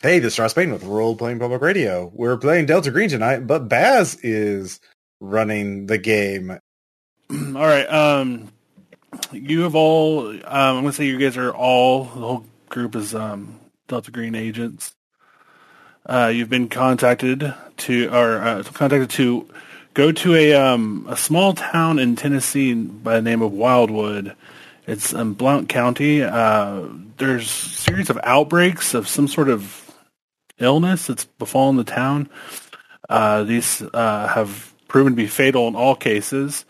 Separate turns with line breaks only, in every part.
Hey, this is Ross Payton with Role Playing Public Radio. We're playing Delta Green tonight, but Baz is running the game.
All right. Um, you have all. Um, I'm gonna say you guys are all. The whole group is um, Delta Green agents. Uh, you've been contacted to, or uh, contacted to, go to a um, a small town in Tennessee by the name of Wildwood. It's in Blount County. Uh, there's a series of outbreaks of some sort of illness that's befallen the town. Uh, these uh, have proven to be fatal in all cases.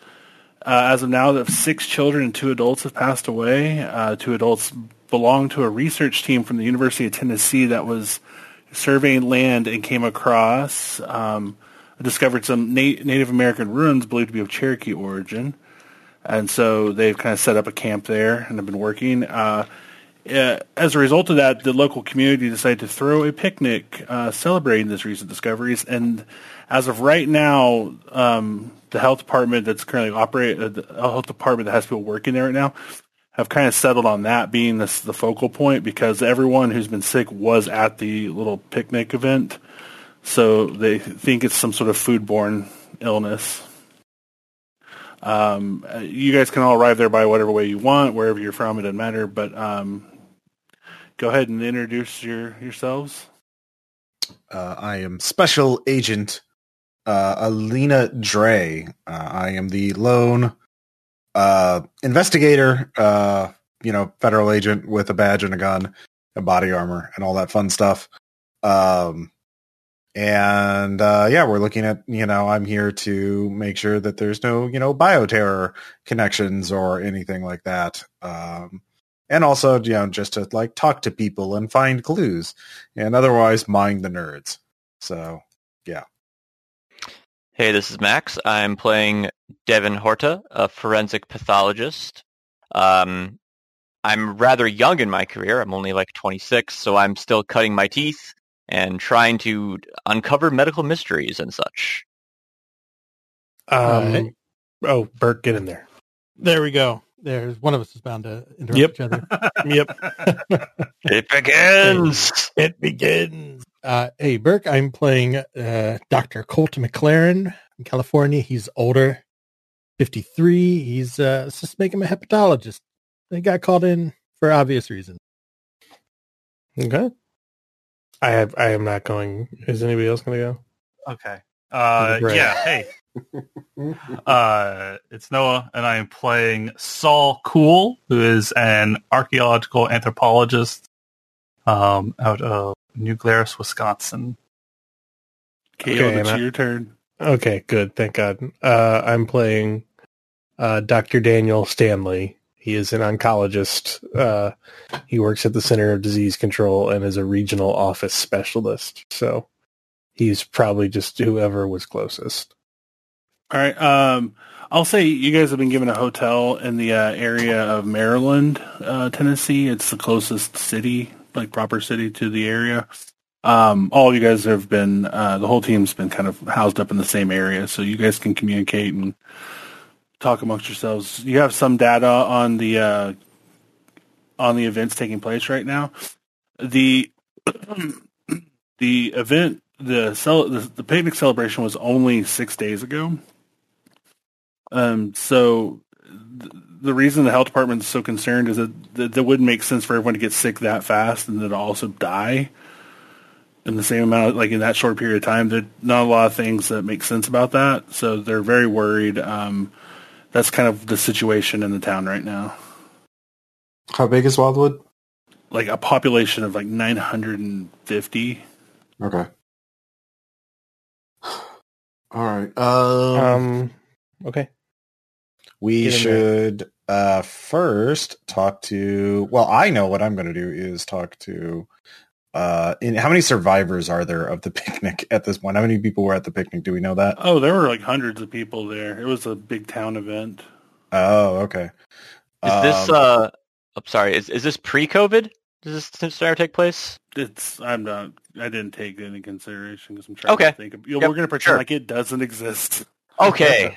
Uh, as of now, the six children and two adults have passed away. Uh, two adults belong to a research team from the University of Tennessee that was surveying land and came across, um, discovered some na- Native American ruins believed to be of Cherokee origin. And so they've kind of set up a camp there and have been working. Uh, uh, as a result of that, the local community decided to throw a picnic uh, celebrating these recent discoveries. And as of right now, um, the health department that's currently operate uh, the health department that has people working there right now have kind of settled on that being this, the focal point because everyone who's been sick was at the little picnic event, so they think it's some sort of foodborne illness. Um, uh, you guys can all arrive there by whatever way you want, wherever you're from. It doesn't matter. But um, go ahead and introduce your yourselves.
Uh, I am Special Agent uh, Alina Dre. Uh, I am the lone uh, investigator, uh, you know, federal agent with a badge and a gun and body armor and all that fun stuff. Um, and uh, yeah, we're looking at, you know, I'm here to make sure that there's no, you know, bioterror connections or anything like that. Um, and also, you know, just to like talk to people and find clues and otherwise mind the nerds. So
Hey, this is Max. I'm playing Devin Horta, a forensic pathologist. Um, I'm rather young in my career. I'm only like 26, so I'm still cutting my teeth and trying to uncover medical mysteries and such.
Um, Right.
Oh, Bert, get in there.
There we go. There's one of us is bound to interrupt
Yep.
each other.
Yep.
It begins.
it begins.
Uh, hey, Burke, I'm playing uh, Dr. Colt McLaren from California. He's older, 53. He's uh, let's just make him a hepatologist. They got called in for obvious reasons.
Okay. I have. I am not going. Is anybody else going to go?
Okay. Uh,
Great.
yeah. Hey. uh, it's Noah, and I am playing Saul Cool, who is an archaeological anthropologist um, out of New Glarus, Wisconsin.
Caleb,
Okay,
it's
Matt.
your turn.
Okay. Good. Thank God. Uh, I'm playing uh, Dr. Daniel Stanley. He is an oncologist. Uh, he works at the Center of Disease Control and is a regional office specialist. So he's probably just whoever was closest.
All right. Um, I'll say you guys have been given a hotel in the uh, area of Maryland, uh, Tennessee. It's the closest city, like proper city to the area. Um, all of you guys have been, uh, the whole team's been kind of housed up in the same area, so you guys can communicate and talk amongst yourselves. You have some data on the uh, on the events taking place right now. The the event, the, cel- the the picnic celebration was only six days ago. Um, so th- the reason the health department is so concerned is that th- that wouldn't make sense for everyone to get sick that fast and then to also die in the same amount, like in that short period of time. There's not a lot of things that make sense about that, so they're very worried. Um, that's kind of the situation in the town right now.
how big is Wildwood?
Like a population of like 950.
Okay. All right. Um,
Um. Okay.
we
get in there.
should uh, first talk to. Well, I know what I'm going to do is talk to. Uh, in, how many survivors are there of the picnic at this point? How many people were at the picnic? Do we know that?
Oh, there were like hundreds of people there. It was a big town event.
Oh, okay.
Is this?
Um,
Uh, I'm sorry. Is is this pre-COVID? Does this scenario take place?
It's I'm not. I didn't take that into consideration because I'm trying
Okay.
to think. Of, you know,
Yep,
we're going to pretend
sure.
like it doesn't exist.
Okay.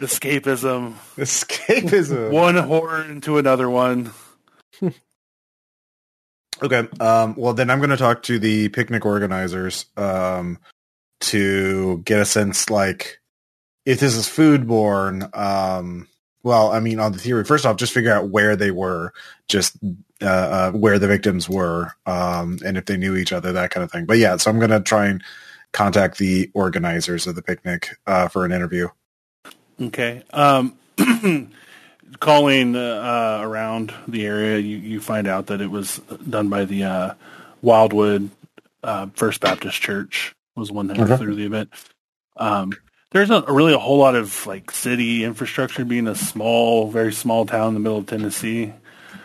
Escapism.
escapism?
One horror into another one.
Okay. Um, well, then I'm going to talk to the picnic organizers um, to get a sense, like, if this is foodborne. Um, well, I mean, on the theory, first off, just figure out where they were, just uh, uh, where the victims were, um, and if they knew each other, that kind of thing. But yeah, so I'm going to try and contact the organizers of the picnic uh, for an interview.
Okay. Um, calling uh, around the area, you, you find out that it was done by the uh, Wildwood uh, First Baptist Church was one that
Okay.
through the event. Um, there's not really a whole lot of like city infrastructure being a small, very small town in the middle of Tennessee.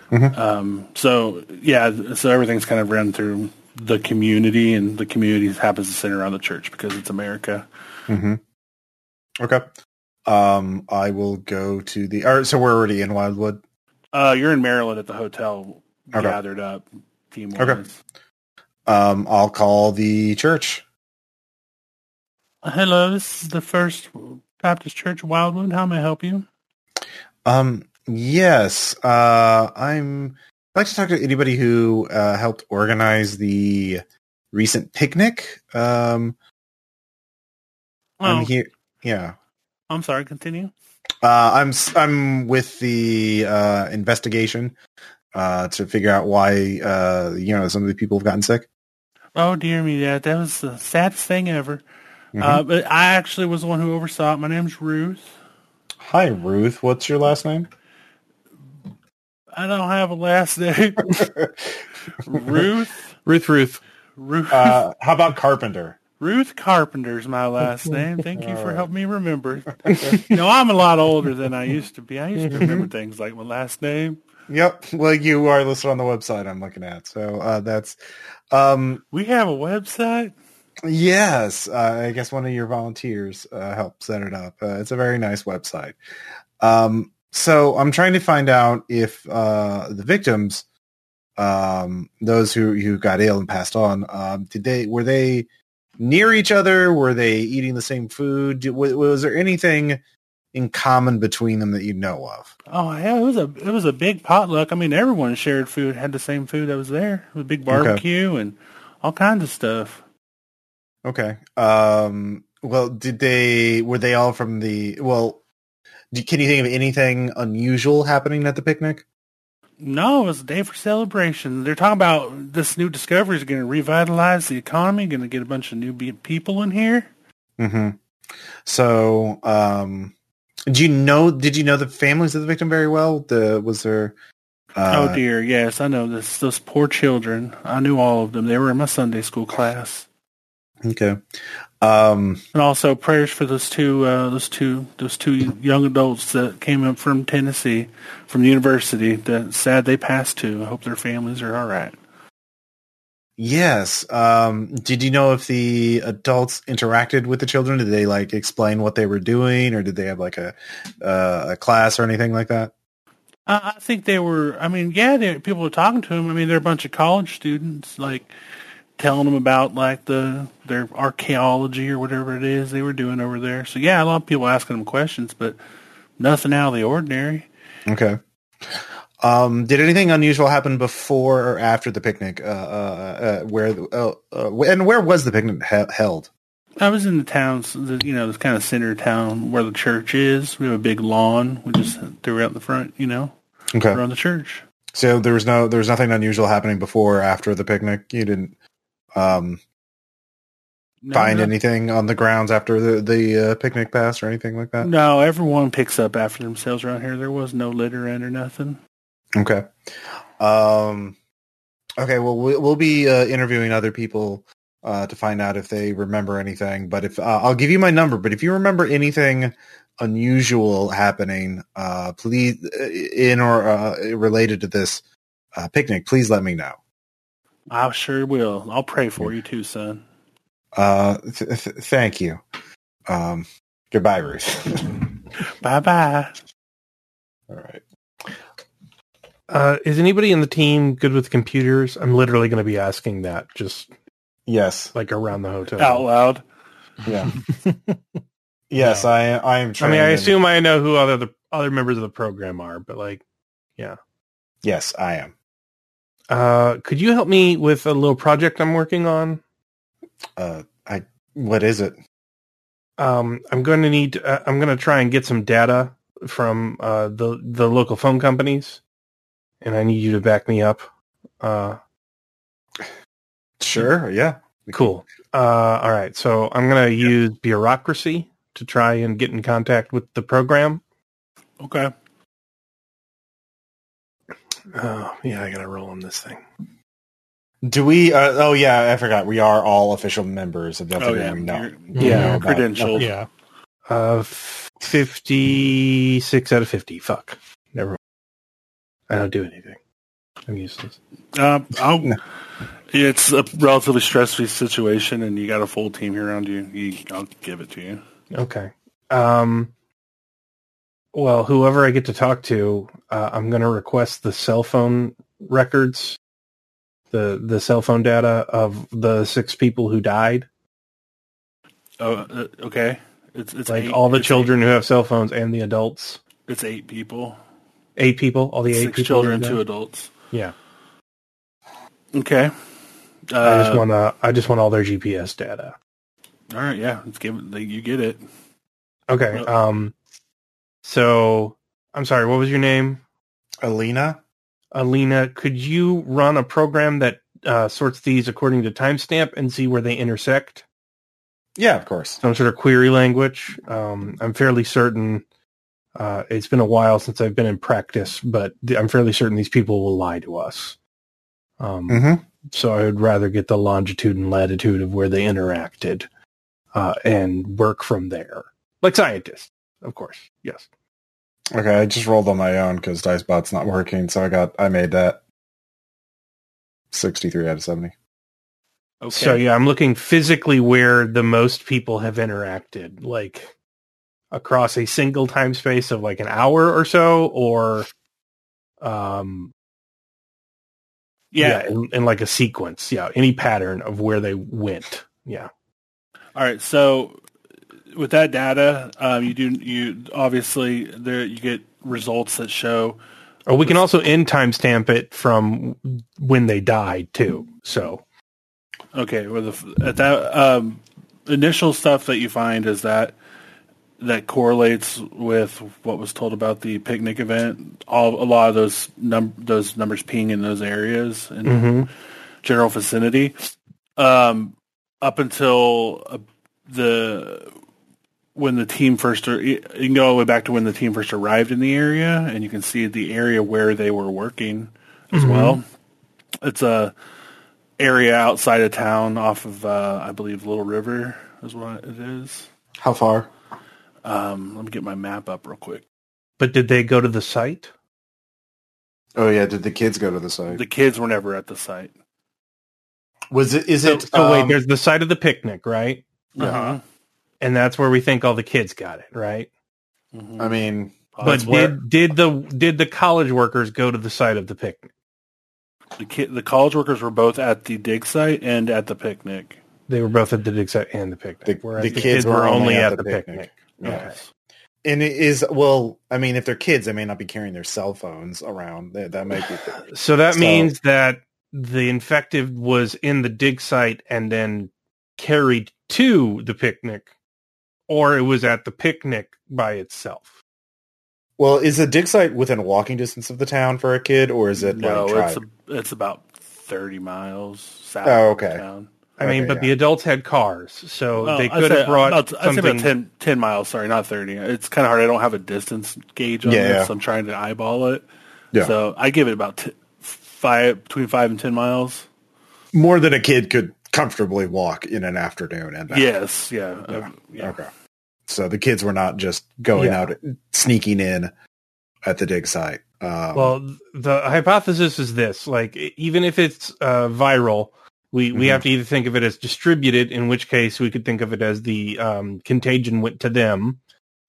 Mhm.
Um, so yeah, so everything's kind of run through the community, and the community happens to center around the church because it's America.
hmm Okay. Um, I will go to the. All right, so we're already in Wildwood.
Uh, you're in Maryland at the hotel,
Okay.
gathered up, team
Okay. Um, I'll call the church.
Hello, this is the First Baptist Church, Wildwood. How may I help you?
Um, yes. Uh, I'm. I'd like to talk to anybody who uh, helped organize the recent picnic. Um,
Oh,
I'm here. Yeah.
I'm sorry. Continue.
Uh, I'm s- I'm with the uh, investigation uh, to figure out why uh, you know some of the people have gotten sick.
Oh dear me, that that was the saddest thing ever.
Mhm.
Uh, but I actually was the one who oversaw it. My name's Ruth.
Hi, Ruth. What's your last name?
I don't have a last name. Ruth,
Ruth, Ruth.
Ruth,
Uh, how about Carpenter?
Ruth Carpenter's my last name. Thank you for
Alright.
helping me remember. no, I'm a lot older than I used to be. I used to remember things like my last name.
Yep. Well, you are listed on the website I'm looking at. So uh, that's, um,
We have a website.
yes, uh, I guess one of your volunteers uh, helped set it up. Uh, it's a very nice website. Um, so I'm trying to find out if uh, the victims, um, those who, who got ill and passed on, um, did they were they near each other? Were they eating the same food? Did- Was, was there anything in common between them that you know of?
Oh yeah, it was a it was a big potluck. I mean, everyone shared food, had the same food that was there. It was a big barbecue and all kinds of stuff.
Okay. Um. Well, did they? Were they all from the? Well, do, can you think of anything unusual happening at the picnic?
No, it was a day for celebration. They're talking about this new discovery is going to revitalize the economy, going to get a bunch of new be- people in here.
Mm-hmm. So, um, do you know? Did you know the families of the victim very well? The was there? Uh,
oh dear, yes, I know this. Those poor children. I knew all of them. They were in my Sunday school class.
Okay. Um.
And also prayers for those two, uh, those two, those two young adults that came up from Tennessee, from the university. That sad they passed to. I hope their families are all right.
Yes. Um. Did you know if the adults interacted with the children? Did they like explain what they were doing, or did they have like a uh, a class or anything like that?
I I think they were. I mean, yeah, they, people were talking to them. I mean, they're a bunch of college students, like telling them about like the their archaeology or whatever it is they were doing over there. So yeah, a lot of people asking them questions, but nothing out of the ordinary.
Okay. Um, did anything unusual happen before or after the picnic? Uh, uh, uh, where the- uh, uh, wh- and where was the picnic he- held?
I was in the town, so the, you know, this kind of center town where the church is. We have a big lawn. We just threw out the front, you know,
Okay,
around the church.
so there was no there was nothing unusual happening before or after the picnic. You didn't um,
No,
find
no-
anything on the grounds after the the uh, picnic passed or anything like that.
No, everyone picks up after themselves around here. There was no littering or nothing.
Okay. Um, okay. Well, we- we'll be uh, interviewing other people uh, to find out if they remember anything. But if uh, I'll give you my number, but if you remember anything unusual happening, uh, please in or uh, related to this uh, picnic, please let me know.
I sure will. I'll pray for you too, son.
Uh, th- th- thank you. Um, goodbye, Ruth.
Bye bye.
All right.
Uh, is anybody in the team good with computers? I'm literally going to be asking that just
Yes.
like around the hotel.
Out loud.
Yeah. yes. I. I am.
I mean,
trained
I
in-
assume I know who other the other members of the program are, but like,
Yes, I am.
Uh, could you help me with a little project I'm working on?
Uh, I what is it?
Um, I'm going to need. Uh, I'm going to try and get some data from uh, the the local phone companies, and I need you to back me up. Uh,
Sure, yeah.
Cool. Uh, all right. So I'm going to use bureaucracy to try and get in contact with the program.
Okay.
Oh, yeah. I got to roll on this thing.
Do we? Uh, oh yeah, I forgot. We are all official members of Delta
Oh
Green.
yeah.
We know.
You're-
We
Yeah,
know about-
credentials.
Yeah.
Uh, f- 56 out of 50. Fuck. Never mind. I don't do anything. I'm useless.
Uh, I'll,
No.
It's a relatively stress-free situation, and you got a full team here around you. you I'll give it to you.
Okay. Um, well, whoever I get to talk to, uh, I'm going to request the cell phone records, the the cell phone data of the six people who died,
Oh, uh, okay. It's it's
like
eight-
all the
it's
children who have cell phones and the adults,
eight- it's eight people,
eight people, all the eight
six
people
children,
who
two
died.
adults.
Yeah,
Okay. Uh,
I just want to. I just want all their GPS data.
all right. Yeah. Let's give it. You get it.
Okay.
Well-
Um. So, I'm sorry. What was your name?
Alina.
Alina, could you run a program that uh, sorts these according to timestamp and see where they intersect?
Yeah, of course.
Some sort of query language. Um, I'm fairly certain. Uh, it's been a while since I've been in practice, but th- I'm fairly certain these people will lie to us. Um,
Mm-hmm.
So I would rather get the longitude and latitude of where they interacted uh, and work from there. Like scientists, of course. Yes.
Okay, I just rolled on my own because DiceBot's not working, so I got I made that sixty-three out of seventy.
Okay.
So yeah, I'm looking physically where the most people have interacted, like across a single time space of like an hour or so, or um
yeah.
in, in like a sequence, yeah, any pattern of where they went, yeah.
All right. So with that data, um, you do you obviously there you get results that show
Or we can also end timestamp it from when they died too. So
Okay, well, the, at that um, initial stuff that you find is that that correlates with what was told about the picnic event. All a lot of those num- those numbers ping in those areas in
Mm.
Mm-hmm.
general vicinity. Um, up until uh, the when the team first ar- you can go all the way back to when the team first arrived in the area, and you can see the area where they were working as
Mm-hmm.
Mm-hmm.
well. It's a area outside of town, off of uh, I believe Little River is what it is.
How far?
Um, let me get my map up real quick.
but did they go to the site?
Oh yeah, did the kids go to the site?
The kids were never at the site.
Was it? Is
So,
it?
so Oh, wait,
um,
there's the site of the picnic, right?
Uh-huh.
And that's where we think all the kids got it, right?
Mhm.
I mean,
But
That's
did
Uh, where-
did the did the college workers go to the site of the picnic?
the ki- the college workers were both at the dig site and at the picnic.
They were both at the dig site and the
the,
picnic.
the
whereas
kids, were only at, the picnic. Yeah.
Yes.
And it is well, I mean, if they're kids, they may not be carrying their cell phones around. That, that might be.
So that
So-
means that the infected was in the dig site and then carried to the picnic, or it was at the picnic by itself.
Well, is the dig site within walking distance of the town for a kid, or is it
no,
like tribe?
it's a, it's about thirty miles south.
Oh,
of
okay.
Town.
I mean,
Okay,
but
yeah.
the adults had cars, so
Well,
they
I'd
could
say uh,
have brought
about, I'd say
something.
about 10, 10 miles. Sorry, not thirty. It's kind of hard. I don't have a distance gauge on
Yeah,
this.
yeah.
So I'm trying to eyeball it.
Yeah.
So I give it about t- five between five and ten miles.
more than a kid could comfortably walk in an afternoon and back.
Yes. Yeah. Uh, yeah.
Okay. So the kids were not just going
Yeah.
out sneaking in at the dig site. Um,
Well, th- the hypothesis is this: like, e- even if it's uh, viral, we we
Mhm.
have to either think of it as distributed, in which case we could think of it as the um, contagion went to them,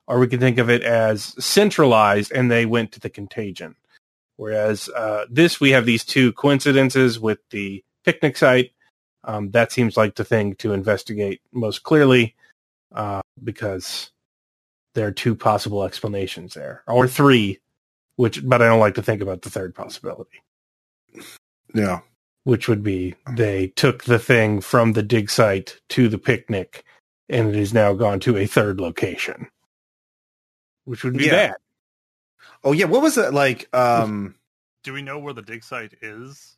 or we could think of it as centralized and they went to the contagion. Whereas uh, this, we have these two coincidences with the picnic site. Um, that seems like the thing to investigate most clearly, uh, because there are two possible explanations there, or three, which but I don't like to think about the third possibility.
Yeah.
which would be they took the thing from the dig site to the picnic and it has now gone to a third location which would be
Yeah.
bad
Oh yeah. What was that like? Um.
Do we know where the dig site is?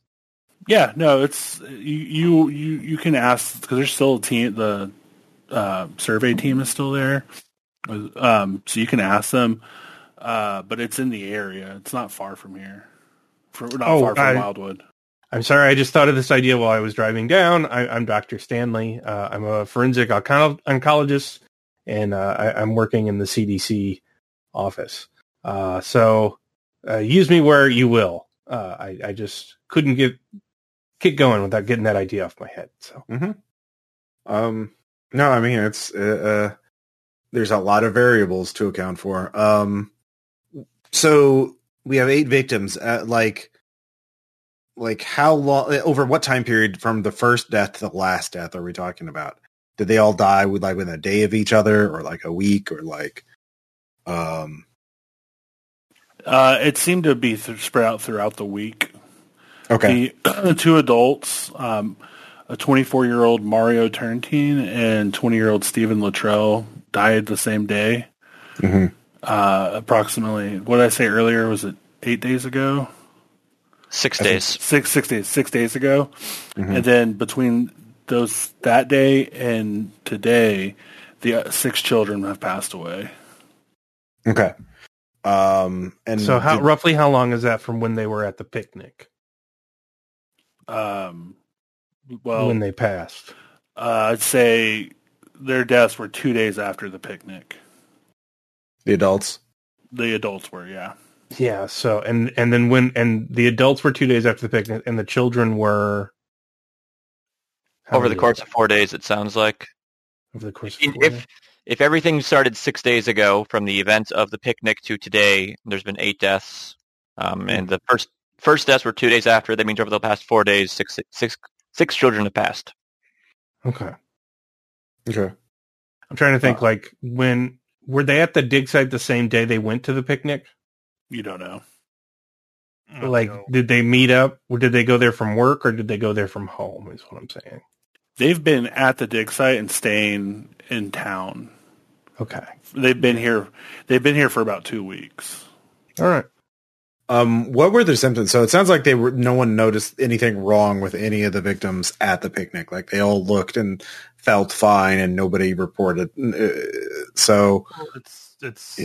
Yeah, no, it's you you you, you can ask because there's still a team. The uh, survey team is still there, um, so you can ask them. Uh, but it's in the area. It's not far from here. For, not
Oh,
far from
I-
Wildwood.
i'm sorry i just thought of this idea while i was driving down I, i'm dr stanley uh, i'm a forensic onco- oncologist and uh, I, i'm working in the cdc office uh, so uh, use me where you will uh, I, I just couldn't get get going without getting that idea off my head so
Um. No, I mean it's uh, uh. There's a lot of variables to account for. Um. So we have eight victims. At like. Like how long? Over what time period from the first death to the last death are we talking about? Did they all die with like within a day of each other, or like a week, or like, um,
Uh, it seemed to be th- spread out throughout the week.
okay,
The two adults, um, a 24-year-old Mario Turntine and 20-year-old Stephen Luttrell, died the same day.
Mhm.
Uh, approximately, what did I say earlier? Was it eight days ago?
Six
think-
days.
six six days six days ago,
Mm-hmm.
and then between those that day and today, the uh, six children have passed away.
okay. Um, and
So how
did-
roughly how long is that from when they were at the picnic
Um, well,
when they passed?
uh, I'd say their deaths were two days after the picnic.
the adults?
The adults were, yeah.
Yeah. So and and then when and the adults were two days after the picnic and the children were how
Over the
many
course
were
of four days, it sounds like.
they? over the course of
If-
four days?
If if everything started six days ago from the event of the picnic to today, there's been eight deaths, um, and the first first deaths were two days after. That means over the past four days, six six six children have passed.
okay.
Okay.
I'm trying to think like when were they at the dig site the same day they went to the picnic?
You don't know.
Oh,
like
no.
did they meet up or did they go there from work or did they go there from home is what I'm saying.
They've been at the dig site and staying in town.
Okay.
They've been here. They've been here for about two weeks.
All right.
Um, what were their symptoms? So it sounds like they were no one noticed anything wrong with any of the victims at the picnic. Like they all looked and felt fine, and nobody reported. uh, So
It's it's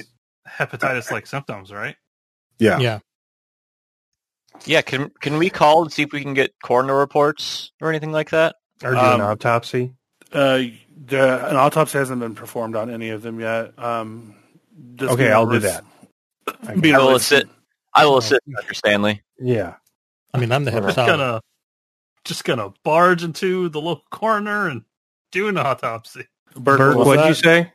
hepatitis like symptoms, right?
yeah,
Yeah.
Yeah, can can we call and see if we can get coroner reports or anything like that?
Or do
Um,
an autopsy.
Uh, the, an autopsy hasn't been performed on any of them yet. Um, this
Okay,
being
I'll
a
do
res-
that.
being
I
a
will
res-
assist. I will assist, Dr. Stanley.
Yeah.
I mean, I'm the
Just
Just
hepatologist.
gonna just gonna barge into the local coroner and do an autopsy.
Burke,
Bert,
what was
what'd you
that?
say?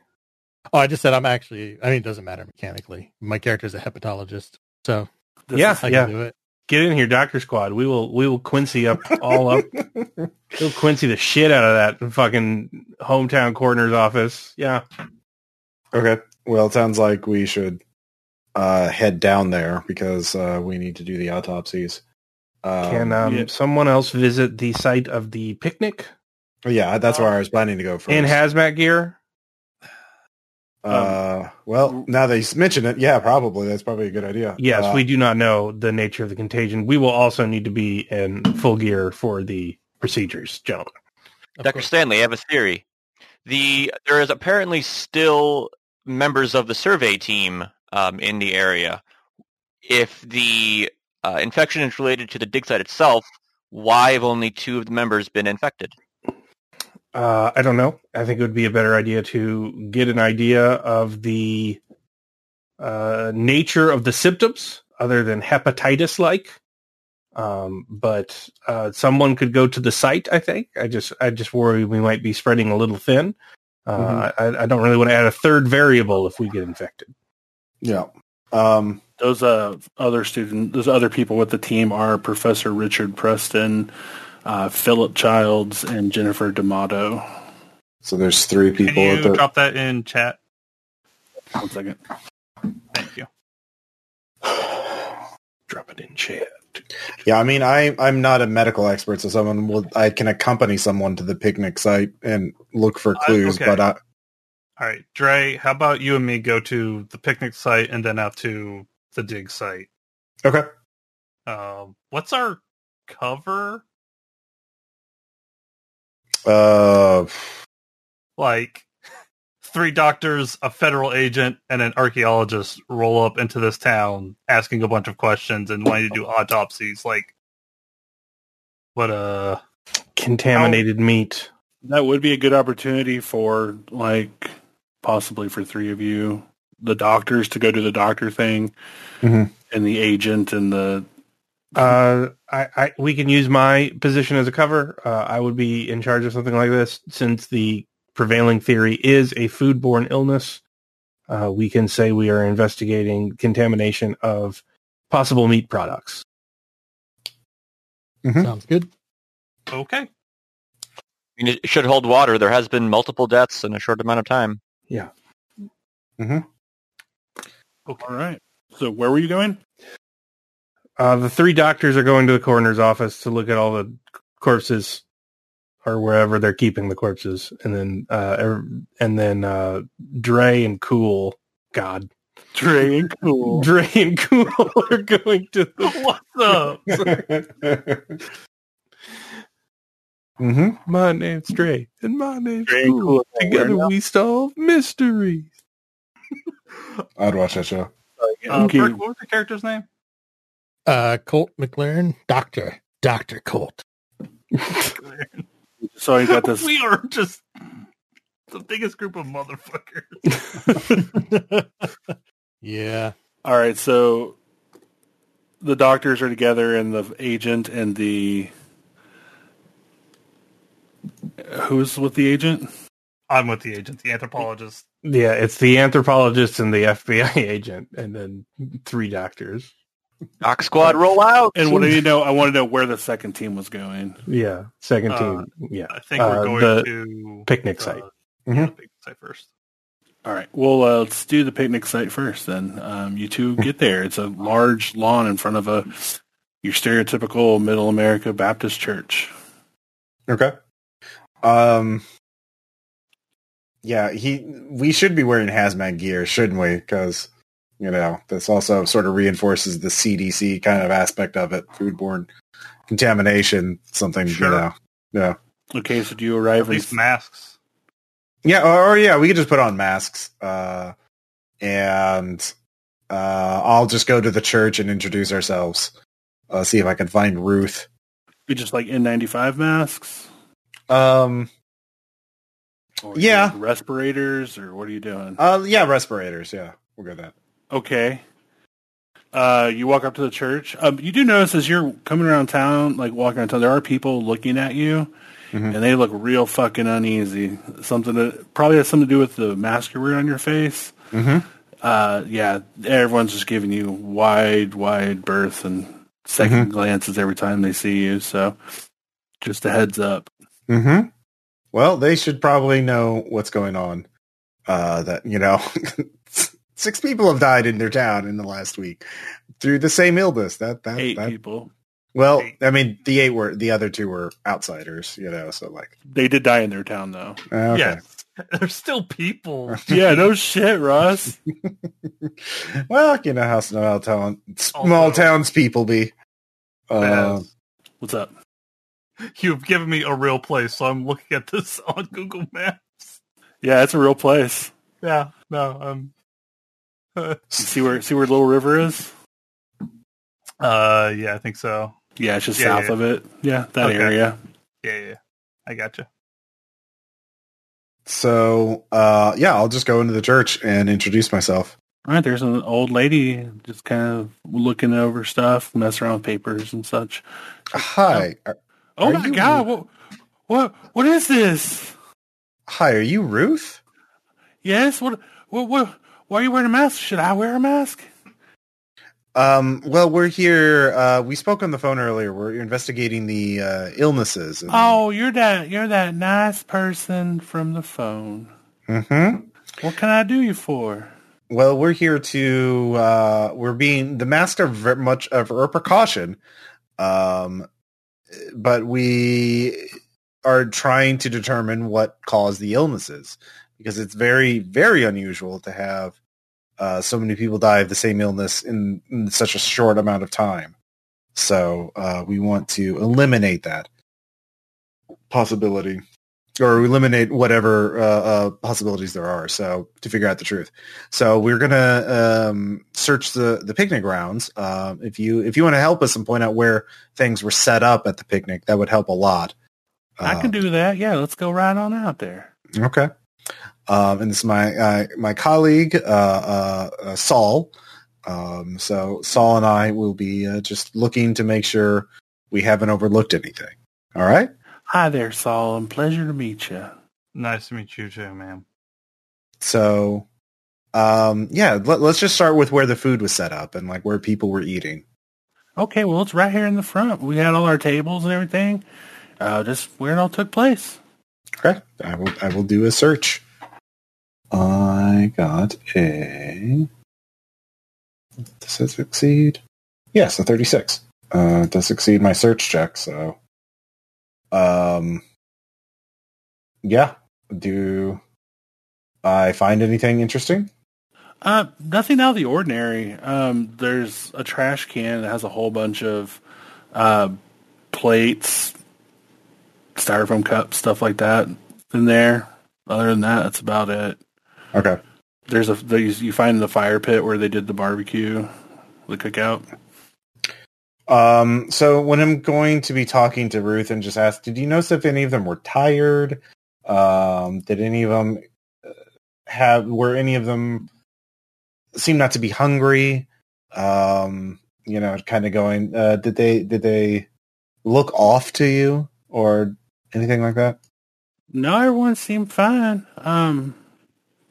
Oh, I just said I'm actually. I mean, it doesn't matter mechanically. My character's a hepatologist, so
This
Yeah.
is-
I
Yeah.
can do it.
Get in here, Doctor Squad. We will we will Quincy up all up. We'll Quincy the shit out of that fucking hometown coroner's office. Yeah.
Okay. Well, it sounds like we should uh, head down there because uh, we need to do the autopsies. Um,
Can um,
yeah.
someone else visit the site of the picnic
yeah, that's where I was planning to go first.
in hazmat gear?
uh, well, now that you mention it, yeah, probably that's probably a good idea.
Yes,
Uh,
we do not know the nature of the contagion. We will also need to be in full gear for the procedures, gentlemen.
Of
Dr.
course.
Stanley, I have a theory. The there is apparently still members of the survey team um, in the area. If the uh, infection is related to the dig site itself, why have only two of the members been infected?
Uh, I don't know. I think it would be a better idea to get an idea of the uh, nature of the symptoms, other than hepatitis-like. Um, but uh, someone could go to the site. I think. I just, I just worry we might be spreading a little thin. Uh, I, I don't really want to add a third variable if we get infected.
Yeah. Um,
those uh, other student, those other people with the team are Professor Richard Preston, uh, Philip Childs, and Jennifer D'Amato.
so there's three people. at
Can you
the-
drop that in chat?
One second.
Thank you.
Drop it in chat.
Yeah, I mean, I I'm not a medical expert, so someone will I can accompany someone to the picnic site and look for
I-
clues.
okay.
But I,
All right, Dre, how about you and me go to the picnic site and then out to the dig site?
okay,
Um, what's our cover?
uh,
Like three doctors, a federal agent, and an archaeologist roll up into this town asking a bunch of questions and wanting to do autopsies. Like, what uh
Contaminated meat.
That would be a good opportunity for like possibly for three of you, the doctors to go do the doctor thing,
Mhm.
and the agent and the
Uh, I, I we can use my position as a cover. Uh, I would be in charge of something like this since the prevailing theory is a foodborne illness. Uh, we can say we are investigating contamination of possible meat products.
Hmm.
Sounds good.
I
okay.
mean, it should hold water. There has been multiple deaths in a short amount of time.
all right. So where were you going?
Uh, the three doctors are going to the coroner's office to look at all the corpses or wherever they're keeping the corpses, and then uh, ev- and then uh, Dre and Cool, God,
Dre and cool.
Dre and Cool are going to the
What the
mm-hmm.
My name's Dre, and my name's
Dre and Cool.
Together we solve mysteries.
I'd watch that show.
uh,
Okay.
Burke, what was the character's name?
Uh, Colt McLaren, Doctor, Doctor Colt.
So Oh, you got this.
We are just the biggest group of motherfuckers.
Yeah.
All right. So the doctors are together, and the agent and the who's with the agent?
I'm with the agent, the anthropologist.
Yeah, it's the anthropologist and the FBI agent, and then three doctors.
Doc squad, roll out.
And what do you know? I want to know where the second team was going.
Yeah, second
Uh,
team. yeah,
I think we're
Uh,
going
the
to
picnic
uh,
site.
yeah, the picnic site first.
All right. Well, uh, let's do the picnic site first. Then um, you
Hmm.
two get there. It's a large lawn in front of a your stereotypical Middle America Baptist church.
Okay. Um. Yeah, he. We should be wearing hazmat gear, shouldn't we? Because you know this also sort of reinforces the CDC kind of aspect of it, foodborne contamination, something
Sure.
you know. Yeah.
Okay. So do you
At
arrive? In,
least masks.
Yeah, or, or yeah, we could just put on masks. Uh, and uh, I'll just go to the church and introduce ourselves. Uh, see if I can find Ruth.
you just like N95 masks?
Um,
Or
Yeah.
Respirators, or what are you doing?
uh, yeah, respirators. Yeah, we'll go that.
Okay. Uh, you walk up to the church. Um, you do notice as you're coming around town, like walking around town, there are people looking at you,
Mhm.
and they look real fucking uneasy. Something that probably has something to do with the mask you're wearing on your face.
Mm-hmm.
Uh, yeah, everyone's just giving you wide, wide berth and 2nd
Mm-hmm.
glances every time they see you. So, just a heads up.
Mm-hmm. Well, they should probably know what's going on. Uh, that you know, six people have died in their town in the last week through the same illness. That that,
Eight
that
people.
well,
Eight.
I mean, the eight were the other two were outsiders. You know, so like,
They did die in their town, though.
uh, okay.
Yes, there's still people.
yeah, no shit, Russ.
well, you know how small town small
Also-
townspeople be. Uh,
Yes.
What's up?
You've given me a real place, so I'm looking at this on Google Maps.
Yeah, it's a real place.
Yeah, no, um,
You see where see where Little River is?
uh, yeah, I think so.
Yeah, it's just
Yeah,
south
yeah.
of it. Yeah, that
Okay.
area.
Yeah, yeah, yeah. I gotcha.
so uh, yeah, I'll just go into the church and introduce myself.
All right, there's an old lady just kind of looking over stuff, messing around with papers and such.
Hi, uh, are-
Oh
Are
my
you-
god, what what what is this?
hi, are you Ruth?
Yes. What? What? What? Why are you wearing a mask? Should I wear a mask?
Um, well, we're here. Uh, we spoke on the phone earlier. We're investigating the uh, illnesses. and-
Oh, you're that. You're that nice person from the phone.
Mhm.
What can I do you for?
Well, we're here to uh, we're being the master of very much of our precaution, um, but we are trying to determine what caused the illnesses because it's very very unusual to have uh, so many people die of the same illness in, in such a short amount of time. So uh, we want to eliminate that possibility or eliminate whatever uh, uh, possibilities there are. So to figure out the truth, so we're gonna um, search the the picnic grounds. Um, if you if you want to help us and point out where things were set up at the picnic, that would help a lot.
I can
Um,
do that. Yeah, let's go right on out there.
Okay. Um, and this is my uh, my colleague uh, uh, uh, Saul. Um, so Saul and I will be uh, just looking to make sure we haven't overlooked anything. All right.
Hi there, Saul, and pleasure to meet you.
Nice to meet you too, ma'am.
So, um, yeah, let, let's just start with where the food was set up and like where people were eating.
Okay, well, it's right here in the front. We had all our tables and everything. Uh, just where it all took place.
Okay, I will. I will do a search. I got a. Does it succeed? Yes, a thirty-six. Uh, it does succeed my search check. So, um, yeah. Do I find anything interesting?
Uh, nothing out of the ordinary. Um, there's a trash can that has a whole bunch of uh, plates, styrofoam cups, stuff like that in there. Other than that, that's about it.
Okay.
There's a there's, you find the fire pit where they did the barbecue, the cookout.
Um, so when I'm going to be talking to Ruth and just ask, did you notice if any of them were tired? Um, did any of them uh, have, were any of them seem not to be hungry? Um, you know, kind of going, uh, did they, did they look off to you or anything like that?
No, everyone seemed fine. Um,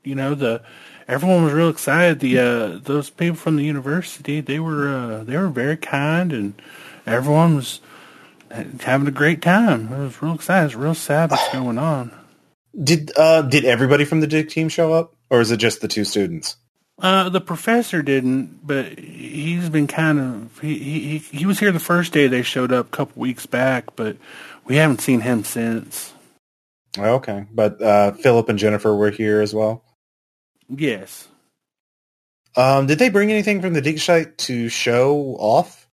you know the everyone was real excited. The uh, those people from the university they were uh, they were very kind, and everyone was having a great time. It was real excited. It's real sad what's going on.
Did, uh, did everybody from the dig team show up or is it just the two students?
Uh, the professor didn't, but he's been kind of he, he he- he was here the first day they showed up a couple weeks back, but we haven't seen him since.
Okay. But, uh, Philip and Jennifer were here as well.
Yes.
Um, did they bring anything from the dig site to show off?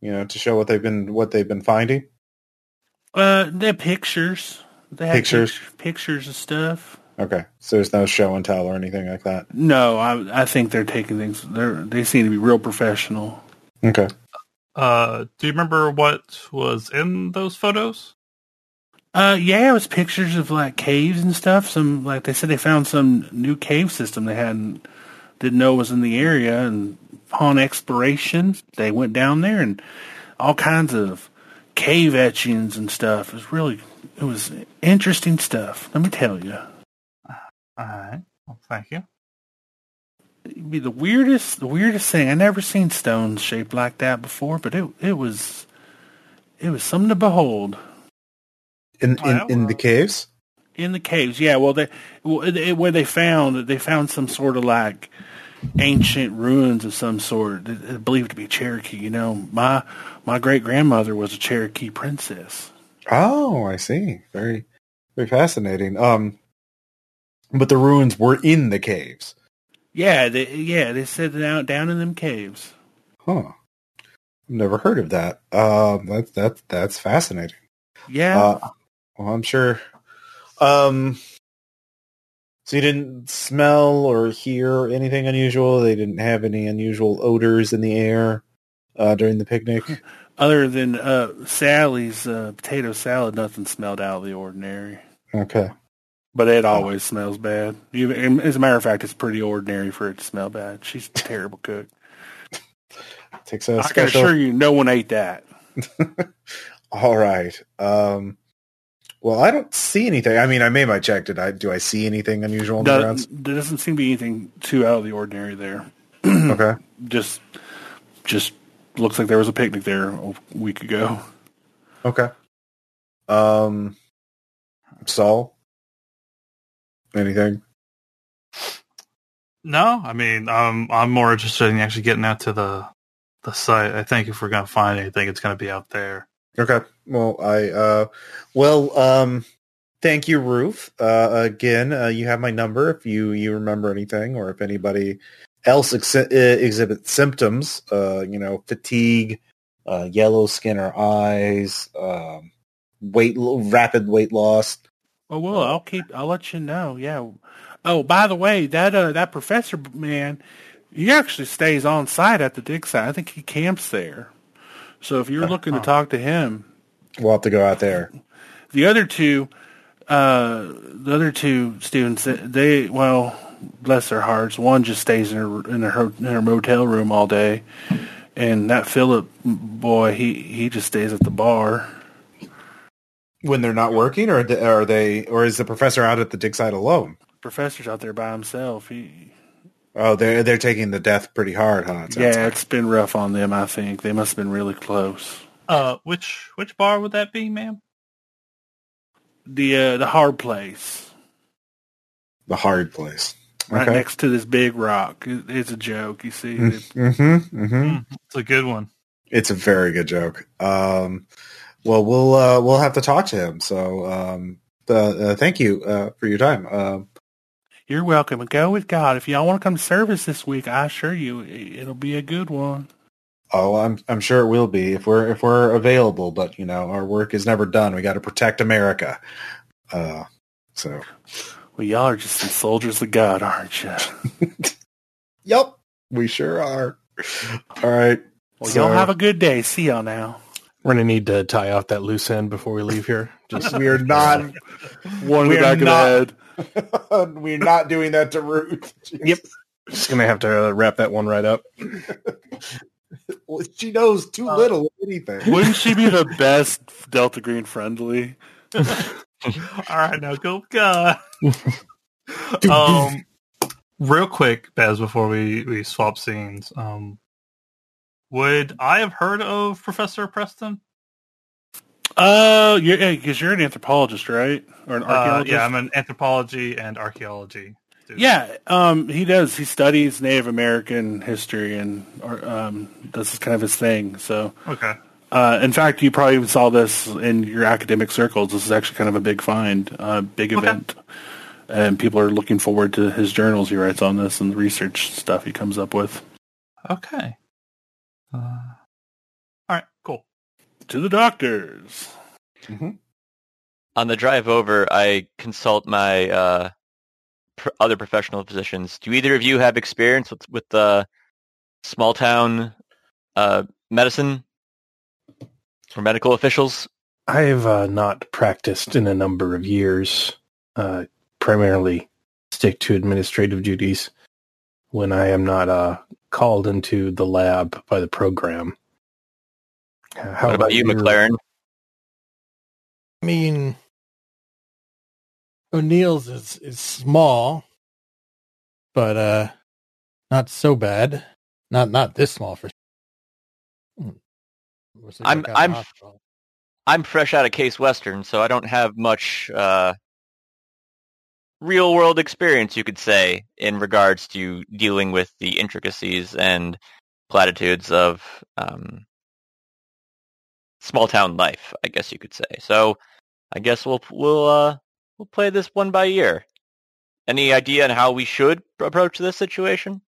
You know, to show what they've been what they've been finding.
Uh, the pictures. They had
Pictures.
pic- pictures of stuff.
Okay, so there's no show and tell or anything like that.
No, I I think they're taking things. They're they seem to be real professional.
Okay,
Uh, do you remember what was in those photos?
Uh, yeah, it was pictures of like caves and stuff. Some like they said they found some new cave system they hadn't didn't know was in the area, and upon exploration they went down there and all kinds of cave etchings and stuff. It was really it was interesting stuff. Let me tell you.
Uh, All right. Well, thank you.
It'd be the weirdest the weirdest thing. I never seen stones shaped like that before, but it it was it was something to behold.
in
Oh, yeah,
in, in the
well-
caves.
In the caves, yeah. Well, they well, it- it- where they found they found some sort of like ancient ruins of some sort, that- that believed to be Cherokee. You know, my my great grandmother was a Cherokee princess.
Oh, I see. Very very fascinating. Um, but the ruins were in the caves,
Yeah, they, yeah. They said that out down in them caves.
huh? I've never heard of that. Um, that's that's that's fascinating.
Yeah,
Uh, well, I'm sure. Um, so you didn't smell or hear anything unusual. They didn't have any unusual odors in the air uh, during the picnic.
other than uh, Sally's uh, potato salad, nothing smelled out of the ordinary. Uh,
Okay.
But it always smells bad. You, and as a matter of fact, it's pretty ordinary for it to smell bad. She's a terrible cook.
Takes a
I can
special.
assure you, no one ate that.
All right. Um, well, I don't see anything. I mean, I made my check. Did I? Do I see anything unusual in the grounds?
Doesn't- there doesn't seem to be anything too out of the ordinary there.
Okay.
Just, just looks like there was a picnic there a week ago.
Okay. Um, Saul. Anything?
No, I mean, um, I'm more interested in actually getting out to the the site. I think if we're gonna find anything, it's gonna be out there.
Okay. Well, I uh well um thank you Ruth. Uh again, uh, you have my number if you you remember anything or if anybody else ex- uh, exhibits symptoms, uh you know, fatigue, uh yellow skin or eyes, um weight lo- rapid weight loss.
Oh well, I'll keep. I'll let you know. Yeah. Oh, by the way, that uh, that professor man, he actually stays on site at the dig site. I think he camps there. So if you're looking to talk to him,
We'll have to go out there.
the other two, uh, the other two students, they well, bless their hearts. One just stays in her in her, ho- in her motel room all day, and that Philip boy, he he just stays at the bar.
When they're not working or d- are they or is the professor out at the dig site alone?
Professor's out there by himself. He,
Oh, they're they're taking the death pretty hard, huh? It sounds
yeah,
like.
it's been rough on them. I think they must have been really close.
Uh, which which bar would that be, ma'am?
the uh, the hard place
the hard place.
right next to this big rock. It- It's a joke, you see.
Mm-hmm, mm-hmm.
It's Hmm, a good one.
It's a very good joke. Um, well, we'll uh, we'll have to talk to him. So, um, uh, uh, thank you uh, for your time. Um
You're welcome. And Go with God. If y'all want to come to service this week, I assure you it- it'll be a good one.
oh, I'm I'm sure it will be if we're if we're available. But you know, our work is never done. We got to protect America. Uh, so,
Well, y'all are just some soldiers of God, aren't you?
yep, we sure are. All right.
Well,
So-
y'all have a good day. See y'all now.
We're gonna need to tie off that loose end before we leave here. Just
We are not.
One
in the We're back of the not-
head.
we're not doing that to Ruth.
Yep. just gonna have to uh, wrap that one right up.
she knows too little of anything.
Wouldn't she be the best Delta Green friendly?
All right, now go God. um, real quick, Baz, before we we swap scenes, um, would I have heard of Professor Preston?
Uh, you're because you're an anthropologist, right? Or an
Uh,
archaeologist?
yeah, I'm an anthropology and archaeology. student.
Yeah, um, he does. He studies Native American history, and or, um, this is kind of his thing. So,
Okay.
uh, in fact, you probably even saw this in your academic circles. This is actually kind of a big find, uh, big
Okay.
event, and people are looking forward to his journals he writes on this and the research stuff he comes up with.
Okay. Uh, all right. Cool.
To the doctors.
On the drive over, I consult my uh, pr- other professional physicians. Do either of you have experience with with uh, small town uh, medicine or medical officials?
I've uh, not practiced in a number of years. Uh, primarily stick to administrative duties when I am not uh, called into the lab by the program. Uh, How
what about you,
your-
McLaren?
I mean, O'Neill's is, is small, but uh, not so bad. Not not this small for. Hmm. Was it
I'm-
like out of
I'm-
hospital?
I'm fresh out of Case Western, so I don't have much uh, real world experience, you could say, in regards to dealing with the intricacies and platitudes of um, small town life. I guess you could say. So I guess we'll we'll uh, we'll play this one by ear. Any idea on how we should approach this situation?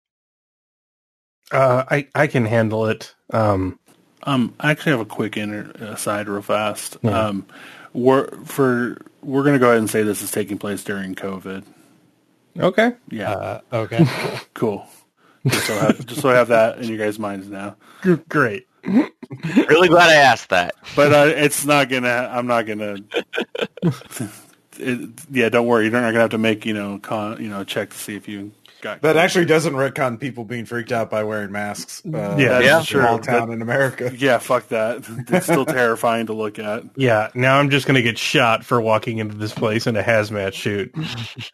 Uh, I I can handle it. Um,
Um, I actually have a quick inter- aside, real fast.
Yeah.
Um, we're for we're going to go ahead and say this is taking place during COVID.
okay.
Yeah.
Uh, okay.
Cool. Just so, I have, just so I have that in your guys' minds now.
Great.
Really glad I asked that.
But uh, it's not gonna. I'm not gonna. it, yeah, don't worry. You're not gonna have to make you know con, you know check to see if you got.
uh,
That actually doesn't retcon people being freaked out by wearing masks. Uh,
Yeah,
in
yeah,
a
sure.
Small town in America.
Yeah, fuck that. It's still terrifying to look at.
Yeah. Now I'm just gonna get shot for walking into this place in a hazmat suit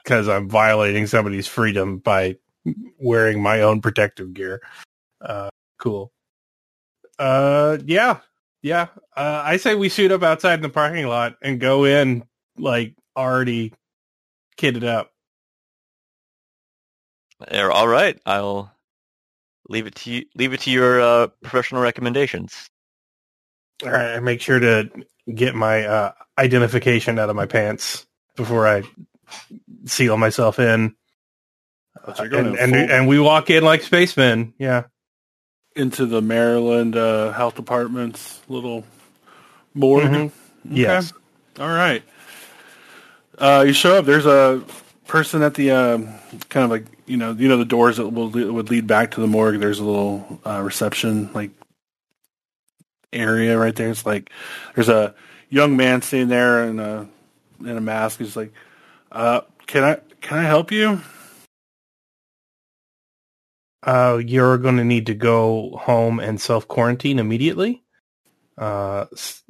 because I'm violating somebody's freedom by wearing my own protective gear. Uh, cool. Uh, yeah, yeah. Uh, I say we suit up outside in the parking lot and go in like already kitted up.
Er, All right, I'll leave it to you, leave it to your uh, professional recommendations.
All right, I make sure to get my uh, identification out of my pants before I seal myself in.
Oh, so you're going
and,
in
and,
full-
and we walk in like spacemen. Yeah.
into the Maryland uh, Health Department's little morgue.
Mhm. Yes.
All right. Uh, you show up. There's a person at the um, kind of like you know you know the doors that will would lead back to the morgue. There's a little uh, reception like area right there. It's like there's a young man sitting there in a in a mask. He's like, uh, "Can I can I help you?"
Uh, you're going to need to go home and self quarantine immediately. Uh, s-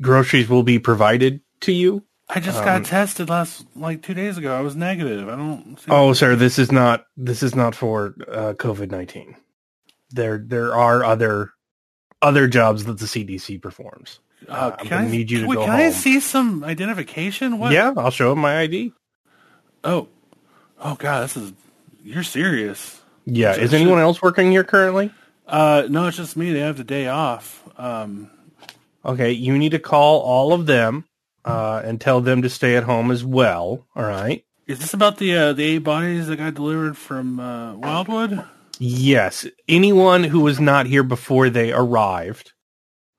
groceries will be provided to you.
I just
Um,
got tested last like two days ago. I was negative. I don't. See
Oh, sir, this is not this is not for uh, COVID nineteen. There there are other other jobs that the CDC performs.
Uh,
I'm
can
gonna
I
need you to
wait,
go
Can I
home.
see some identification? What?
Yeah, I'll show him my ID.
Oh, oh God, this is. You're serious.
Yeah,
So
is
should-
anyone else working here currently?
Uh, no, it's just me. They have the day off. Um,
Okay, you need to call all of them uh, and tell them to stay at home as well. All right.
is this about the uh, the eight bodies that got delivered from uh, Wildwood?
Yes, anyone who was not here before they arrived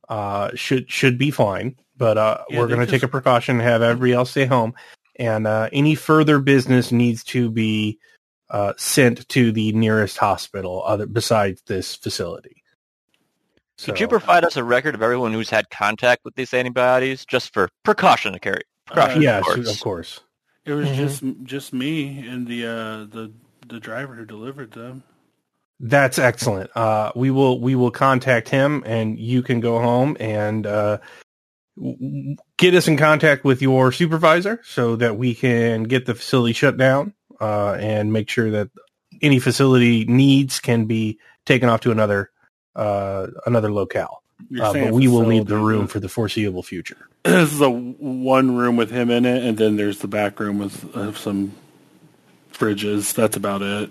uh, should should be fine. But uh,
Yeah,
we're
they
going to
just-
take a precaution, have everybody else stay home, and uh, any further business needs to be uh, sent to the nearest hospital, other besides this facility. So,
Could you provide us a record of everyone who's had contact with these antibodies, just for precautionary care? Precaution,
yes,
of course.
of course.
Uh, It was
Mhm.
just just me and the uh, the the driver who delivered them.
That's excellent. Uh, we will we will contact him, and you can go home and uh, w- w- get us in contact with your supervisor so that we can get the facility shut down uh, and make sure that any facility needs can be taken off to another uh, another locale.
You're
Uh,
saying
but we will need the
facility,
room
but-
for the foreseeable future.
this is a one room with him in it, and then there's the back room with uh, some fridges. That's about it.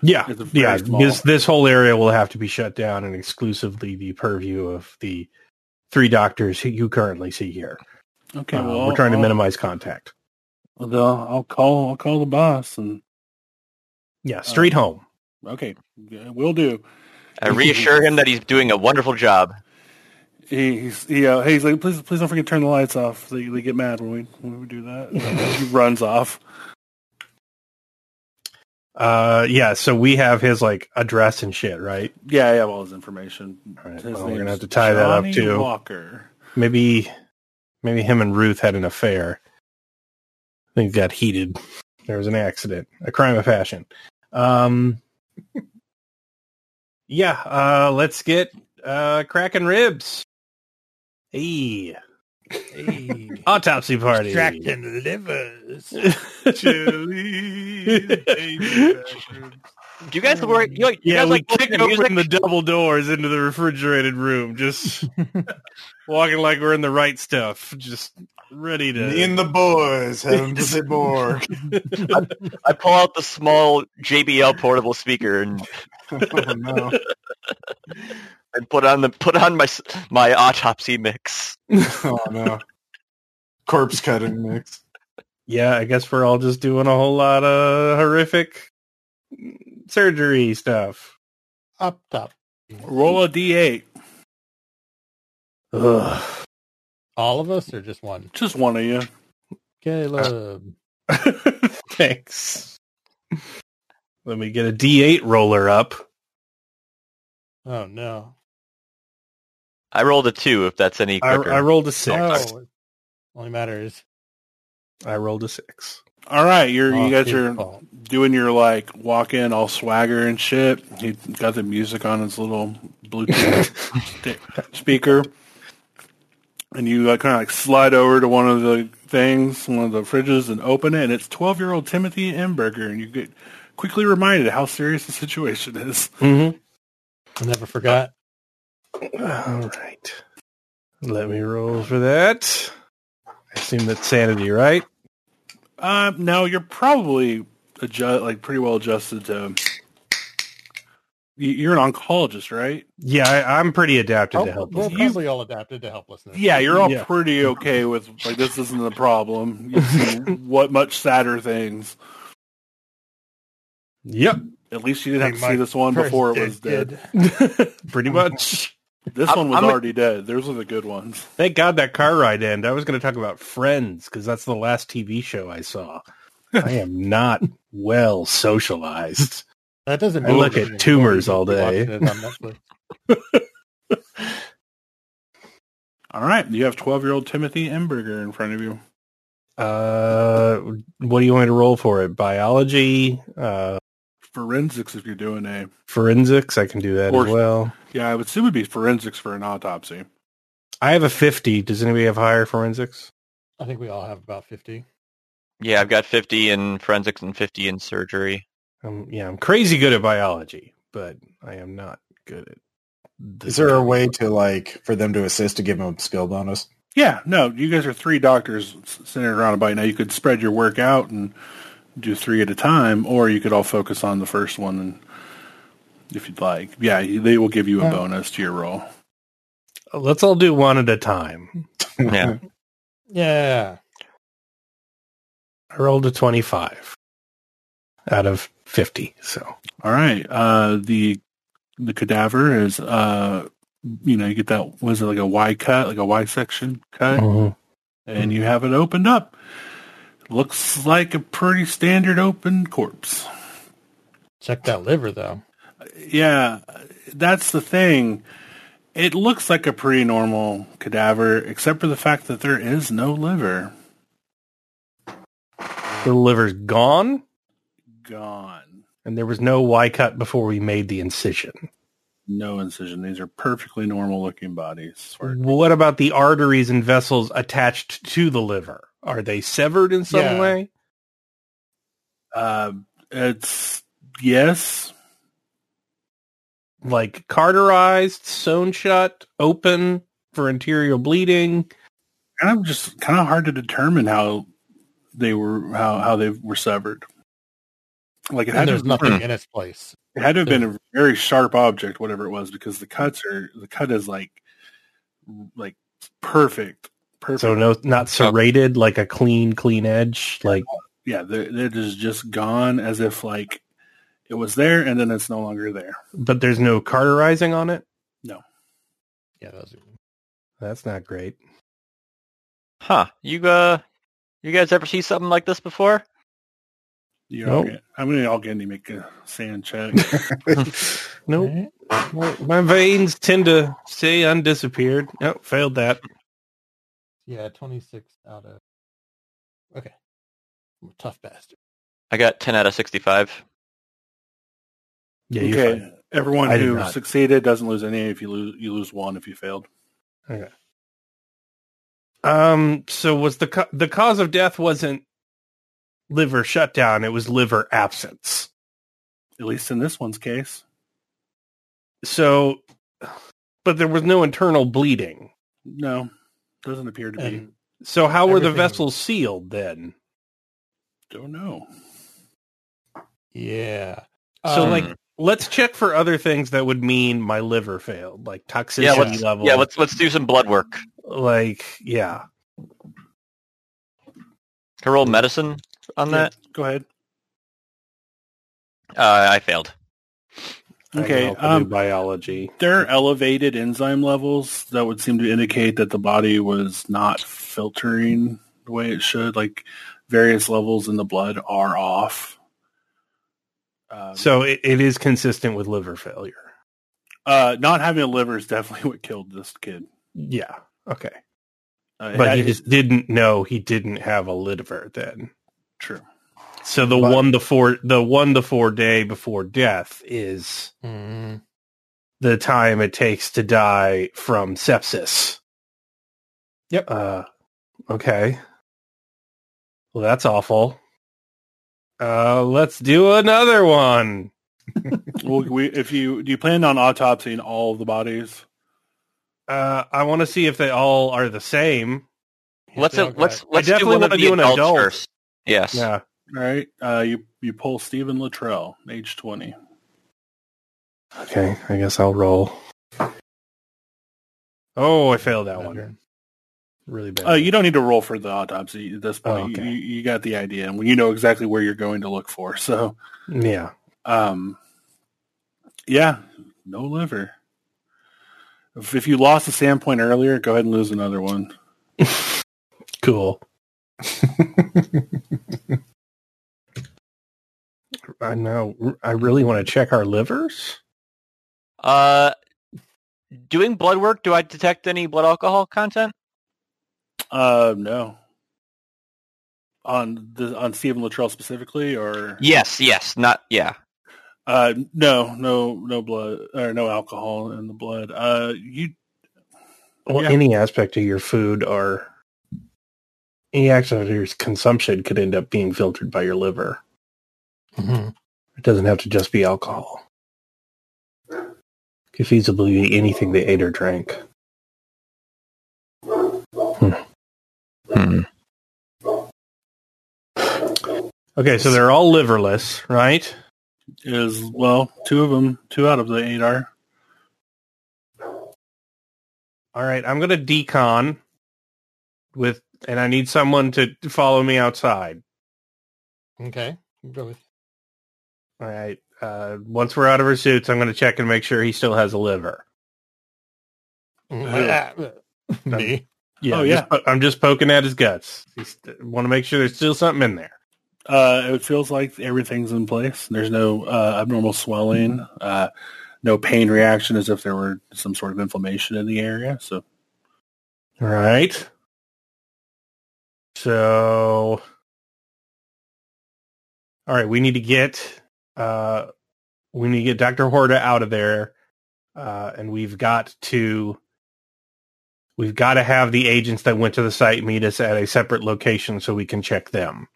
Yeah,
It's very
yeah.
small.
This this whole area will have to be shut down and exclusively the purview of the three doctors who you currently see here.
Okay,
Uh,
well
we're trying to
I'll-
minimize contact.
Well, they'll- I'll call. I'll call the boss, and
Yeah, straight home.
okay, yeah, we'll do.
I reassure him that he's doing a wonderful job.
He, he's he, uh, hey, he's like, please, please don't forget to turn the lights off. They, they get mad when we when we do that. he runs off.
Uh, yeah. So we have his like address and shit, right?
Yeah, yeah, all his information.
All right.
His
Well, we're
name's
gonna have to tie that up
Johnny
too.
Walker.
Maybe, maybe him and Ruth had an affair. Things got heated. There was an accident, a crime of passion. Um, yeah. Uh, let's get uh cracking ribs. Hey,
Hey,
autopsy party.
extracting livers.
Do you guys work? You, you
Mm. Yeah,
guys
we
like
kicked
listening to music?
open the double doors into the refrigerated room, just walking like we're in the right stuff, just ready
Me
to.
and the boys heading to the morgue.
I pull out the small JBL portable speaker and,
oh, no.
and put on the put on my s- my autopsy mix.
Oh, no. Corpse cutting mix.
Yeah, I guess we're all just doing a whole lot of horrific surgery stuff.
Up top.
Roll a d8.
Ugh.
All of us or just one?
Just one of you.
Caleb.
Thanks. Let me get a D8 roller up.
Oh no.
I rolled a two. If that's any
I,
quicker,
I rolled a six.
Oh, only matter is
I rolled a six.
All right, you're
oh,
you guys
his
are
fault.
doing your like walk in all swagger and shit. He got the music on his little Bluetooth st- speaker, and you uh, kind of like slide over to one of the things, one of the fridges, and open it, and it's twelve year old Timothy Emberger, and you get quickly reminded how serious the situation is.
Mm-hmm.
I never forgot.
All right. Let me roll for that. I assume that's sanity, right?
Uh, no, you're probably adjust, like pretty well adjusted to. You- You're an oncologist, right?
Yeah, I, I'm pretty adapted to
Oh,
help.
we're
you.
probably all adapted to helplessness.
Yeah, you're all
Yeah.
pretty okay with like this isn't the problem. You've seen what much sadder things.
Yep,
At least you didn't have
Hey,
to
my
see this one before it
First
was dead.
pretty much.
This
I'm-
one was
I'm-
already dead. Those are the good ones.
Thank God that car ride ended. I was going to talk about Friends because that's the last TV show I saw. I am not well socialized.
That doesn't
I
mean
look
that
at
you
tumors
enjoy
all day.
watching it on Netflix.
All right, you have twelve-year-old Timothy Emberger in front of you.
Uh, what do you want me to roll for it? Biology, uh,
Forensics, if you're doing a
forensics. I can do that
Or-
as well.
yeah, I would assume it'd be forensics for an autopsy.
I have a fifty. Does anybody have higher forensics?
I think we all have about fifty.
Yeah, I've got 50 in forensics and 50 in surgery.
Um, yeah, I'm crazy good at biology, but I am not good at. the
Is there a way to like for them to assist to give them a skill bonus?
Yeah, no, you guys are three doctors s- centered around a bite. Now you could spread your work out and do three at a time, or you could all focus on the first one, and if you'd like, yeah, they will give you a bonus to your roll.
Let's all do one at a time.
Yeah.
Yeah.
I rolled a twenty-five out of fifty. So
All right. Uh, the the cadaver is uh, you know, you get that was it like a Y cut, like a Y section cut, and you have it opened up. Looks like a pretty standard open corpse.
Check that liver though.
Yeah, that's the thing. It looks like a pretty normal cadaver, except for the fact that there is no liver.
the liver's gone,
Gone.
and there was no Y cut before we made the incision.
No incision. These are perfectly normal looking bodies. Swear.
What about the arteries and vessels attached to the liver? Are they severed in some
Yeah.
way?
Uh, it's yes.
Like carterized, sewn shut, open for interior bleeding?
kind of just kind of hard to determine how they were how how they were severed. Like it had
And
to,
there's
have
nothing in its place.
been- it had to have been a very sharp object, whatever it was, because the cuts are the cut is like like perfect, perfect.
So no, not serrated, like a clean, clean edge. Like
yeah, they're, they're just just gone as if like it was there and then it's no longer there.
but there's no carterizing on it.
Yeah, that's
That's not great.
Huh. You uh you guys ever see something like this before?
You
Nope.
know, I'm gonna all gonna make a sand check.
Nope. My veins tend to stay undisappeared. No, failed that.
Yeah, twenty six out of Okay. I'm a tough bastard.
I got 10 out of 65.
Yeah, you're
okay,
fine.
everyone
I did
who
not.
succeeded doesn't lose any. If you lose, you lose one. If you failed.
Um. So was the ca- the cause of death wasn't liver shutdown? It was liver absence.
At least in this one's case.
So, but there was no internal bleeding.
No, doesn't appear to be.
And
So how were the
Everything-
vessels sealed then?
Don't know.
yeah.
So
Um,
like, let's check for other things that would mean my liver failed, like toxicity
Yeah, let's
level.
yeah, let's let's do some blood work.
like yeah.
Can I roll medicine on that?
Go ahead.
Uh, I failed.
I can
Okay.
also do
Um,
biology.
there are elevated enzyme levels that would seem to indicate that the body was not filtering the way it should. Like various levels in the blood are off. Um,
So it, it is consistent with liver failure.
uh, not having a liver is definitely what killed this kid.
Yeah. Okay.
Uh,
But he
that is
just didn't know he didn't have a liver then.
true.
So the
But-
one to four, the one to four day before death is
mm,
the time it takes to die from sepsis.
Yep.
Uh, okay. Well, that's awful. Uh, let's do another one.
well, we, if you do, you plan on autopsying all the bodies.
Uh, I want to see if they all are the same.
Let's
yeah, okay.
let's let's do
definitely
one of
wanna
the
do an
adults
adult.
first. Yes.
Yeah.
All right. Uh, you You pull Stephen Luttrell, age 20.
Okay, I guess I'll roll. Oh, I failed that one. Really bad.
Uh, you don't need to roll for the autopsy at this point.
Oh, okay.
you, you got the idea, and you know exactly where you're going to look for. So,
yeah.
um, yeah, no liver. If, if you lost a sand point earlier, go ahead and lose another one.
Cool. I know. I really want to check our livers.
Uh, doing blood work, do I detect any blood alcohol content?
Uh, no. On the on Stephen Luttrell specifically, or
Yes, yes, not yeah.
Uh, no, no, no blood or no alcohol in the blood. Uh, you
Well,
Yeah.
any aspect of your food or any aspect of your consumption could end up being filtered by your liver.
Mhm.
It doesn't have to just be alcohol. Could feasibly be anything they ate or drank.
Hmm.
Okay, so they're all liverless, right?
is well, two of them, two out of the eight are.
All right, I'm going to decon with, and I need someone to follow me outside.
Okay. Really?
All right. Uh, once we're out of our suits, I'm going to check and make sure he still has a liver.
Me.
Oh,
I'm
yeah.
just po- I'm just poking at his guts. want to make sure there's still something in there.
Uh, it feels like everything's in place. There's no uh, abnormal swelling, uh, no pain reaction as if there were some sort of inflammation in the area. So
All right. So, all right, we need to get uh, we need to get Doctor Horta out of there, uh, and we've got to we've got to have the agents that went to the site meet us at a separate location so we can check them.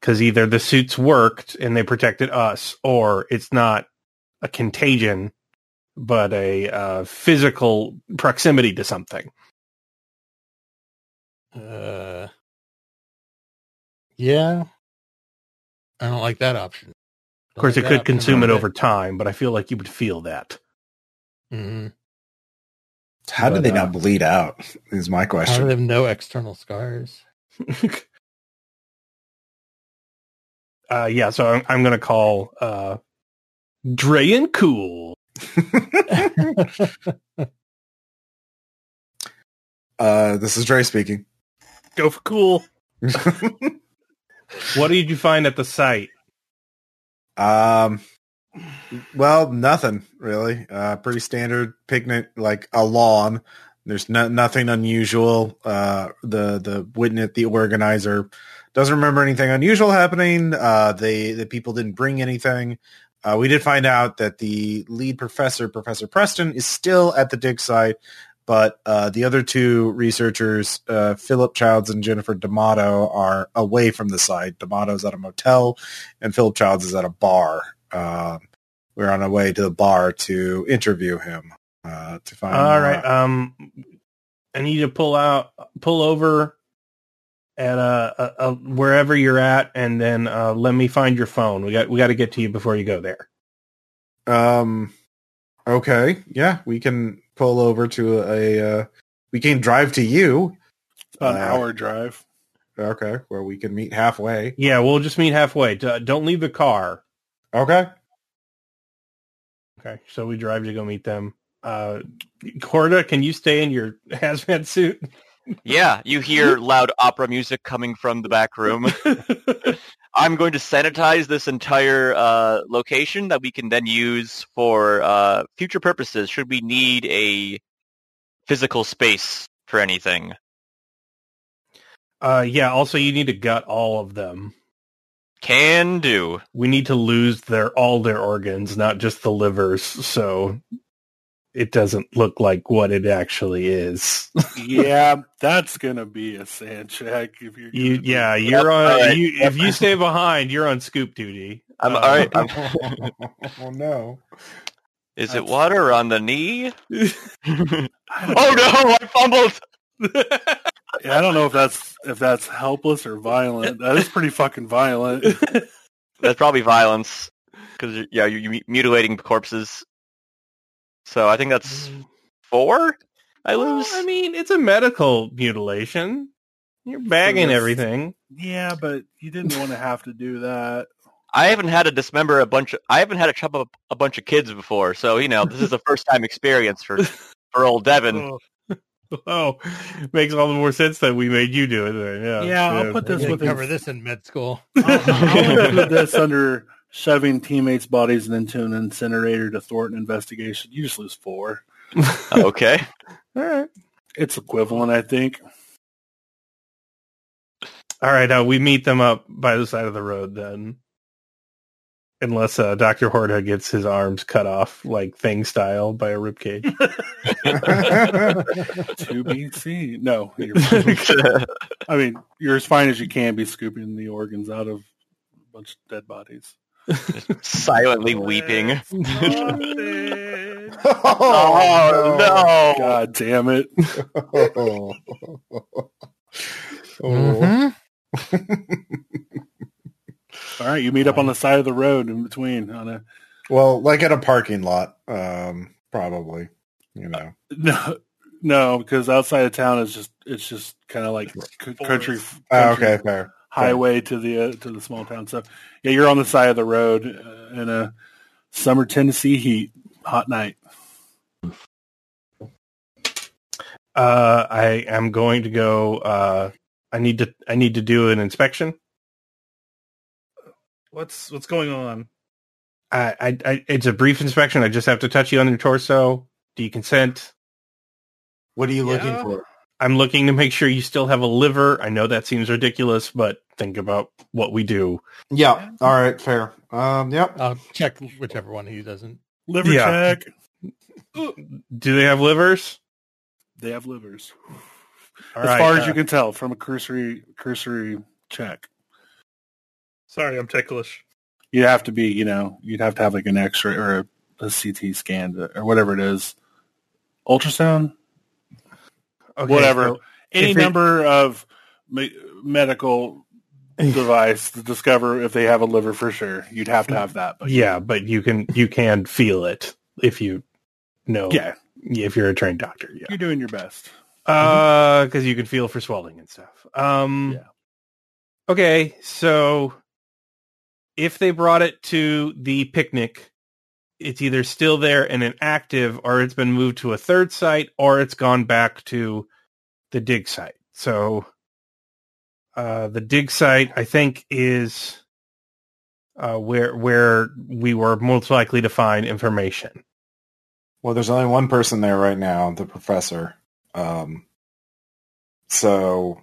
Because either the suits worked and they protected us, or it's not a contagion but a uh, physical proximity to something.
Uh, yeah. I don't like that option.
Of course, it could consume it over time, but I feel like you would feel that.
Mm-hmm.
How did
But,
they
uh,
not bleed out? Is my
I
question.
don't have no external scars.
uh, yeah, so I'm, I'm going to call uh, Dre and Cool.
uh, this is Dre speaking.
Go for Cool. What did you find at the site?
Um, well, nothing really. Uh, pretty standard picnic, like a lawn. There's no, nothing unusual. Uh, the the witness, the organizer, doesn't remember anything unusual happening. Uh, they the people didn't bring anything. Uh, we did find out that the lead professor, Professor Preston, is still at the dig site, but uh, the other two researchers, uh, Philip Childs and Jennifer D'Amato, are away from the site. D'Amato's at a motel, and Philip Childs is at a bar. Uh, we're on our way to the bar to interview him uh, to find.
All
out.
right, um, I need to pull out, pull over at uh, uh, uh, wherever you're at, and then uh, let me find your phone. We got we got to get to you before you go there.
Um. Okay. Yeah, we can pull over to a. Uh, we can drive to you.
it's about an
Uh,
hour drive.
Okay, where we can meet halfway.
Yeah, we'll just meet halfway. D- Don't leave the car.
Okay.
Okay, so we drive to go meet them. Uh, Corda, can you stay in your hazmat suit? Uh-huh.
Yeah, you hear
Mm-hmm.
loud opera music coming from the back room. I'm going to sanitize this entire uh, location that we can then use for uh, future purposes should we need a physical space for anything.
Uh, yeah. Also, you need to gut all of them.
Can do.
We need to lose their all their organs, not just the livers, so it doesn't look like what it actually is.
yeah, that's gonna be a sand check if you're.
You,
gonna do-
yeah, you're
all
on.
right.
You, if you stay behind, you're on scoop duty.
I'm
Uh,
all right. I'm-
oh no.
is it
that's-
water on the knee?
I
oh
don't
no! I fumbled.
Yeah, I don't know if that's if that's helpless or violent. That is pretty fucking violent.
That's probably violence because yeah, you're, you're mu- mutilating corpses. So I think that's four. I
Mm. Well,
lose.
I mean, it's a medical mutilation. You're bagging
Yes.
everything.
Yeah, but you didn't want to have to do that.
I haven't had to dismember a bunch. Of, I haven't had to chop up a bunch of kids before. So you know, this is a first time experience for for old Devin.
Oh. oh, makes all the more sense that we made you do it. Then. Yeah,
Yeah, I'll put this
Yeah,
with
cover
his-
this in med school.
I'll include this under shoving teammates' bodies into an incinerator to thwart an investigation. You just lose four.
Oh, Okay.
All right,
It's equivalent, I think.
all right. Uh, we meet them up by the side of the road then, unless uh, Doctor Horta gets his arms cut off like Thing style by a ribcage.
To be seen. No, you're fine. I mean, you're as fine as you can be scooping the organs out of a bunch of dead bodies.
Silently weeping.
oh,
no!
God damn it!
Oh.
Oh.
Mm-hmm.
Ah.
Mhm.
All right, you meet up on the side of the road in between on a
Well, like at a parking lot, um, probably. You know,
no. No, because outside of town is just it's just kind of like c- country, country
oh, okay, fair.
highway to the uh, to the small town. So yeah, you're on the side of the road uh, in a summer Tennessee heat, hot night.
uh, I am going to go. Uh, I need to. I need to do an inspection.
What's what's going on?
I, I, I, it's a brief inspection. I just have to touch you on your torso. Do you consent?
What are you
Yeah.
looking for?
I'm looking to make sure you still have a liver. I know that seems ridiculous, but think about what we do.
Yeah. All right. Fair. Um. Yep.
I'll check whichever one he doesn't.
Liver
Yeah.
check.
Do they have livers?
They have livers,
All
as
right,
far
uh,
as you can tell from a cursory cursory check.
Sorry, I'm ticklish.
You'd have to be, you know, you'd have to have like an X-ray or a, a CT scan to- or whatever it is, ultrasound,
okay,
whatever,
so
any
if it-
number of me- medical device to discover if they have a liver for sure. You'd have to have that, but
yeah, but you can you can feel it if you know.
yeah,
if you're a trained doctor, yeah,
you're doing your best.
because Uh, you can feel for swelling and stuff. Um,
Yeah.
Okay, so if they brought it to the picnic, it's either still there and inactive, or it's been moved to a third site, or it's gone back to the dig site. So uh, the dig site, I think, is uh, where where we were most likely to find information.
Well, there's only one person there right now, the professor. Um. So,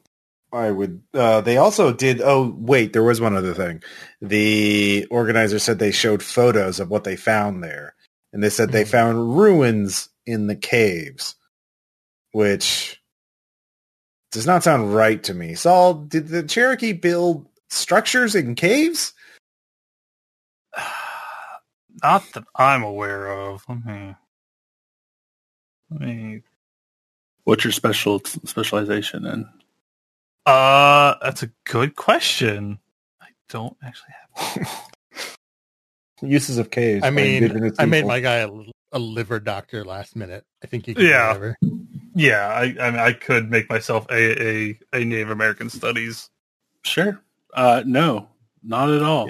I would. Uh, they also did. Oh, wait. There was one other thing. The organizer said they showed photos of what they found there, and they said they
Mhm.
found ruins in the caves, which does not sound right to me. Saul, did the Cherokee build structures in caves?
Not that I'm aware of. Let me. Let me.
What's your special specialization in?
Uh, that's a good question. I don't actually have.
Uses of caves.
I
by
mean,
indigenous
I made
people.
my guy a, a liver doctor last minute. I think you can.
Yeah.
Yeah.
Yeah, I I, mean, I could make myself a, a a Native American studies.
Sure. Uh, no, not at all.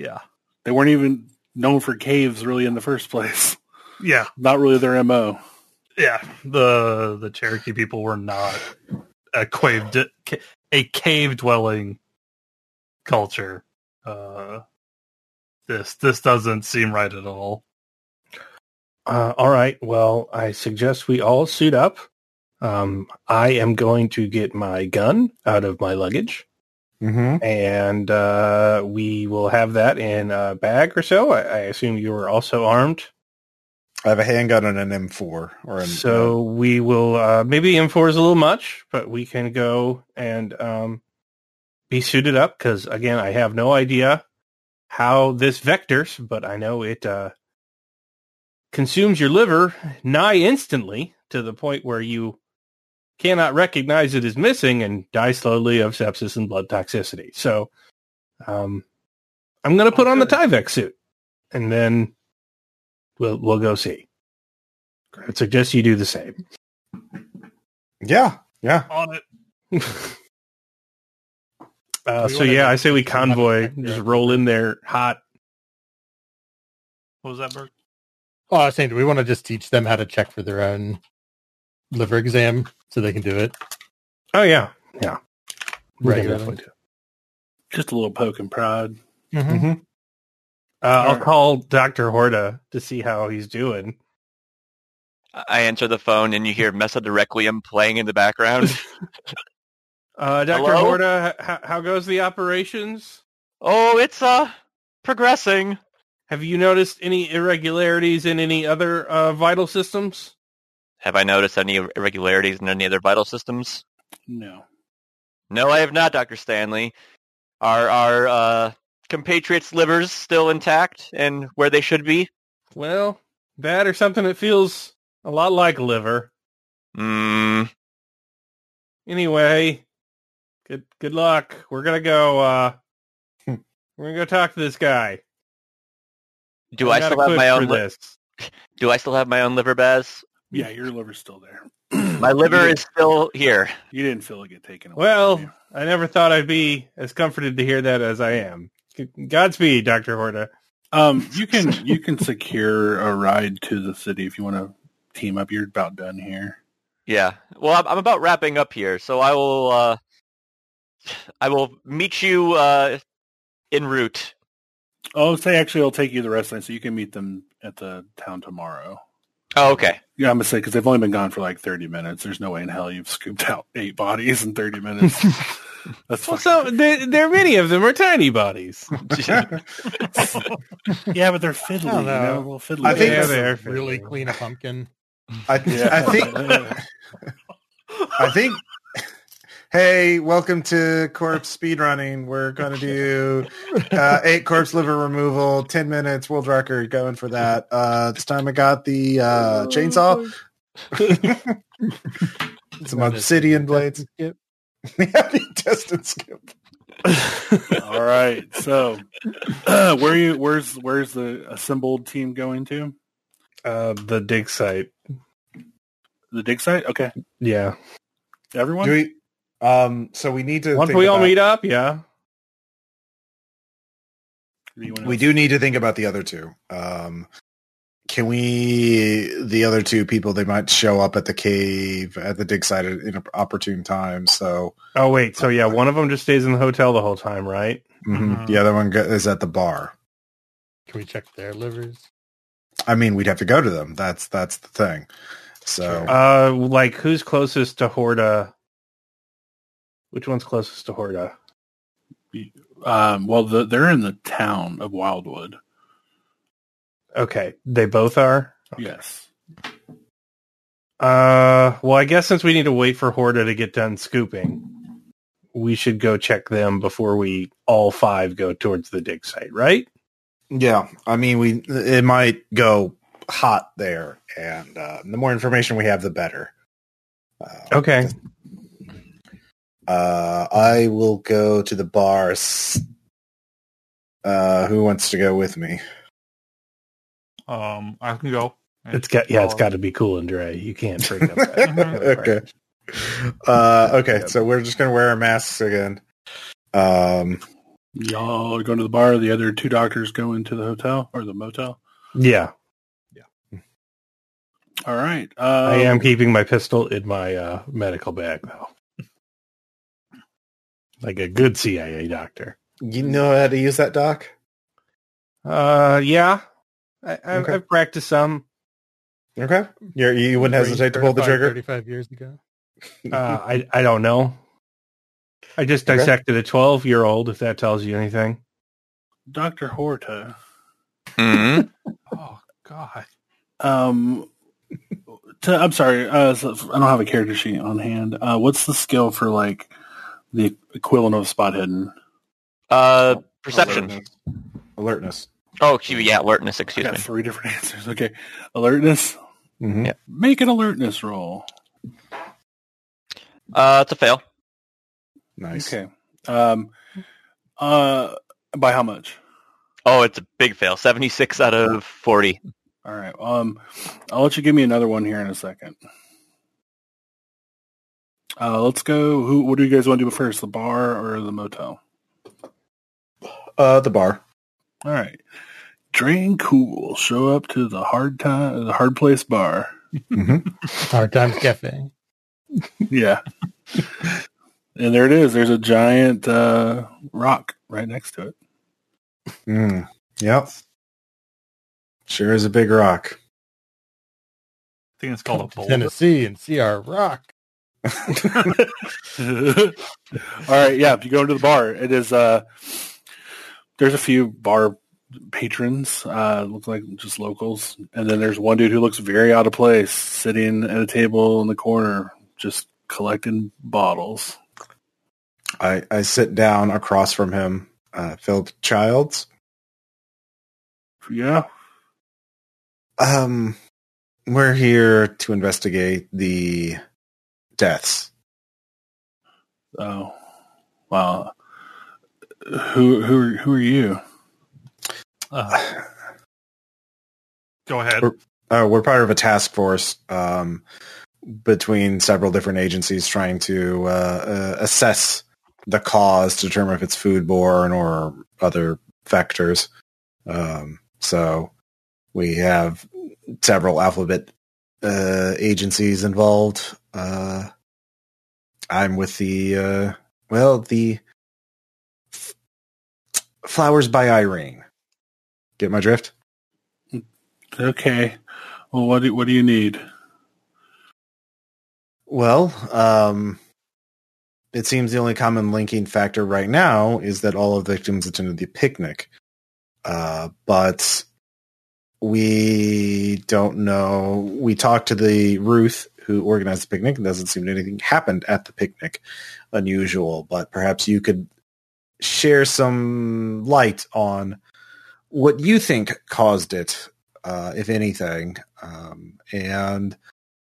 Yeah,
They weren't even known for caves really in the first place.
yeah,
Not really their MO.
yeah. The the Cherokee people were not a cave d- a cave dwelling culture. Uh, this this doesn't seem right at all.
Uh, all right. Well, I suggest we all suit up. Um, I am going to get my gun out of my luggage,
Mhm.
and uh, we will have that in a bag or so. I, I assume you are also armed,
I have a handgun and an M4 or an
so we will. Uh, maybe M4 is a little much, but we can go and um, be suited up because again, I have no idea how this vectors, but I know it uh, consumes your liver nigh instantly to the point where you cannot recognize it is missing and die slowly of sepsis and blood toxicity. So um, I'm going to put on the Tyvek suit and then we'll, we'll go see. I'd suggest you do the same.
Yeah, yeah.
on it.
Uh,
Do we
so
wanna-
yeah, I say we
wanna-
convoy, just roll in there hot.
What was that, Bert?
Oh, I was saying, do we want to just teach them how to check for their own liver exam so they can do it?
Oh yeah, yeah. We can
Regularly.
definitely do
Just a little poke and prod.
Mm-hmm.
Mm-hmm.
it. Uh, I'll
Alright.
call Doctor Horta to see how he's doing.
I answer the phone and you hear Mesa de Requiem playing in the background.
Uh, Doctor
Hello?
Horta, h- how goes the operations?
oh, it's uh progressing.
Have you noticed any irregularities in any other uh, vital systems?
Have I noticed any irregularities in any other vital systems?
No.
No, I have not, Doctor Stanley. Are our uh, compatriots' livers still intact and where they should be?
Well, that or something that feels a lot like liver.
Hmm.
Anyway, good good luck. We're gonna go. Uh,
Hmm.
we're gonna go talk to this guy.
Do
I'm
I
not
still have
equipped
my
for
own? Li-
this.
do I still have my own liver, Baz?
Yeah, your liver's still there.
My liver
You
is still here.
didn't- You didn't feel it get taken away.
Well,
from you.
I never thought I'd be as comforted to hear that as I am. Godspeed, Doctor Horta.
um, you can you can secure a ride to the city if you want to team up. You're about done here.
Yeah. Well, I'm, I'm about wrapping up here, so I will. Uh, I will meet you uh, en route.
Oh, say actually, it'll take you the rest of the night, so you can meet them at the town tomorrow.
Oh, okay.
Yeah, I'm gonna say because they've only been gone for like 30 minutes. There's no way in hell you've scooped out eight bodies in 30 minutes. That's
Well,
fucking-
so there, there are many of them are tiny bodies.
yeah, but they're fiddly.
I
You know,
don't
a
know.
little fiddly.
I think
yeah,
that's
they are
Really
fiddly.
clean a pumpkin.
I, I think I think. Hey, welcome to corpse speedrunning. We're going to do uh, eight corpse liver removal, ten minutes world record. Going for that. Uh, this time I got the uh, chainsaw, some obsidian blades.
Yep.
Yeah, the intestine skip.
All right. So, uh, where you? Where's where's the assembled team going to?
Uh, the dig site.
The dig site. Okay,
Yeah.
everyone.
Do we? Um, so we need to.
Once
think
we all
about-
meet up, yeah.
Anyone
We
else?
do need to think about the other two. Um, can we? The other two people they might show up at the cave at the dig site at an opportune time. So
Oh wait, so yeah, one of them just stays in the hotel the whole time, right?
mhm. the other one go- is at the bar.
Uh-huh. Can we check their livers?
I mean, we'd have to go to them. That's that's the thing. So
Uh, like who's closest to Horta? Which one's closest to Horta?
Um, well, the, they're in the town of Wildwood.
Okay, they both are.
Yes.
Uh, well, I guess since we need to wait for Horta to get done scooping, we should go check them before we all five go towards the dig site, right?
yeah, I mean, we it might go hot there, and uh, the more information we have, the better. Uh,
Okay.
Uh, I will go to the bar. S- Uh, who wants to go with me?
Um, I can go.
It's got yeah, it's got to be cool and dry. You can't break up. That.
okay. Uh, okay, so we're just gonna wear our masks again. Um,
Y'all are going to the bar. The other two doctors go into the hotel or the motel.
Yeah,
All right. Um,
I am keeping my pistol in my uh, medical bag though, like a good CIA doctor.
you know how to use that, Doc?
Uh, yeah, I, I,
Okay.
I've practiced some.
Okay, You're, you wouldn't hesitate to pull the trigger.
Thirty-five years ago.
Uh, I I don't know. I just
Okay.
dissected a twelve year old. If that tells you anything.
Dr. Horta.
Hmm.
Oh God.
Um, to, I'm sorry. Uh, so I don't have a character sheet on hand. Uh, what's the skill for like the equivalent of spot hidden?
Uh, perception.
Alertness. Alertness.
Oh, excuse- yeah, alertness.
I
Excuse
got
me. Mm-hmm.
three different answers. Okay, alertness.
Mhm.
Make an alertness roll.
Uh, it's a fail.
Nice.
Okay. Um, uh, by how much?
Oh, it's a big fail. Seventy-six out of forty.
All right. Um, I'll let you give me another one here in a second. Uh, let's go. Who? What do you guys want to do first, the bar or the motel?
Uh, the bar.
All right. Drain cool. Show up to the hard time, the hard place bar.
Mm-hmm. Hard Times Cafe.
Yeah. and there it is. There's a giant uh, rock right next to it.
Mm. Yep. Sure is a big rock.
think it's
Come
called
to
a boulder.
Tennessee and see our rock.
All right, yeah. If you go into the bar, it is. Uh, there's a few bar patrons, uh, look like just locals, and then there's one dude who looks very out of place, sitting at a table in the corner, just collecting bottles.
I, I sit down across from him, uh, Philip Childs.
Yeah,
Um, we're here to investigate the deaths.
Oh, wow. Who who are, who are you?
Uh, go ahead.
Uh, we're part of a task force um, between several different agencies trying to uh, uh, assess the cause, to determine if it's foodborne or other factors. Um, so we have several alphabet uh, agencies involved. Uh, I'm with the uh, well, the F- Flowers by Irene. Get my drift?
Okay. Well, what do, what do you need?
Well, um, it seems the only common linking factor right now is that all of the victims attended the picnic. Uh, but we don't know. We talked to the Ruth who organized the picnic. It doesn't seem that anything happened at the picnic unusual, but perhaps you could share some light on what you think caused it, uh, if anything. Um, and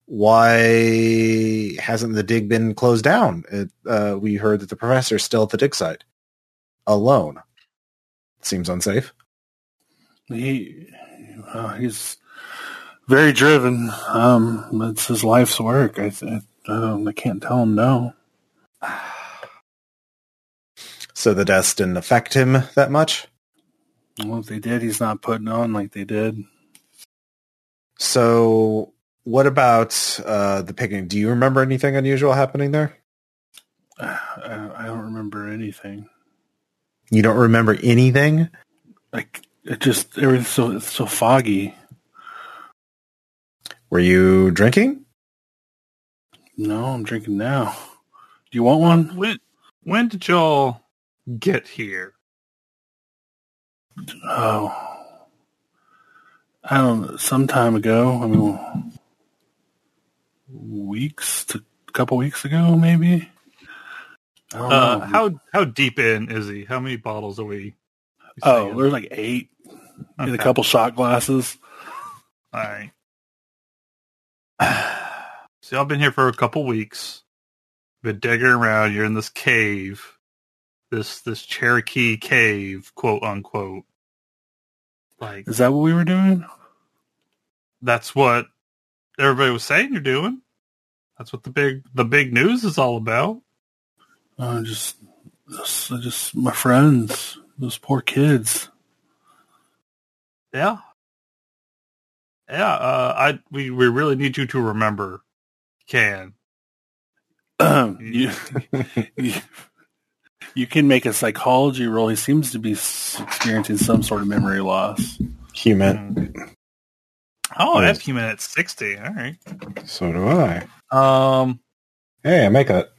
why hasn't the dig been closed down? It, uh, we heard that the professor's still at the dig site alone. Seems unsafe.
He uh, he's very driven. Um, it's his life's work. I I, I, don't, I can't tell him no.
So the deaths didn't affect him that much.
Well, if they did, he's not putting on like they did.
So what about uh, the picnic? Do you remember anything unusual happening there?
I, I don't remember anything.
You don't remember anything?
Like it just everything's so it's so foggy.
Were you drinking?
No, I'm drinking now. Do you want one?
When when did y'all get here?
Oh, I don't. know, Some time ago. I mean, weeks to a couple weeks ago, maybe. I don't
Um,
Uh,
know.
how how deep in is he? How many bottles are we?
Oh, there's like eight
Okay.
in a couple shot glasses.
All right. So y'all been here for a couple weeks. Been digging around. You're in this cave, this this Cherokee cave, quote unquote. Like
Is that what we were doing?
that's what everybody was saying you're doing. That's what the big the big news is all about.
Oh, just, just, just my friends, those poor kids.
Yeah. Yeah, uh, I we, we really need you to remember, can.
you, you, you can make a psychology roll. He seems to be s- experiencing some sort of memory loss.
Human.
Oh,
Yeah.
F human at sixty. All right.
So do I.
Um,
Hey, I make it.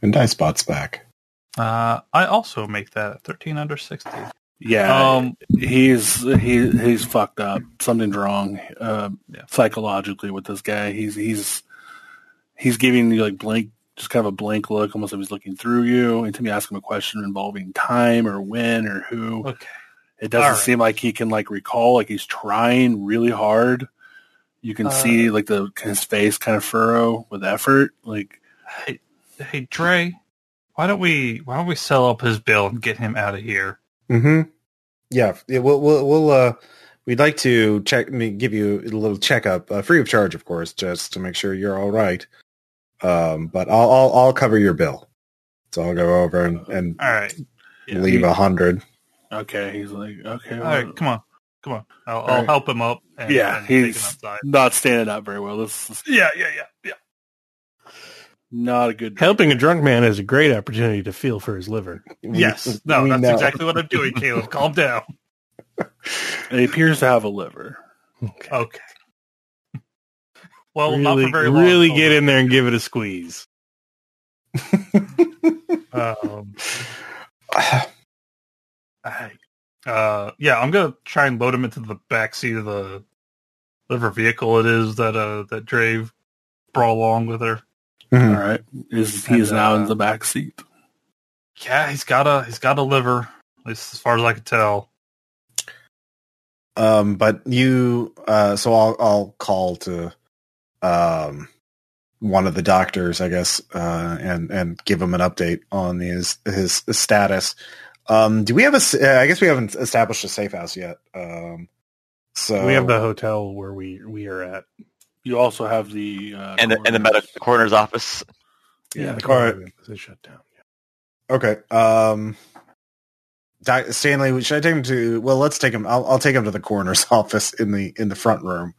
And dice bots back.
uh, I also make that at thirteen under sixty.
Yeah,
Um,
he's he he's fucked up. Something's wrong uh,
Yeah.
psychologically with this guy. He's he's he's giving you like blank, just kind of a blank look, almost like he's looking through you. Anytime you ask him a question involving time or when or who,
okay.
it doesn't
All right.
seem like he can like recall. Like he's trying really hard You can see
Uh,
like the his face kind of furrow with effort. Like
Hey, hey, Dre, why don't we why don't we sell up his bill and get him out of here?
Mm-hmm. Yeah, yeah, we'll we'll, we'll uh, we'd like to check, I mean, give you a little checkup, uh, free of charge, of course, just to make sure you're all right. Um, but I'll I'll, I'll cover your bill, so I'll go over and, and
All right,
yeah,
leave
he-
a hundred.
Okay, he's like okay.
all
well,
right, come on, come on. I'll, I'll
right.
help him up. And,
Uh, Yeah,
and take him
he's-
outside.
Not standing up very well. This is
yeah, yeah, yeah, yeah.
not a good.
Helping a drunk man is a great opportunity to feel for his liver.
Yes, no, that's exactly what I'm doing, Caleb. Calm down.
It appears to have a liver.
Okay.
Oh,
Well, not
really
for very long.
really get in there and give it a squeeze.
Um, I- uh, yeah, I'm gonna try and load him into the back seat of the whatever vehicle it is that uh that Drave brought along with her.
All right, is he
And,
is now
uh,
in the back seat.
Yeah, he's got a he's got a liver, at least as far as I can tell.
Um, but you, uh, so I'll I'll call to, um, one of the doctors, I guess, uh, and and give him an update on his his status. Um, do we have a? s- uh, I guess we haven't established a safe house yet. Um, so
we have the hotel where we we are at.
You also have the uh,
and the, and the medical coroner's office.
Yeah,
the
alright.
room is shut down.
Okay. Um, Doc, Stanley, should I take him to? Well, let's take him. I'll, I'll take him to the coroner's office in the in the front room,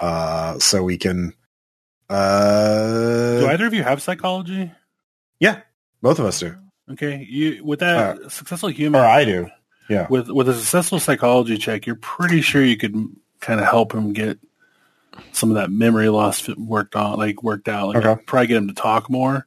uh, so we can. Uh,
Do either of you have psychology?
both of us do,
Okay, you with that successful human
or I do.
with with a successful psychology check, you're pretty sure you could kind of help him get some of that memory loss fit- worked on, like worked out. Like
Okay.
probably get him to talk more.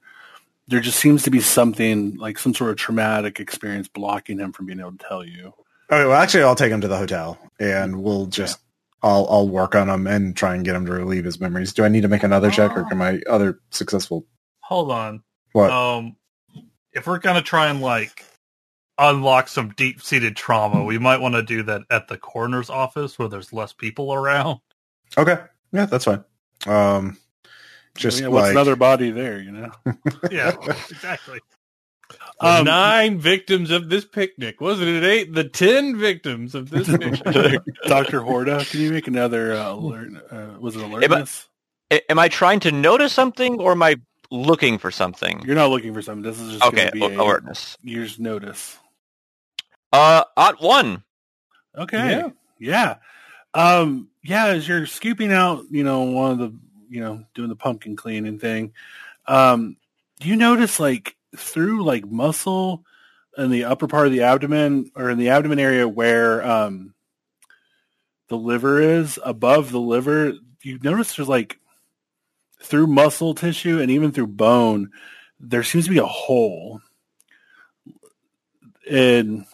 There just seems to be something like some sort of traumatic experience blocking him from being able to tell you.
All right. Oh, Well, actually, I'll take him to the hotel, and we'll just. I'll I'll work on him and try and get him to relieve his memories. Do I need to make another check, or can my other successful
Hold on.
what?
Um if we're gonna try and like unlock some deep seated trauma, we might want to do that at the coroner's office where there's less people around.
okay, yeah, that's fine. Um, just
Oh, Yeah, what's
like
another body there? You know,
Yeah, exactly.
Um,
Nine victims of this picnic. Wasn't it eight? The ten victims of this picnic.
Doctor Horta, can you make another uh, alert? Uh, was it alertness?
A- am I trying to notice something or am I looking for something?
You're not looking for something. This is just
Okay,
going to be
al-
a
alertness.
year's notice.
Uh, odd one.
Okay. Yeah. Um, yeah, as you're scooping out, you know, one of the, you know, doing the pumpkin cleaning thing, um, you notice like through like muscle in the upper part of the abdomen or in the abdomen area where um the liver is, above the liver, you notice there's like through muscle tissue and even through bone, there seems to be a hole. And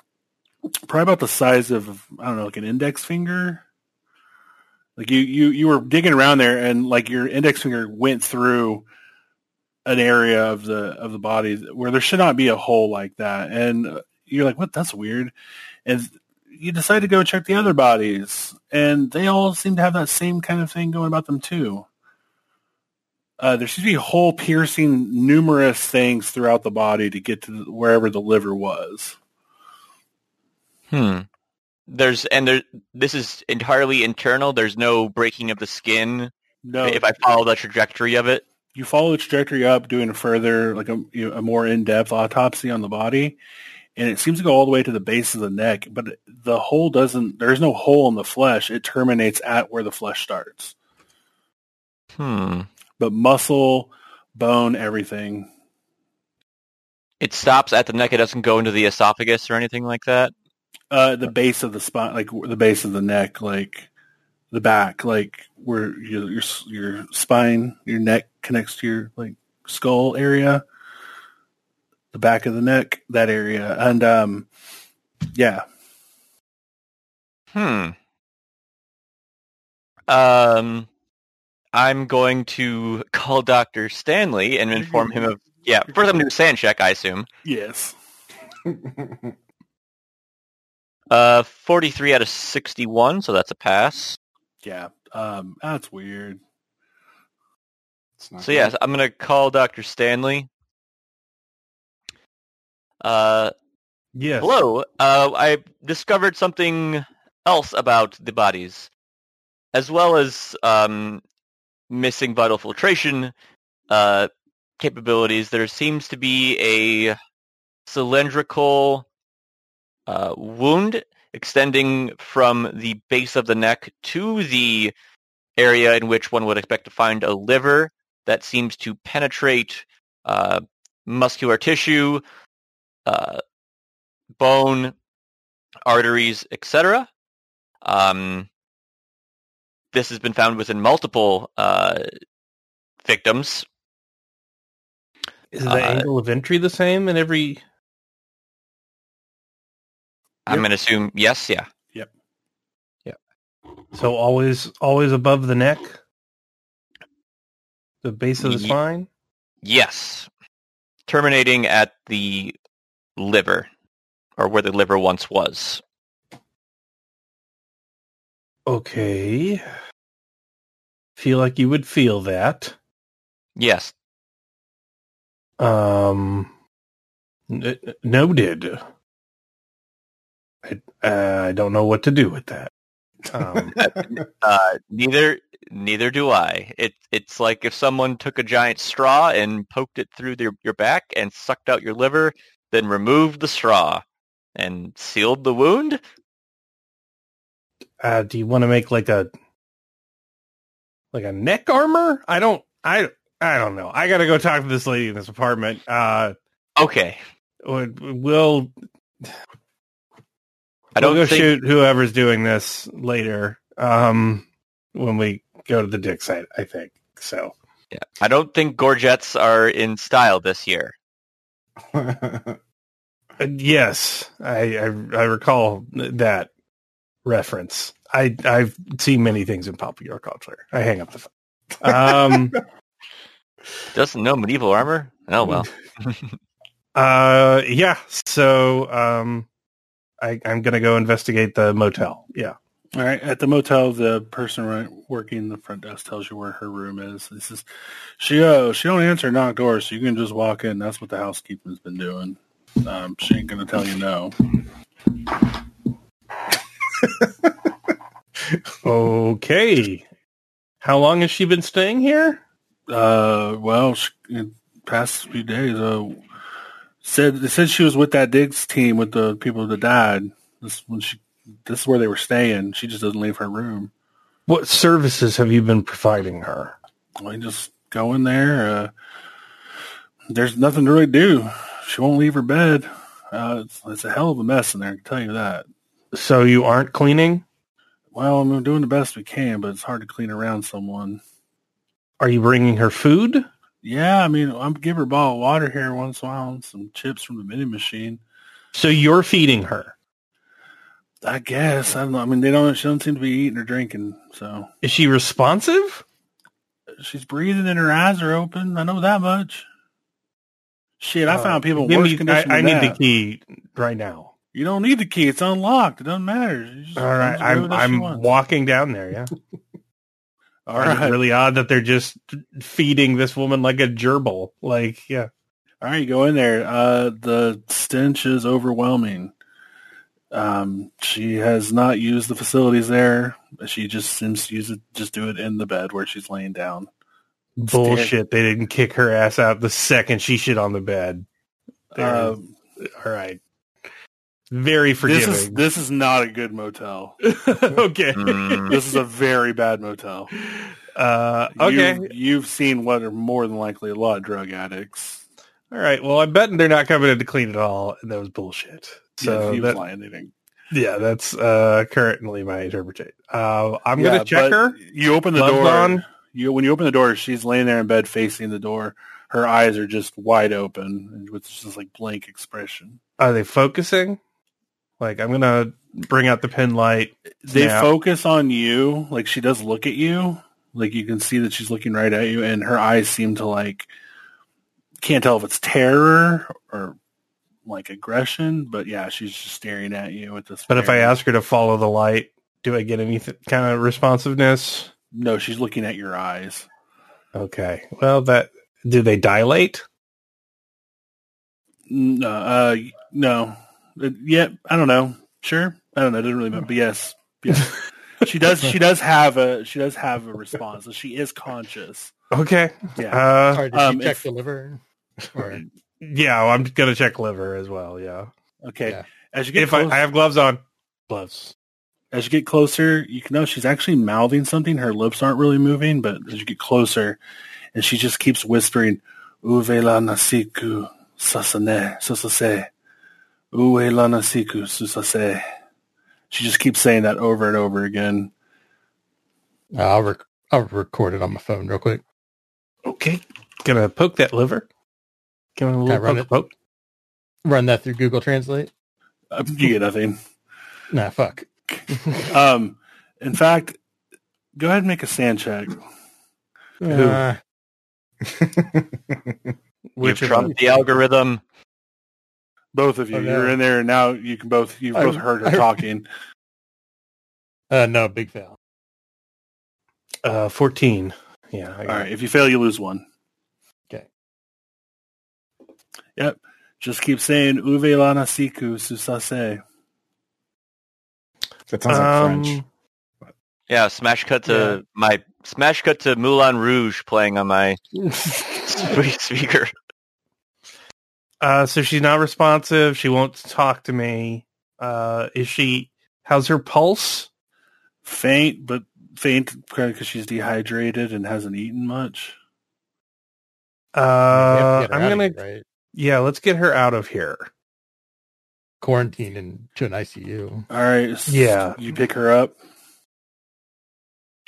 probably about the size of I don't know, like an index finger. Like you, you, you were digging around there, and like your index finger went through an area of the of the body where there should not be a hole like that. And uh, you're like, what? That's weird. And you decide to go check the other bodies, and they all seem to have that same kind of thing going about them too. Uh, there seems to be hole piercing numerous things throughout the body to get to wherever the liver was.
Hmm. There's and there. This is entirely internal. There's no breaking of the skin.
No,
If I follow the trajectory of it,
you follow the trajectory up, doing a further, like a, you know, a more in-depth autopsy on the body, and it seems to go all the way to the base of the neck. But the hole doesn't. There's no hole in the flesh. It terminates at where the flesh starts.
hmm.
But muscle, bone, everything.
It stops at the neck. It doesn't go into the esophagus or anything like that.
Uh, the base of the spine, like the base of the neck, like the back, like where your your s- your spine, your neck connects to your like skull area, the back of the neck, that area, and um, yeah.
Hmm. Um, I'm going to call Doctor Stanley and inform him of yeah. First, I'm doing sand check. I assume.
Yes.
Uh, 43 out of 61, so that's a pass.
Yeah. um, that's weird.
It's not
So
Uh-huh.
good.
yes, I'm gonna call Dr. Stanley. Uh,
Yes.
hello. Uh, I discovered something else about the bodies, as well as um, missing vital filtration uh, capabilities. There seems to be a cylindrical uh, wound extending from the base of the neck to the area in which one would expect to find a liver that seems to penetrate uh, muscular tissue, uh, bone, arteries, etc. Um, this has been found within multiple uh, victims.
Is the
Uh,
angle of entry the same in every?
I'm
Yep.
going to assume yes, yeah.
So always, always above the neck, the base of the
Ye-
spine.
Yes. Terminating at the liver, or where the liver once was.
Okay. Feel like you would feel that.
Yes.
Um, n- noted. I, uh, I don't know what to do with that. Um,
Uh, neither neither do I. It it's like if someone took a giant straw and poked it through their, your back and sucked out your liver, then removed the straw and sealed the wound.
uh, do you want to make like a like a neck armor? I don't. I I don't know. I gotta go talk to this lady in this apartment. Uh,
Okay.
would- we'll
I don't
we'll go
think
shoot whoever's doing this later. Um, when we go to the dick site, I think so.
I don't think gorgets are in style this year.
Uh, yes, I, I I recall that reference. I I've seen many things in popular culture. I hang up the phone. Um,
Doesn't know medieval armor? Oh well.
uh, yeah. So, um, I I'm gonna go investigate the motel. Yeah.
All right. At the motel, the person ri- working the front desk tells you where her room is. This is she. Oh, she don't answer knock doors, so you can just walk in. That's what the housekeeping's been doing. Um, she ain't gonna tell you no.
Okay. How long has she been staying here?
Uh, well, she, in past few days, uh, said they said she was with that digs team with the people that died. This when she, this is where they were staying. She just doesn't leave her room.
What services have you been providing her?
We just go in there. Uh, there's nothing to really do. She won't leave her bed. Uh, it's, it's a hell of a mess in there. I can tell you that.
So you aren't cleaning?
Well, I'm doing the best we can, but it's hard to clean around someone.
Are you bringing her food?
Yeah, I mean, I'm give her a bottle of water here once in a while and some chips from the vending machine.
So you're feeding her.
I guess I don't know. I mean, they don't. She doesn't seem to be eating or drinking, so
Is she responsive?
she's breathing and her eyes are open. I know that much. Shit, I
Uh,
found people
give
worse
me-
condition.
I, I
than
need the
that.
key right now.
You don't need the key. It's unlocked. It doesn't matter. You just-
All right,
just do
I'm
what she
I'm
wants.
walking down there. Yeah,
All
all right.
right,
really odd that they're just feeding this woman like a gerbil. Like, yeah,
all right. You go in there. Uh, the stench is overwhelming. Um, she has not used the facilities there. She just seems to use it. Just do it in the bed where she's laying down.
bullshit. They didn't kick her ass out the second she shit on the bed. There
Uh,
All right, very
this is
forgiving.
this is not a good motel.
okay,
Mm,
this is a very bad motel.
uh, okay,
You've, you've seen what are more than likely a lot of drug addicts.
all right. Well, I'm betting they're not coming in to clean it all, and that was bullshit.
So
So
he was
that,
lying. They didn't.
yeah, that's uh, currently my interpretation. Uh, I'm
Yeah,
gonna
but
check her.
You open the
Gloves
door.
on.
You when you open the door, she's laying there in bed facing the door. Her eyes are just wide open and with just this like blank expression.
are they focusing? Like I'm gonna bring out the pin light.
They
Yeah.
focus on you. Like she does look at you. Like you can see that she's looking right at you, and her eyes seem to like can't tell if it's terror or like aggression, but yeah, she's just staring at you with this.
But if I
very-
ask her to follow the light, do I get any th- kind of responsiveness?
No, she's looking at your eyes.
Okay. Well, that do they dilate?
No, uh, no. Uh, Yeah, I don't know. Sure, I don't know. Doesn't really matter. But yes, yes. she does. She does have a. She does have a response. So she is conscious.
Okay.
Yeah.
Uh,
Sorry, did she
um,
check
if-
the liver? Or,
yeah. I'm gonna check liver as well. Yeah.
Okay.
Yeah.
As you get
If I,
close,
I have gloves on, gloves.
as you get closer, you can know she's actually mouthing something. Her lips aren't really moving, but as you get closer, and she just keeps whispering, "Uvela nasiku sasane susase, uvela nasiku susase." She just keeps saying that over and over again.
I'll rec- I'll record it on my phone real quick.
Okay. Gonna poke that liver. Give it a
Can I
little
run
poke,
it?
poke.
Run that through Google Translate.
Uh, You get nothing.
Nah, fuck.
Um, in fact, go ahead and make a sand check.
Uh,
You've
Which of
trumped the algorithm.
Both of you,
Oh, no.
you're in there and now. You can both. You've
I-
both heard her
I-
talking.
uh, no, big fail.
Uh, fourteen. Yeah. I
All
got
right. If you fail, you lose one.
Okay.
Yep. Just keep saying "Uve lana siku susase."
That sounds like
Um,
French.
Yeah, smash cut to my smash cut to Moulin Rouge playing on my sp- speaker.
Uh, so she's not responsive. She won't talk to me. Uh, is she? How's her pulse?
Faint, but faint because she's dehydrated and hasn't eaten much.
Uh,
We have to get her
I'm
out of
gonna.
here, right?
Yeah, let's get her out of here.
quarantine into an ICU.
All right. s-
Yeah.
You pick her up.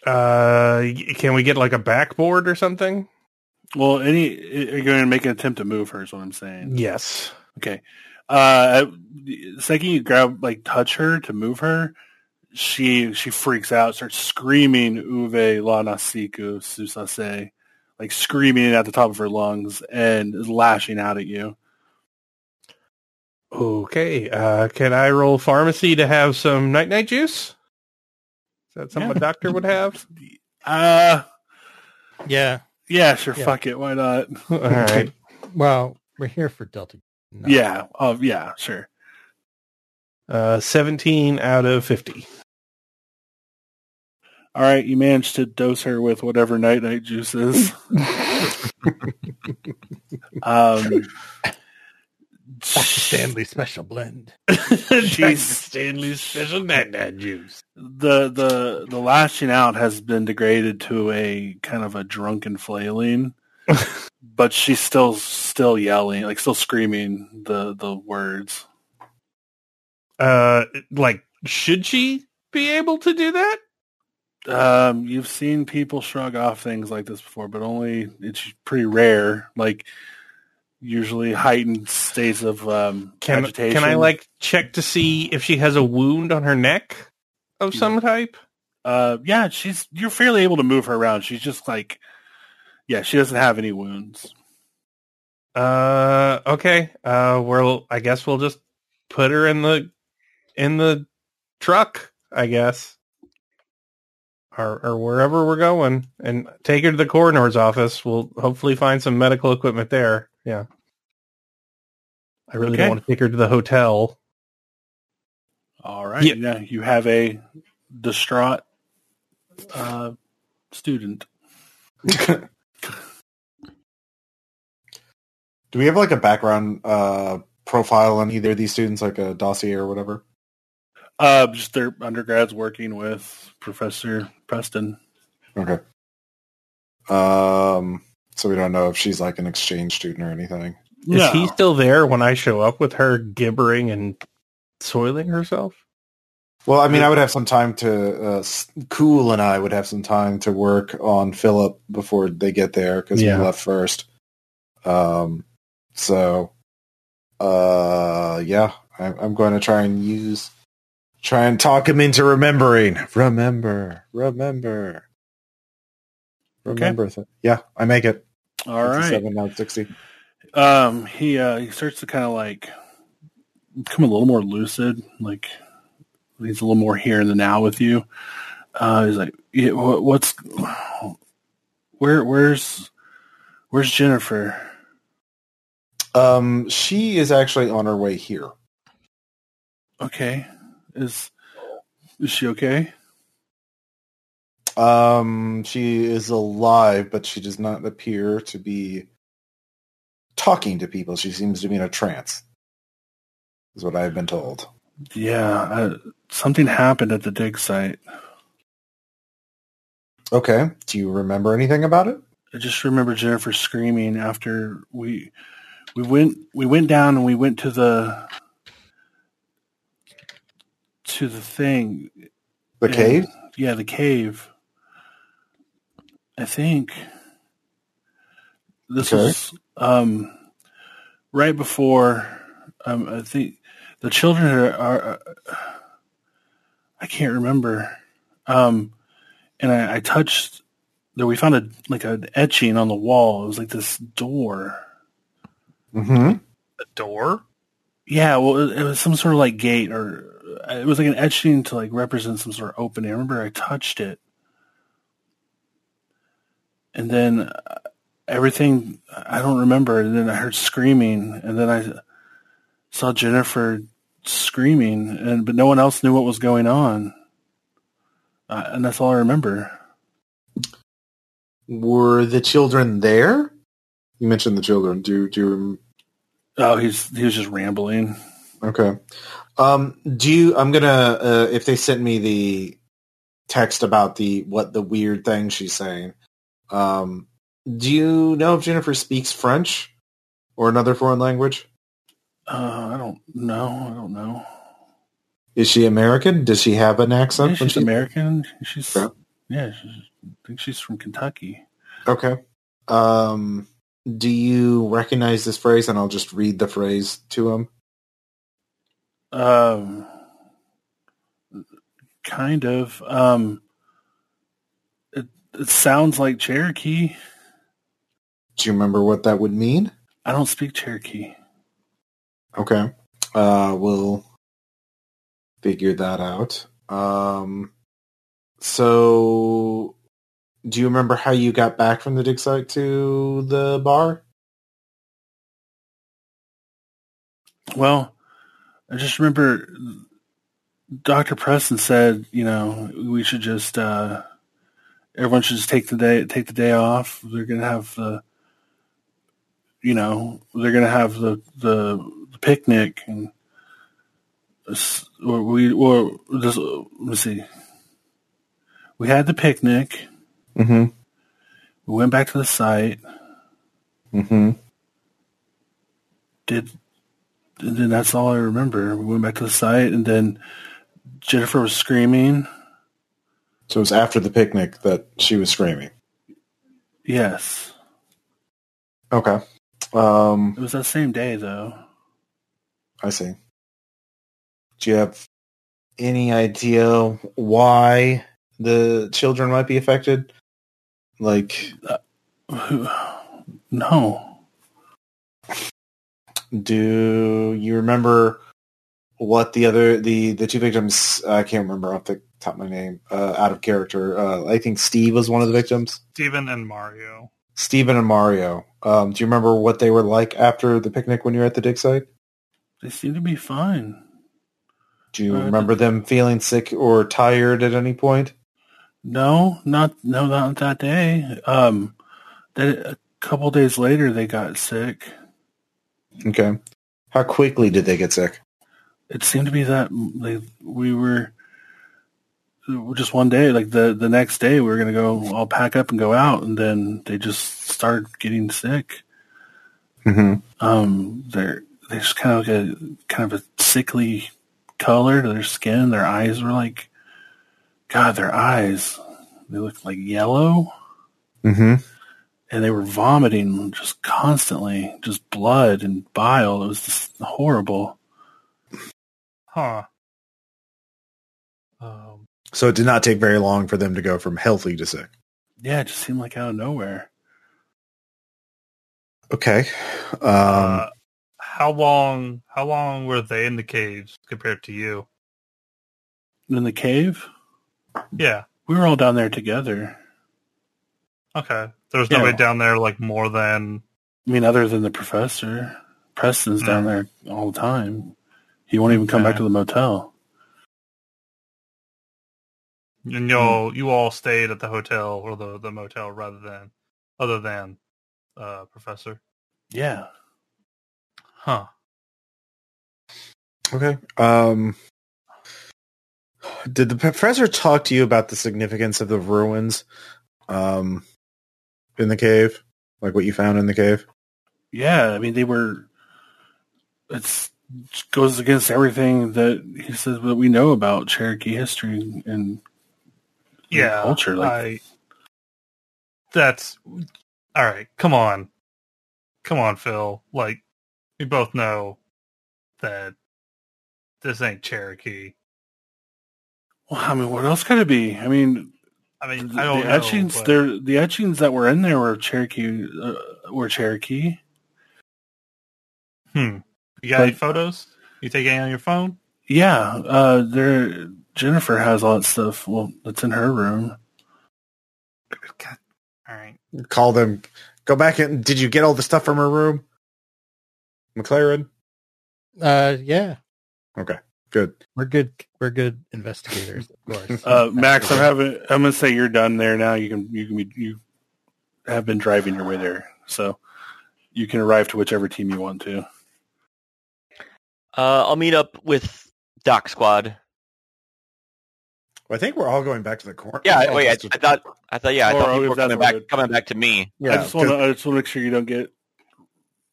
Uh, y- can we get like a backboard or something?
Well, any are you going to make an attempt to move her? Is what I'm saying.
Yes.
Okay. Uh, the second you grab, like, touch her to move her, she she freaks out, starts screaming "Uve lana siku susase," like screaming it at the top of her lungs and is lashing out at you.
Okay. Uh, can I roll pharmacy to have some night night juice? Is that something a
Yeah.
doctor would have?
Uh,
Yeah.
yeah, sure,
Yeah.
fuck it, why not?
All right.
Well, we're here for Delta. No.
Yeah, oh yeah, sure.
Uh, seventeen out of fifty.
All right, you managed to dose her with whatever night night juice is. um,
Dr. Stanley special blend.
She's-
Stanley's special night night juice.
the the the lashing out has been degraded to a kind of a drunken flailing but she's still still yelling like still screaming the the words
Uh, like, should she be able to do that?
um you've seen people shrug off things like this before but only it's pretty rare like usually heightened states of um
Can
agitation
can I like check to see if she has a wound on her neck of some type?
uh yeah she's you're fairly able to move her around she's just like yeah she doesn't have any wounds
Uh, okay. Uh, well, I guess we'll just put her in the in the truck. I guess, or or wherever we're going, and take her to the coroner's office. We'll hopefully find some medical equipment there. Yeah. I really
Okay.
don't want to take her to the hotel.
All right.
Yeah.
Now you have a distraught uh, student.
Do we have like a background uh, profile on either of these students, like a dossier or whatever?
Uh, just their undergrads working with Professor Preston.
Okay. Um, so we don't know if she's like an exchange student or anything.
Is he still there when I show up with her gibbering and soiling herself?
Well, I mean, I would have some time to uh, S- Cool and I would have some time to work on Philip before they get there because
Yeah.
we left first. Um, so, uh, yeah, I'm, I'm going to try and use, try and talk him into remembering. Remember, remember, remember. thi- yeah, I make it.
All right.
seven out of sixty.
Um, he uh, he starts to kind of like become a little more lucid. Like he's a little more here in the now with you. Uh, he's like, yeah, what, what's where? Where's where's Jennifer?
Um, she is actually on her way here.
Okay, is is she okay?
Um, she is alive, but she does not appear to be talking to people. She seems to be in a trance, is what I've been told.
Yeah, uh, something happened at the dig site.
Okay. Do you remember anything about it?
I just remember Jennifer screaming after we we went we went down and we went to the to the thing.
The
and-
cave?
Yeah, the cave. I think this
Okay.
was um, right before. Um, I think the children are. are I can't remember. Um, and I, I touched. There, we found a like an etching on the wall. It was like this door.
Mm-hmm.
A door?
Yeah, well, it, it was some sort of like gate, or uh, it was like an etching to like represent some sort of opening. I remember I touched it, and then uh, everything I don't remember. And then I heard screaming, and then I saw Jennifer screaming, and but no one else knew what was going on, uh, and that's all I remember.
Were the children there? You mentioned the children. Do do you rem-
Oh, he's he was just rambling.
Okay. Um, do you? I'm gonna. Uh, if they sent me the text about the what the weird thing she's saying, um, do you know if Jennifer speaks French or another foreign language?
Uh, I don't know. I don't know.
Is she American? Does she have an
Yeah,
accent? when
she's
she-
American. She's
Yeah.
yeah. She's, I think she's from Kentucky.
okay. Um, do you recognize this phrase? And I'll just read the phrase to him.
Um, kind of. Um, it it sounds like Cherokee.
Do you remember what that would mean?
I don't speak Cherokee.
Okay. Uh, we'll figure that out. Um, so, do you remember how you got back from the dig site to the bar?
Well, I just remember Doctor Preston said, you know, we should just uh, everyone should just take the day take the day off. They're gonna have the you know they're gonna have the the, the picnic and s- or we or this, let me see. We had the picnic.
Mm-hmm.
We went back to the site.
Mm-hmm.
Did and then that's all I remember. We went back to the site, and then Jennifer was screaming.
So it was after the picnic that she was screaming.
Yes.
Okay. Um,
It was that same day, though.
I see. Do you have any idea why the children might be affected? Like,
No.
Do you remember what the other the the two victims? I can't remember off the top of my name. Uh, out of character. Uh, I think Steve was one of the victims.
Steven and Mario.
Steven and Mario. Um, do you remember what they were like after the picnic when you were at the dig site?
They seem to be fine.
Do you
Uh,
remember them feeling sick or tired at any point?
No, not no, not that day. Um, that a couple days later they got sick.
Okay. How quickly did they get sick?
It seemed to be that they, we were just one day, like the the next day, we were gonna go all pack up and go out, and then they just started getting sick.
Mm-hmm.
Um, they're they just kind of like a kind of a sickly color to their skin. Their eyes were like, God, their eyes. They looked like yellow,
Mm-hmm.
and they were vomiting just constantly, just blood and bile. It was just horrible.
Huh. Um,
So it did not take very long for them to go from healthy to sick.
Yeah, it just seemed like out of nowhere.
Okay. Um,
uh, how long? How long were they in the caves compared to you?
In the cave,
Yeah,
We were all down there together.
Okay. There's nobody
Yeah.
down there like more than
I mean, other than the professor, Preston's down there all the time. He won't even come back
Okay.
to the motel.
and
Mm.
y'all you all stayed at the hotel or the, the motel rather than other than uh professor.
Yeah.
Huh.
Okay. Um, did the professor talk to you about the significance of the ruins um, in the cave? Like what you found in the cave?
Yeah. I mean, they were. It's it goes against everything that he says that we know about Cherokee history and
Yeah.
culture. Like,
I, that's all right. Come on, come on, Phil. Like we both know that this ain't Cherokee.
well, I mean, what else could it be? I mean,
I mean,
the
I don't know.
etchings.
but-
There, the etchings that were in there were Cherokee. Uh, were Cherokee.
Hmm. You got any
but-
photos? You take any on your phone?
Yeah, uh, there. Jennifer has all that stuff. Well, that's in her room.
God. All right.
Call them. Go back and did you get all the stuff from her room? McLaren?
Uh, yeah,
Okay. Good.
we're good. We're good investigators, of course.
Uh, Max, I'm having. I'm gonna say you're done there now. You can. You can. Be, you have been driving your way there, so you can arrive to whichever team you want to.
Uh, I'll meet up with Doc Squad.
Well, I think we're all going back to the corner.
Yeah, I- wait, I, I thought, I thought, yeah, I
Or
thought people
if
were
that's
coming
what
back,
it-
coming back to me.
I
yeah,
just want to. I just want to make sure you don't get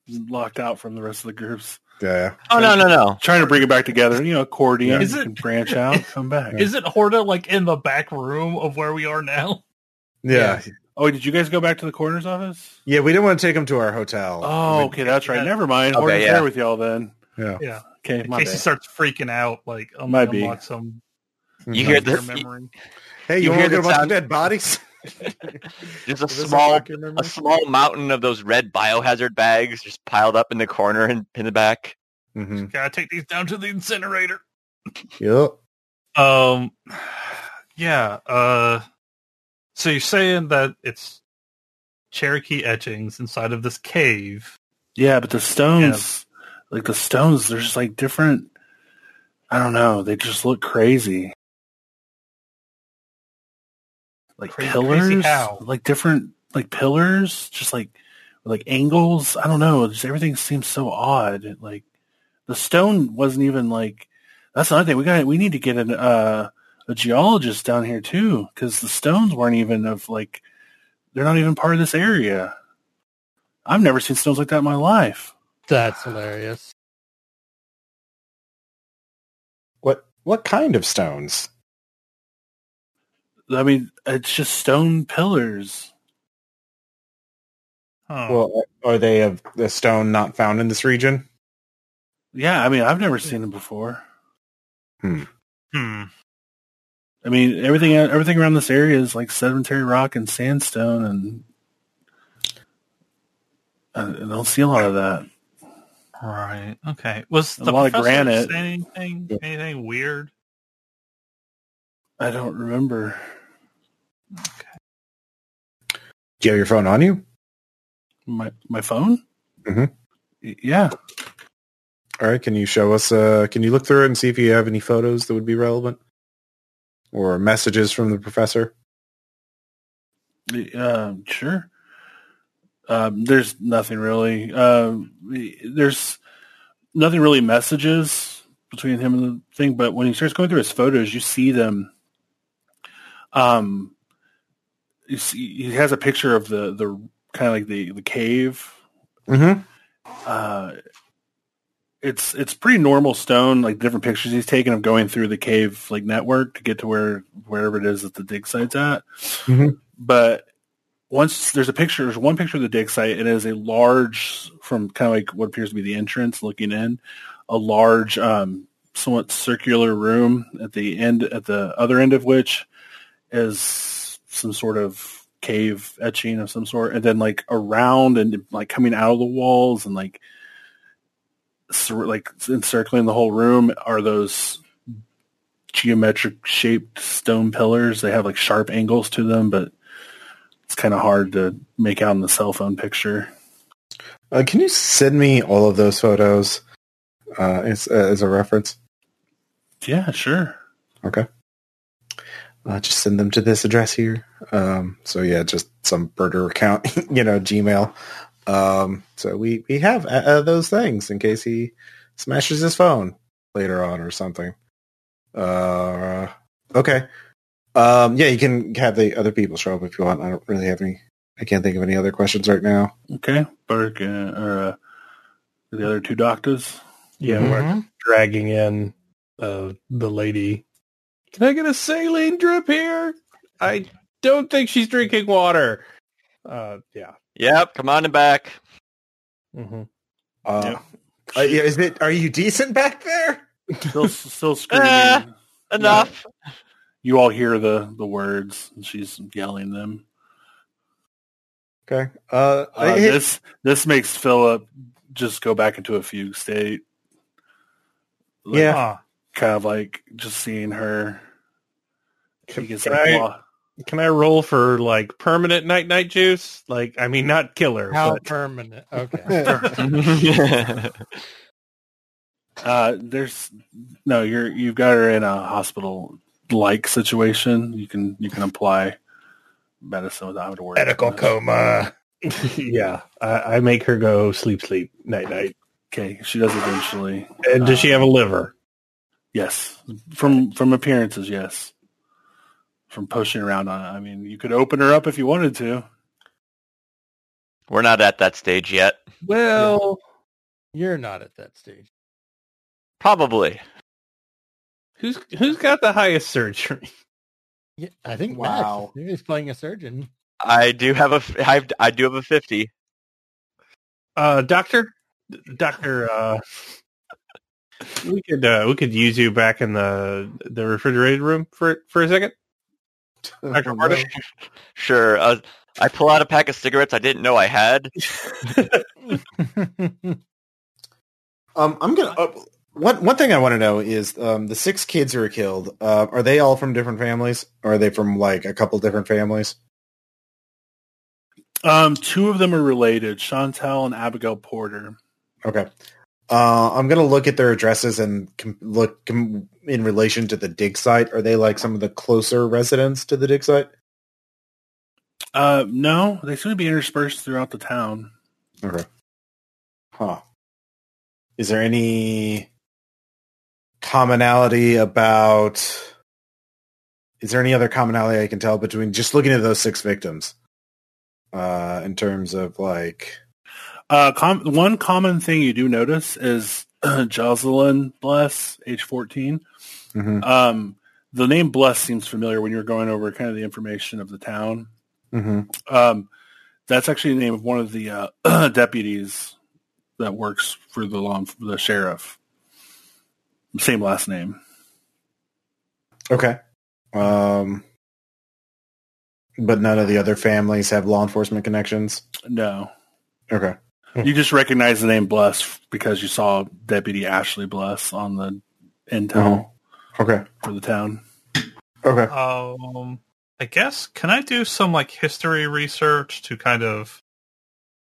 locked out from the rest of the groups.
yeah.
Oh no, no, no.
Trying to bring it back together. You know, accordion.
Is
you
it-
can branch out, come back.
Isn't Horta like in the back room of where we are now?
Yeah. Yeah.
oh, did you guys go back to the coroner's office?
we didn't want to take him to our hotel.
Oh, okay, that's right.
yeah.
Never mind.
Okay,
We're
yeah.
there with y'all then.
Yeah.
Yeah.
Okay,
In
my
case he
bad.
starts freaking out, like um,
Might be.
unlock some
You hear
your
this?
memory.
Hey,
you
you, want
hear
to get
the
a bunch
sound?
of dead bodies?
There's a
Does this
small,
unlock your memory?
a small mountain of those red biohazard bags just piled up in the corner and in the back.
Mhm.
Gotta take these down to the incinerator.
Yep.
Um, yeah. Uh, so you're saying that it's Cherokee etchings inside of this cave?
Yeah, but the stones, like the stones, they're just like different. I don't know. They just look crazy. Like
Crazy-
pillars,
crazy how?
like different, like pillars, just like like angles. I don't know. Just everything seems so odd. Like the stone wasn't even like. That's another thing. We got. We need to get an uh, a geologist down here too, because the stones weren't even of like. They're not even part of this area. I've never seen stones like that in my life.
That's hilarious.
What what kind of stones?
I mean, it's just stone pillars.
Huh.
Oh. Well, are they of a stone not found in this region?
Yeah, I mean, I've never seen them before.
hmm.
I mean, everything everything around this area is like sedimentary rock and sandstone, and I I don't see a lot of that.
Right. Okay. Was
A
the
lot of
professor
granite.
say anything? Anything weird?
I don't remember.
Do you have your phone on you?
My my phone?
Mhm.
Y- Yeah.
All right, can you show us? Uh, can you look through it and see if you have any photos that would be relevant, or messages from the professor?
Y- Um, sure. Um, there's nothing really. Um, y- there's nothing really messages between him and the thing, but when he starts going through his photos, you see them. Um, you see, he has a picture of the the kind of like the the cave.
Mm-hmm.
Uh, it's it's pretty normal stone, like different pictures he's taken of going through the cave like network to get to where wherever it is that the dig site's at.
Mhm.
But once there's a picture, there's one picture of the dig site. It is a large, from kind of like what appears to be the entrance looking in, a large, um, somewhat circular room at the end, at the other end of which is some sort of cave etching of some sort. And then like around and like coming out of the walls and like, cir- like encircling the whole room are those geometric shaped stone pillars. They have like sharp angles to them, but it's kind of hard to make out in the cell phone picture.
Uh, can you send me all of those photos uh, as, as a reference?
Yeah, sure.
Okay. Uh, just send them to this address here. Um, so yeah, just some burner account, you know, Gmail. Um, so we we have uh, uh, those things in case he smashes his phone later on or something. Uh, okay. Um, yeah, you can have the other people show up if you want. I don't really have any. I can't think of any other questions right now.
Okay, Burke uh, or uh, the other two doctors.
Yeah, we're
Mhm.
dragging in uh, the lady. Can I get a saline drip here? I don't think she's drinking water. Uh, yeah.
Yep, come on and back.
Mm-hmm.
Uh, uh, yeah, is it? Are you decent back there?
Still, still screaming.
Ah. Enough.
You all hear the the words, and she's yelling them.
Okay. Uh,
Uh,
I-
this this makes Philip just go back into a fugue state. Like,
Yeah.
Huh.
kind of like just seeing her. He gets
can
like,
I-
wa-
Can I roll for like permanent night night juice? Like, I mean, not killer,
How
but
permanent? Okay.
uh, there's no you're you've got her in a hospital like situation. You can you can apply medicine without having to worry. about it.
coma. yeah, I, I make her go sleep, sleep, night, night.
Okay, she does eventually.
And does she have a liver?
Yes, from from appearances, yes. From pushing around on it. I mean, you could open her up if you wanted to.
We're not at that stage yet.
Well,
You're not at that stage.
Probably.
who's who's got the highest surgery?
Yeah, I think
Wow.
wow. Max he's playing a surgeon.
I do have a f- I've- I do have a fifty.
Uh, doctor, doctor. Uh, we could uh, we could use you back in the the refrigerated room for for a second. Doctor Martin.
Sure. Uh, I pull out a pack of cigarettes I didn't know I had.
Um, I'm gonna. Uh, one one thing I want to know is um, the six kids who were killed. Uh, are they all from different families, or are they from like a couple different families?
Um, two of them are related, Chantal and Abigail Porter.
Okay. Uh, I'm gonna look at their addresses and com- look com- in relation to the dig site. Are they like some of the closer residents to the dig site?
Uh, no, they seem to be interspersed throughout the town.
Okay. Huh. Is there any commonality about? Is there any other commonality I can tell between just looking at those six victims? Uh, in terms of like,
Uh, com- one common thing you do notice is Jocelyn Bless, age 14.
Mhm,
Um, the name Bless seems familiar when you're going over kind of the information of the town.
mhm.
Um, that's actually the name of one of the uh, deputies that works for the law, the sheriff. Same last name.
okay, um, but none of the other families have law enforcement connections.
No,
Okay,
you just recognize the name Bless because you saw Deputy Ashley Bless on the intel
Mhm. okay,
for the town.
okay.
Um, I guess can I do some like history research to kind of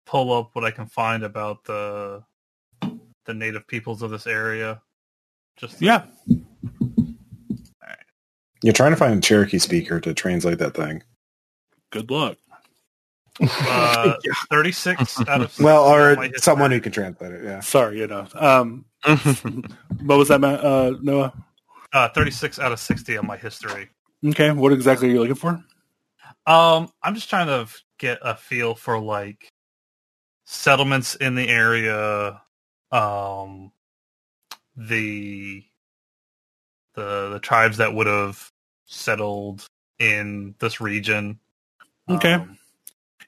pull up what I can find about the the native peoples of this area? Just to-
Yeah,
You're trying to find a Cherokee speaker to translate that thing.
good luck.
uh, thirty six out of
Well,
my
or
history.
someone who can translate it. Yeah.
Sorry, you know. Um, what was that, Matt, uh, Noah?
uh, thirty six out of sixty on my history.
Okay, what exactly are you looking for?
Um, I'm just trying to get a feel for like settlements in the area, um, the the the tribes that would have settled in this region.
Okay.
Um,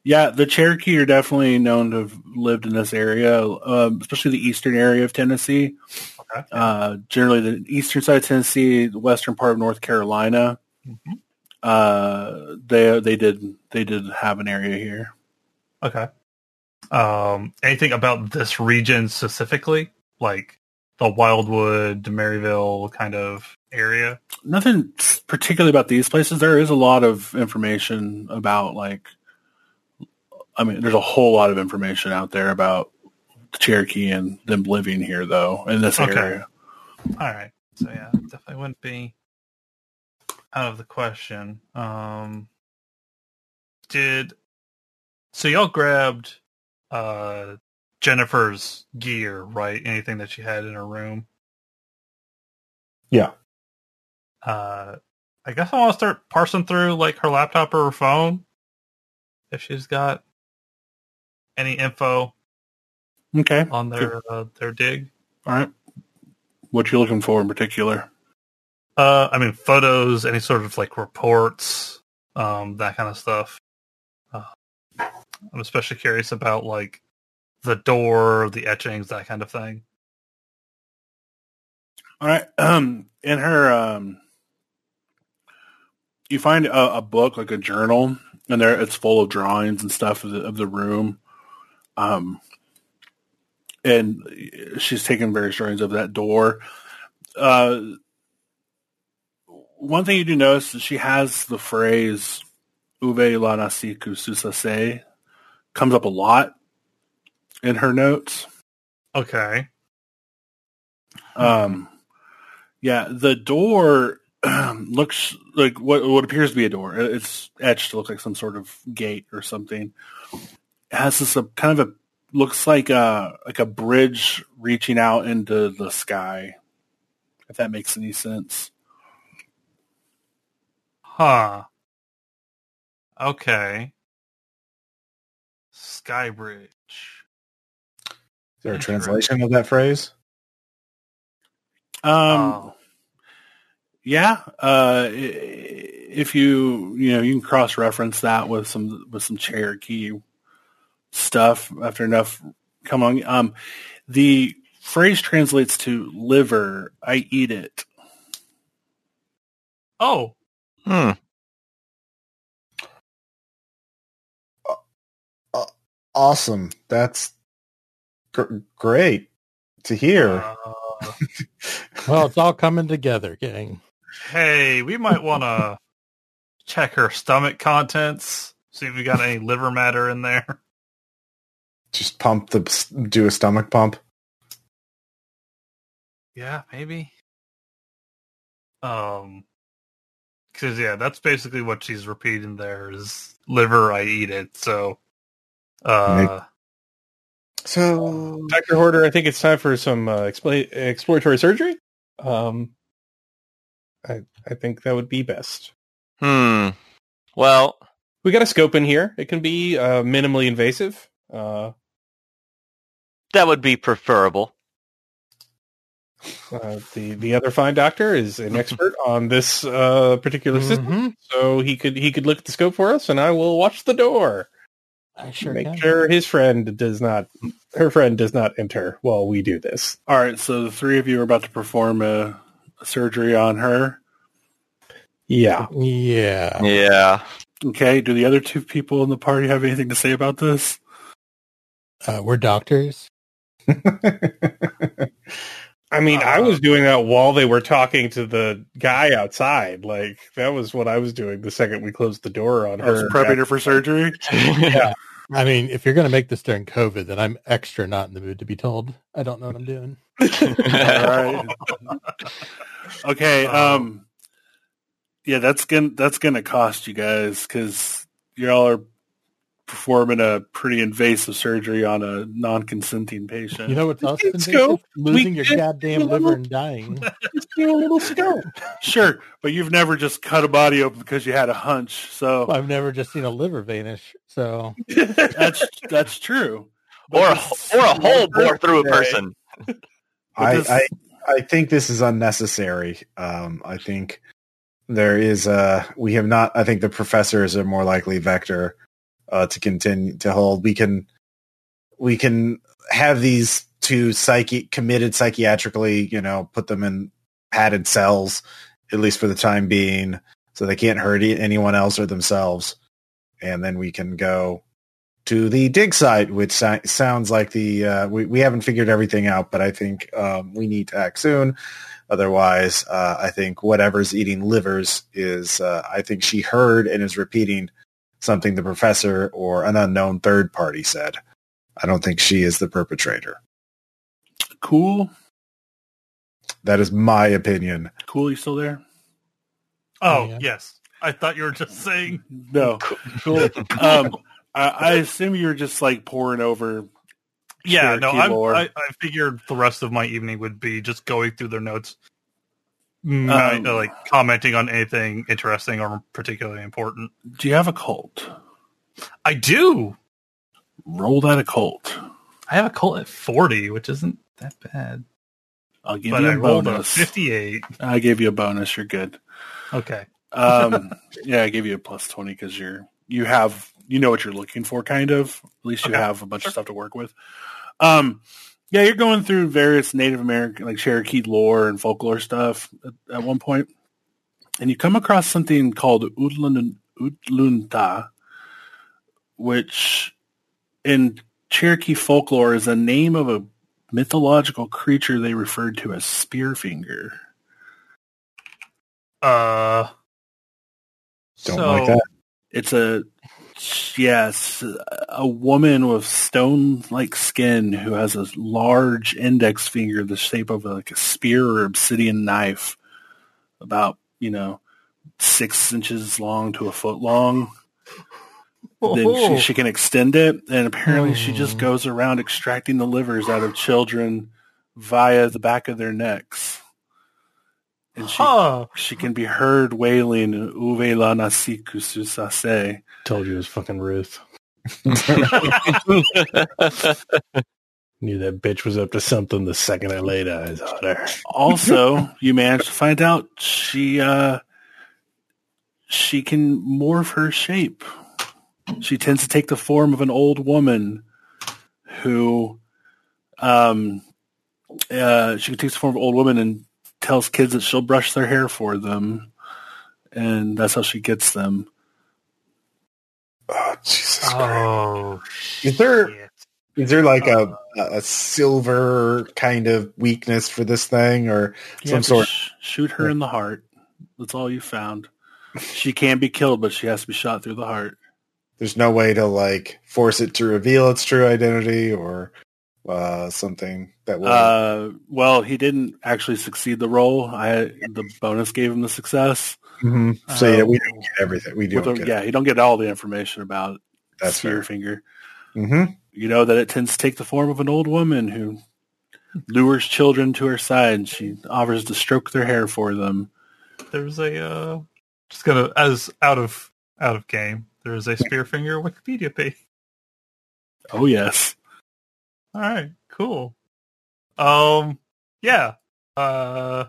Yeah, the Cherokee are definitely known to have lived in this area, um, especially the eastern area of Tennessee.
Okay.
Uh, generally, the eastern side of Tennessee, the western part of North Carolina.
Mhm.
Uh, they they did they did have an area here.
okay. Um, anything about this region specifically, like the Wildwood, Maryville kind of area?
nothing particularly about these places. There is a lot of information about like, I mean, there's a whole lot of information out there about the Cherokee and them living here though in this
Okay.
area.
All right. So yeah, definitely wouldn't be out of the question. Um did so y'all grabbed uh Jennifer's gear, right? Anything that she had in her room?
Yeah.
Uh I guess I want to start parsing through like her laptop or her phone if she's got any info
Okay.
on their uh, their dig.
All right. What you looking for in particular?
Uh, I mean, photos, any sort of like reports, um, that kind of stuff. Uh, I'm especially curious about like the door, the etchings, that kind of thing.
All right. Um, in her, um, you find a, a book like a journal, and there it's full of drawings and stuff of the, of the room. Um, and she's taken various drawings of that door. Uh, one thing you do notice is she has the phrase "uve la nasi susase" comes up a lot in her notes.
Okay.
Um, yeah, the door um, looks like what what appears to be a door. It- It's etched to look like some sort of gate or something. It has this uh, kind of a looks like a like a bridge reaching out into the sky. If that makes any sense.
Huh. Okay. Skybridge.
Is there a
Interesting.
translation of that phrase?
Um,
Oh.
yeah, uh, i- if you you know you can cross reference that with some with some Cherokee stuff after enough come on. Um, the phrase translates to liver. I eat it.
Oh,
Hmm.
Awesome. That's gr- great to hear.
uh,
Well, it's all coming together, gang.
hey, we might want to check her stomach contents, see if we got any liver matter in there.
Just pump the do a stomach pump.
Yeah, maybe. Um, because yeah, that's basically what she's repeating. There is liver. I eat it. So, uh,
So
Dr. Horder, I think it's time for some uh, expla exploratory surgery. Um, I I think that would be best.
Hmm. Well,
We got a scope in here. It can be uh, minimally invasive. Uh,
that would be preferable.
uh, the the other fine doctor is an expert on this uh, particular system,
Mhm.
so he could he could look at the scope for us, and I will watch the door.
I sure
Make
can.
sure his friend does not her friend does not enter while we do this.
All right, so the three of you are about to perform a, a surgery on her.
Yeah.
Yeah.
Yeah.
Okay, do the other two people in the party have anything to say about this?
Uh, we're doctors.
I mean, I
Uh,
was doing that while they were talking to the guy outside. Like that was what I was doing the second we closed the door on
I was
her.
prepping her for surgery.
I mean, if you're going to make this during COVID, then I'm extra not in the mood to be told. I don't know what I'm doing.
All right. okay. Um. Yeah, that's gonna that's gonna cost you guys because y'all are performing a pretty invasive surgery on a non-consenting patient.
You know what's awesome?
Let's
Dave,
go.
is Losing
We
your
did
goddamn
do
liver
it.
and dying.
Let's do a little scope.
sure, but you've never just cut a body open because you had a hunch. So
I've never just seen a liver vanish. So
that's that's true. But
or a,
this-
or a hole bore through a person.
but
I,
this-
I I think this is unnecessary. Um, I think there is uh we have not. I think the professors are more likely vector uh, to continue to hold. We can we can have these two psyche committed psychiatrically. You know, put them in padded cells at least for the time being, so they can't hurt e- anyone else or themselves. And then we can go to the dig site, which si- sounds like the uh, we we haven't figured everything out, but I think um, we need to act soon. Otherwise, uh, I think whatever's eating livers is. Uh, I think she heard and is repeating something the professor or an unknown third party said. I don't think she is the perpetrator.
Cool.
That is my opinion.
Cool. You still there?
Oh,
Yeah.
yes. I thought you were just saying
No. Cool. um, I, I assume you're just like pouring over.
Yeah,
Cherokee
no, I'm,
lore.
I, I figured the rest of my evening would be just going through their notes, not,
Um,
uh, like commenting on anything interesting or particularly important.
Do you have a cult?
I do.
Roll that a cult.
I have a cult at 40, which isn't that bad.
I'll give
But
you
I
a
rolled a
bonus.
58.
I gave you a bonus. You're good.
Okay.
Um, yeah, I gave you a plus twenty because you're you have you know what you're looking for, kind of. At least you
Okay,
have a bunch
sure.
of stuff to work with. Um, yeah, you're going through various Native American, like Cherokee lore and folklore stuff at, at one point, and you come across something called Utlun, Utlunta, which in Cherokee folklore is the name of a mythological creature they referred to as Spearfinger.
Uh,
Don't
so,
like that.
It's a yes, a woman with stone-like skin who has a large index finger the shape of like a spear or obsidian knife, about you know six inches long to a foot long. Then she, she can extend it, and apparently she just
Oh.
goes around extracting the livers out of children via the back of their necks. And she
Huh.
she can be heard wailing Uve la nasi kususase.
Told you it was fucking Ruth. Knew that bitch was up to something the second I laid eyes on her.
Also, you managed to find out she uh she can morph her shape. She tends to take the form of an old woman who um uh she takes the form of an old woman and tells kids that she'll brush their hair for them and that's how she gets them.
Oh, Jesus Christ.
Oh,
Is there-
shit.
Is there like a, a silver kind of weakness for this thing, or
You
Some
have to
sort.
sh- shoot her in the heart. That's all you found. She can be killed, but she has to be shot through the heart.
there's no way to like force it to reveal its true identity, or uh, something that will?
Uh, well, he didn't actually succeed the role. I the bonus gave him the success.
Mhm. So
Uh,
yeah, we don't get everything. We do
with
not
the-
get
yeah, he don't get all the information about
That's fair.
Spear Finger.
hmm
You know that it tends to take the form of an old woman who lures children to her side. and She offers to stroke their hair for them.
there's a uh, just gonna as out of out of game. There's a Spearfinger Wikipedia page.
Oh yes,
All right, cool. Um, yeah. Uh,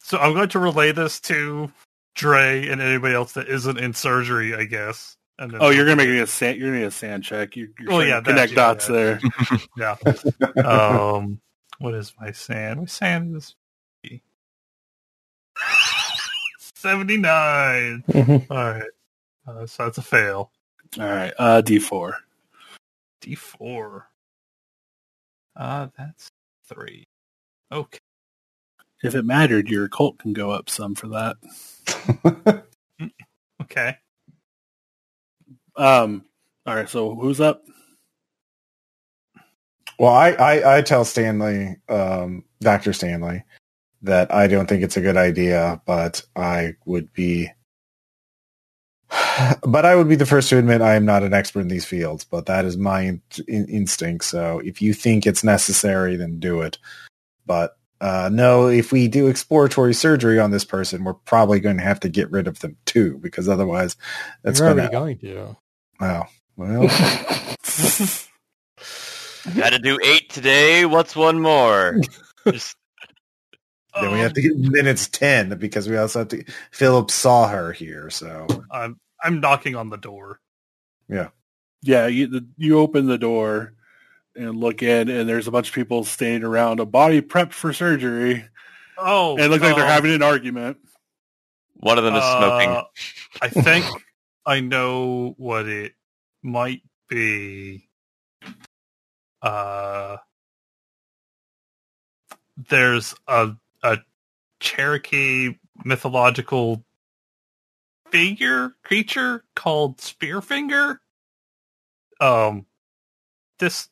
so I'm going to relay this to Dre and anybody else that isn't in surgery, I guess. And then
oh, you're gonna make me a sand. You're gonna need a sand check. You're, you're
Well,
trying to
yeah, that-
connect
yeah,
dots
yeah.
there.
um, what is my sand? My sand is seventy nine.
Mm-hmm.
All right, uh, so that's a fail.
All right, uh, D four.
D four. Uh that's three. Okay.
If it mattered, your cult can go up some for that.
Okay.
Um, all right, so who's up?
Well, I, I I tell Stanley, um, Doctor Stanley, that I don't think it's a good idea, but I would be. But I would be the first to admit I am not an expert in these fields, but that is my in- in- instinct. So if you think it's necessary, then do it. But uh, no, if we do exploratory surgery on this person, we're probably going to have to get rid of them too, because otherwise, that's
You're
going
already
to.
going to.
Oh, well,
Oh,
Got to do eight today. What's one more? Just
Then we have to get minutes ten because we also have to. Philip saw her here, so
Um, I'm I'm knocking on the door.
Yeah, you the, you open the door and look in, and there's a bunch of people standing around a body prepped for surgery,
Oh
and it looks like they're
um,
having an argument.
one of them is smoking.
uh, I think I know what it might be uh there's a a Cherokee mythological figure creature called Spearfinger. Um this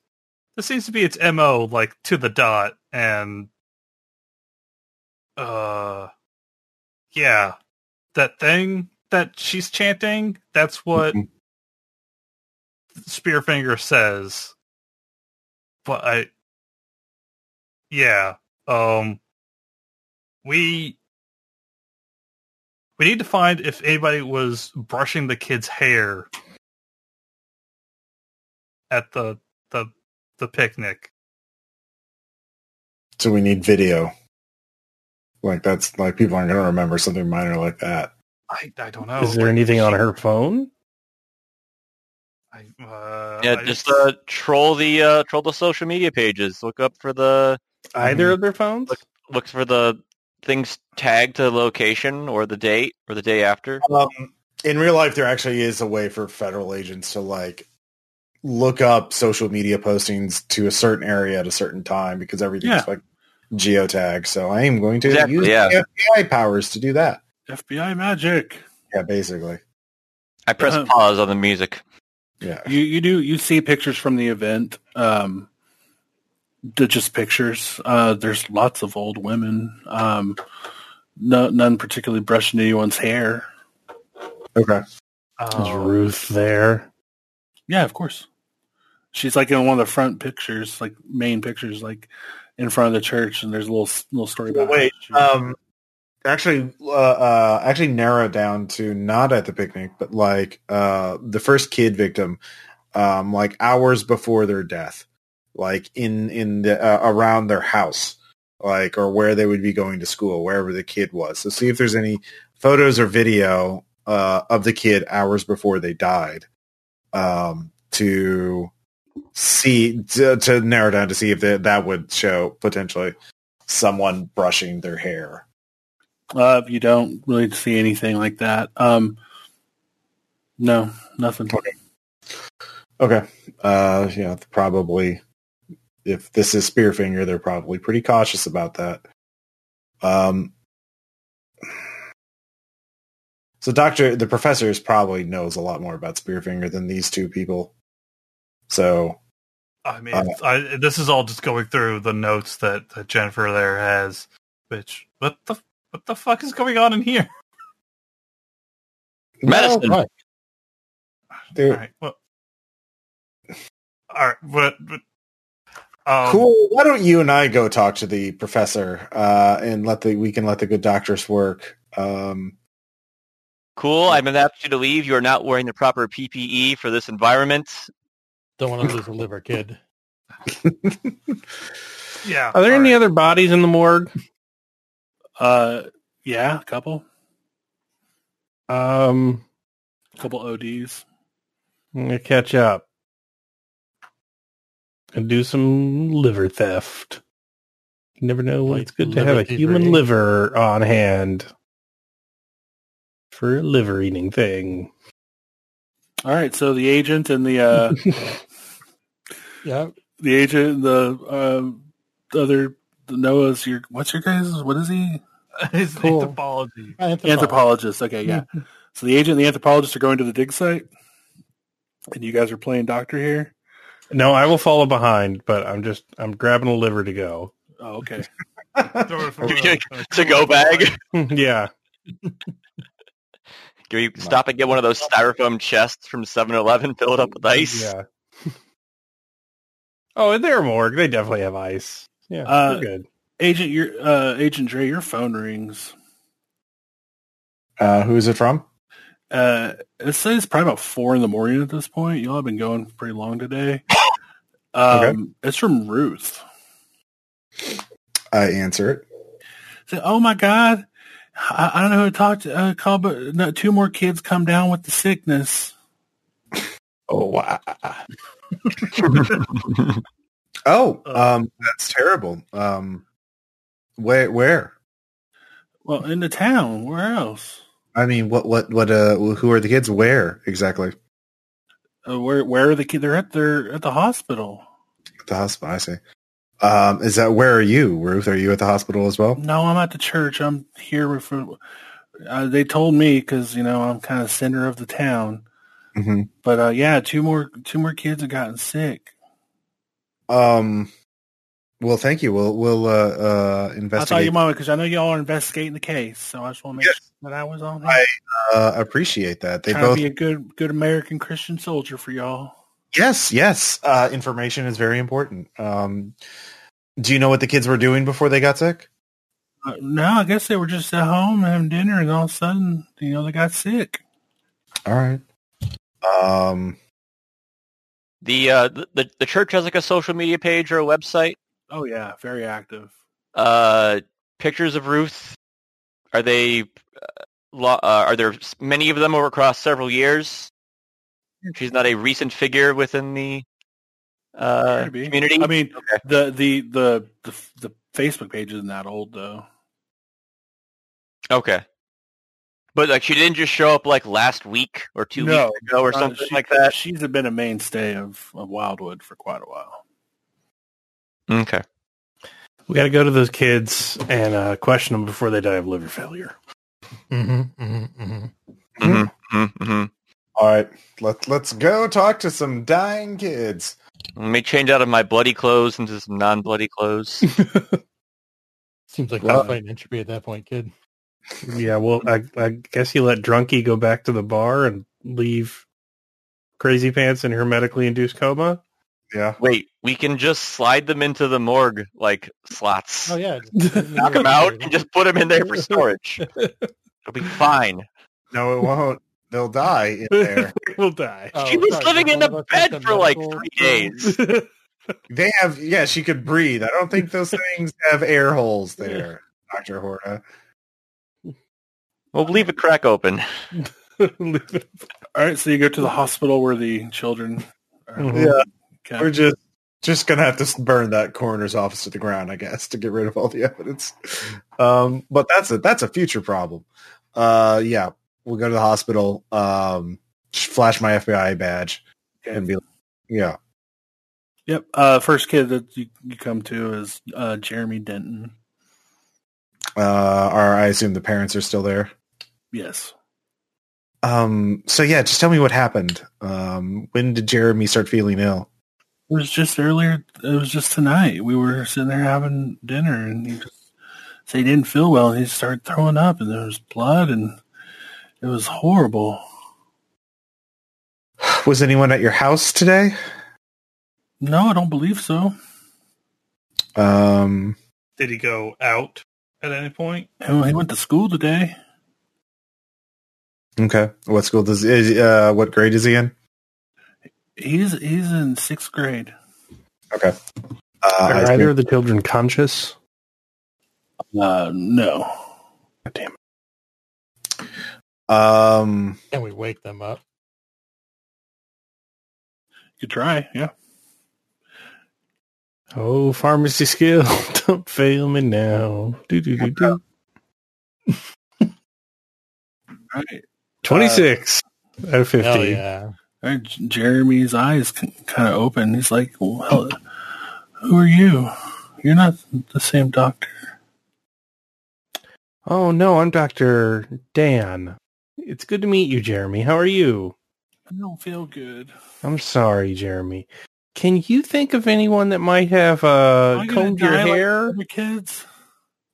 this seems to be its MO like to the dot and uh yeah that thing that she's chanting that's what
Mhm.
Spearfinger says but I yeah um we we need to find if anybody was brushing the kid's hair at the the the picnic
So we need video. Like that's like people aren't going to remember something minor like that.
I I don't know.
Is there anything on her phone?
I, uh,
Yeah,
I-
just uh, troll the uh, troll the social media pages. Look up for the
Mm-hmm.
Either of their phones?
look for the things tagged to location or the date or the day after.
Um, in real life, there actually is a way for federal agents to like look up social media postings to a certain area at a certain time because everything's
Yeah.
like geotag. So I am going to
Exactly,
use
yeah.
the FBI powers to do that.
FBI magic.
Yeah, basically.
I press
Uh-huh.
pause on the music.
Yeah.
You you do you see pictures from the event. Um, they're just pictures. Uh, there's lots of old women. Um, no, none particularly brushing anyone's hair.
Okay.
Is
oh,
Ruth there?
Yeah, of course. She's like in one of the front pictures, like main pictures, like in front of the church. And there's a little little story about.
Wait,
how she-
Um, actually, uh, uh, actually narrowed down to not at the picnic, but like uh, the first kid victim, um, like hours before their death, like in in the uh, around their house, like or where they would be going to school, wherever the kid was. So see if there's any photos or video uh, of the kid hours before they died, um, to see to, to narrow down to see if that that would show potentially someone brushing their hair.
uh, you don't really see anything like that. Um, no, nothing.
Okay. Uh, yeah, probably. If this is Spearfinger, they're probably pretty cautious about that. Um. So, Doctor, the professor is probably knows a lot more about Spearfinger than these two people. So,
I mean, I, this is all just going through the notes that, that Jennifer there has. Which what the what the fuck is going on in here?
Medicine.
No, right.
All
They're-
right, well, all right, but, but um,
cool. Why don't you and I go talk to the professor uh, and let the we can let the good doctors work. Um,
Cool. I'm going to ask you to leave. You are not wearing the proper PPE for this environment.
Don't want to lose a liver, kid.
Yeah,
Are there
all
any
right.
other bodies in the morgue?
Uh, yeah, a couple,
Um,
couple ODs.
I'm gonna catch up and do some liver theft. You never know when
Like
it's good to have
liver
a human
thievery.
liver on hand for a liver eating thing.
All right, so the agent and the uh,
Yeah.
the agent, the um other the Noah's your what's your guys? What is he?
His
Cool.
anthropology.
Anthropologist. Okay, yeah. so the agent and the anthropologist are going to the dig site, and you guys are playing doctor here.
No, I will follow behind, but I'm just I'm grabbing a liver to go.
Oh, okay.
Throw it for
To-
the-
to go bag.
yeah.
Can you stop and get one of those styrofoam chests from 7-Eleven, fill it up with ice?
Yeah. oh, and they're a morgue. They definitely have ice. Yeah,
Uh,
they're good.
Agent, your uh, agent Dre, your phone rings.
uh, who is it from?
Uh, it says probably about four in the morning at this point. Y'all have been going pretty long today. Um, It's from Ruth.
I answer it.
said, "Oh my God, I, I don't know who to talk to. Uh, call, but no, two more kids come down with the sickness.
Oh, wow.
Oh,
Uh,
um, that's terrible. Um, where, where?
Well, in the town, where else?
I mean, what, what, what? Uh, who are the kids? Where exactly?
Uh, where where are the kids? They're at their at the hospital.
The hospital, I see. Um, is that where are you, Ruth? Are you at the hospital as well?
No, I'm at the church. I'm here for. Uh, they told me because you know I'm kind of center of the town.
Mm-hmm.
But uh, yeah, two more two more kids have gotten sick.
Um, well, thank you. We'll we'll uh, uh,
I thought
investigate.
you might because I know y'all are investigating the case, so I just want to make
Yes.
sure that I was on.
I-
it.
uh, appreciate that. They
Trying
both
to be a good good American Christian soldier for y'all.
Yes, yes. Uh, information is very important. Um, do you know what the kids were doing before they got sick?
Uh, no, I guess they were just at home having dinner, and all of a sudden, you know, they got sick.
All right. Um,
The, uh, the- the the church has like a social media page or a website.
Oh yeah, very active.
Uh, pictures of Ruth. Are they? Uh, lo- uh, are there s- many of them over across several years?
Hmm.
She's not a recent figure within the uh,
Appear to be.
community.
I mean,
Okay.
the, the the the the Facebook page isn't that old though.
Okay. But like she didn't just show up like last week or two
No,
weeks ago or
Uh,
something
she-
like that.
She's been a mainstay of, of Wildwood for quite a while.
Okay.
We got to go to those kids and uh, question them before they die of liver failure.
Mm-hmm, mm-hmm, mm-hmm.
hmm hmm hmm
all right. Let Let's go talk to some dying kids.
Let me change out of my bloody clothes into some non-bloody clothes.
Seems like
Well-
we're fighting entropy at that point, kid.
Yeah, well, I, I guess he let Drunky go back to the bar and leave Crazy Pants in her medically induced coma.
Yeah.
Wait, we can just slide them into the morgue like slots.
Oh yeah,
Knock them out and just put them in there for storage. It'll be fine.
No, it won't. They'll die in there.
We'll die.
Oh,
she was
sorry,
living in
one
a
of us has
bed
the
for like
medical-
three days.
They have. Yeah, she could breathe. I don't think those things have air holes there, Doctor Horta.
We'll leave a crack open.
Uh,
Leave it.
All right, so you go to the hospital where the children. Are,
Mhm.
Okay.
We're just just gonna have to burn that coroner's office to the ground, I guess, to get rid of all the evidence. Um, but that's a that's a future problem. Uh, yeah, we'll go to the hospital, um, flash my FBI badge, and be like, yeah.
Yep. Uh, first kid that you, you come to is uh, Jeremy Denton.
Uh, or I assume the parents are still there.
Yes.
Um, so yeah, just tell me what happened. Um, when did Jeremy start feeling ill?
It was just earlier. It was just tonight. We were sitting there having dinner, and he just so he didn't feel well, and he started throwing up, and there was blood, and it was horrible.
Was anyone at your house today?
No, I don't believe so.
Um,
Did he go out at any point?
He went to school today.
okay. What school does is uh what grade is he in?
He's he's in sixth grade.
Uh, I
Are
assume-
either of the children conscious?
Uh, no.
Um,
Can we wake them up?
You could try, yeah.
Oh, pharmacy skill, don't fail me now. Do do do do.
All right.
Twenty six out of fifty.
Hell yeah.
All right. J- Jeremy's eyes kind of open. He's like, "Well, who are you? You're not the same doctor."
Oh no, I'm Doctor Dan. It's good to meet you, Jeremy. How are you?
I don't feel good.
I'm sorry, Jeremy. Can you think of anyone that might have uh,
Am I gonna
combed your
die like
hair?
the other kids?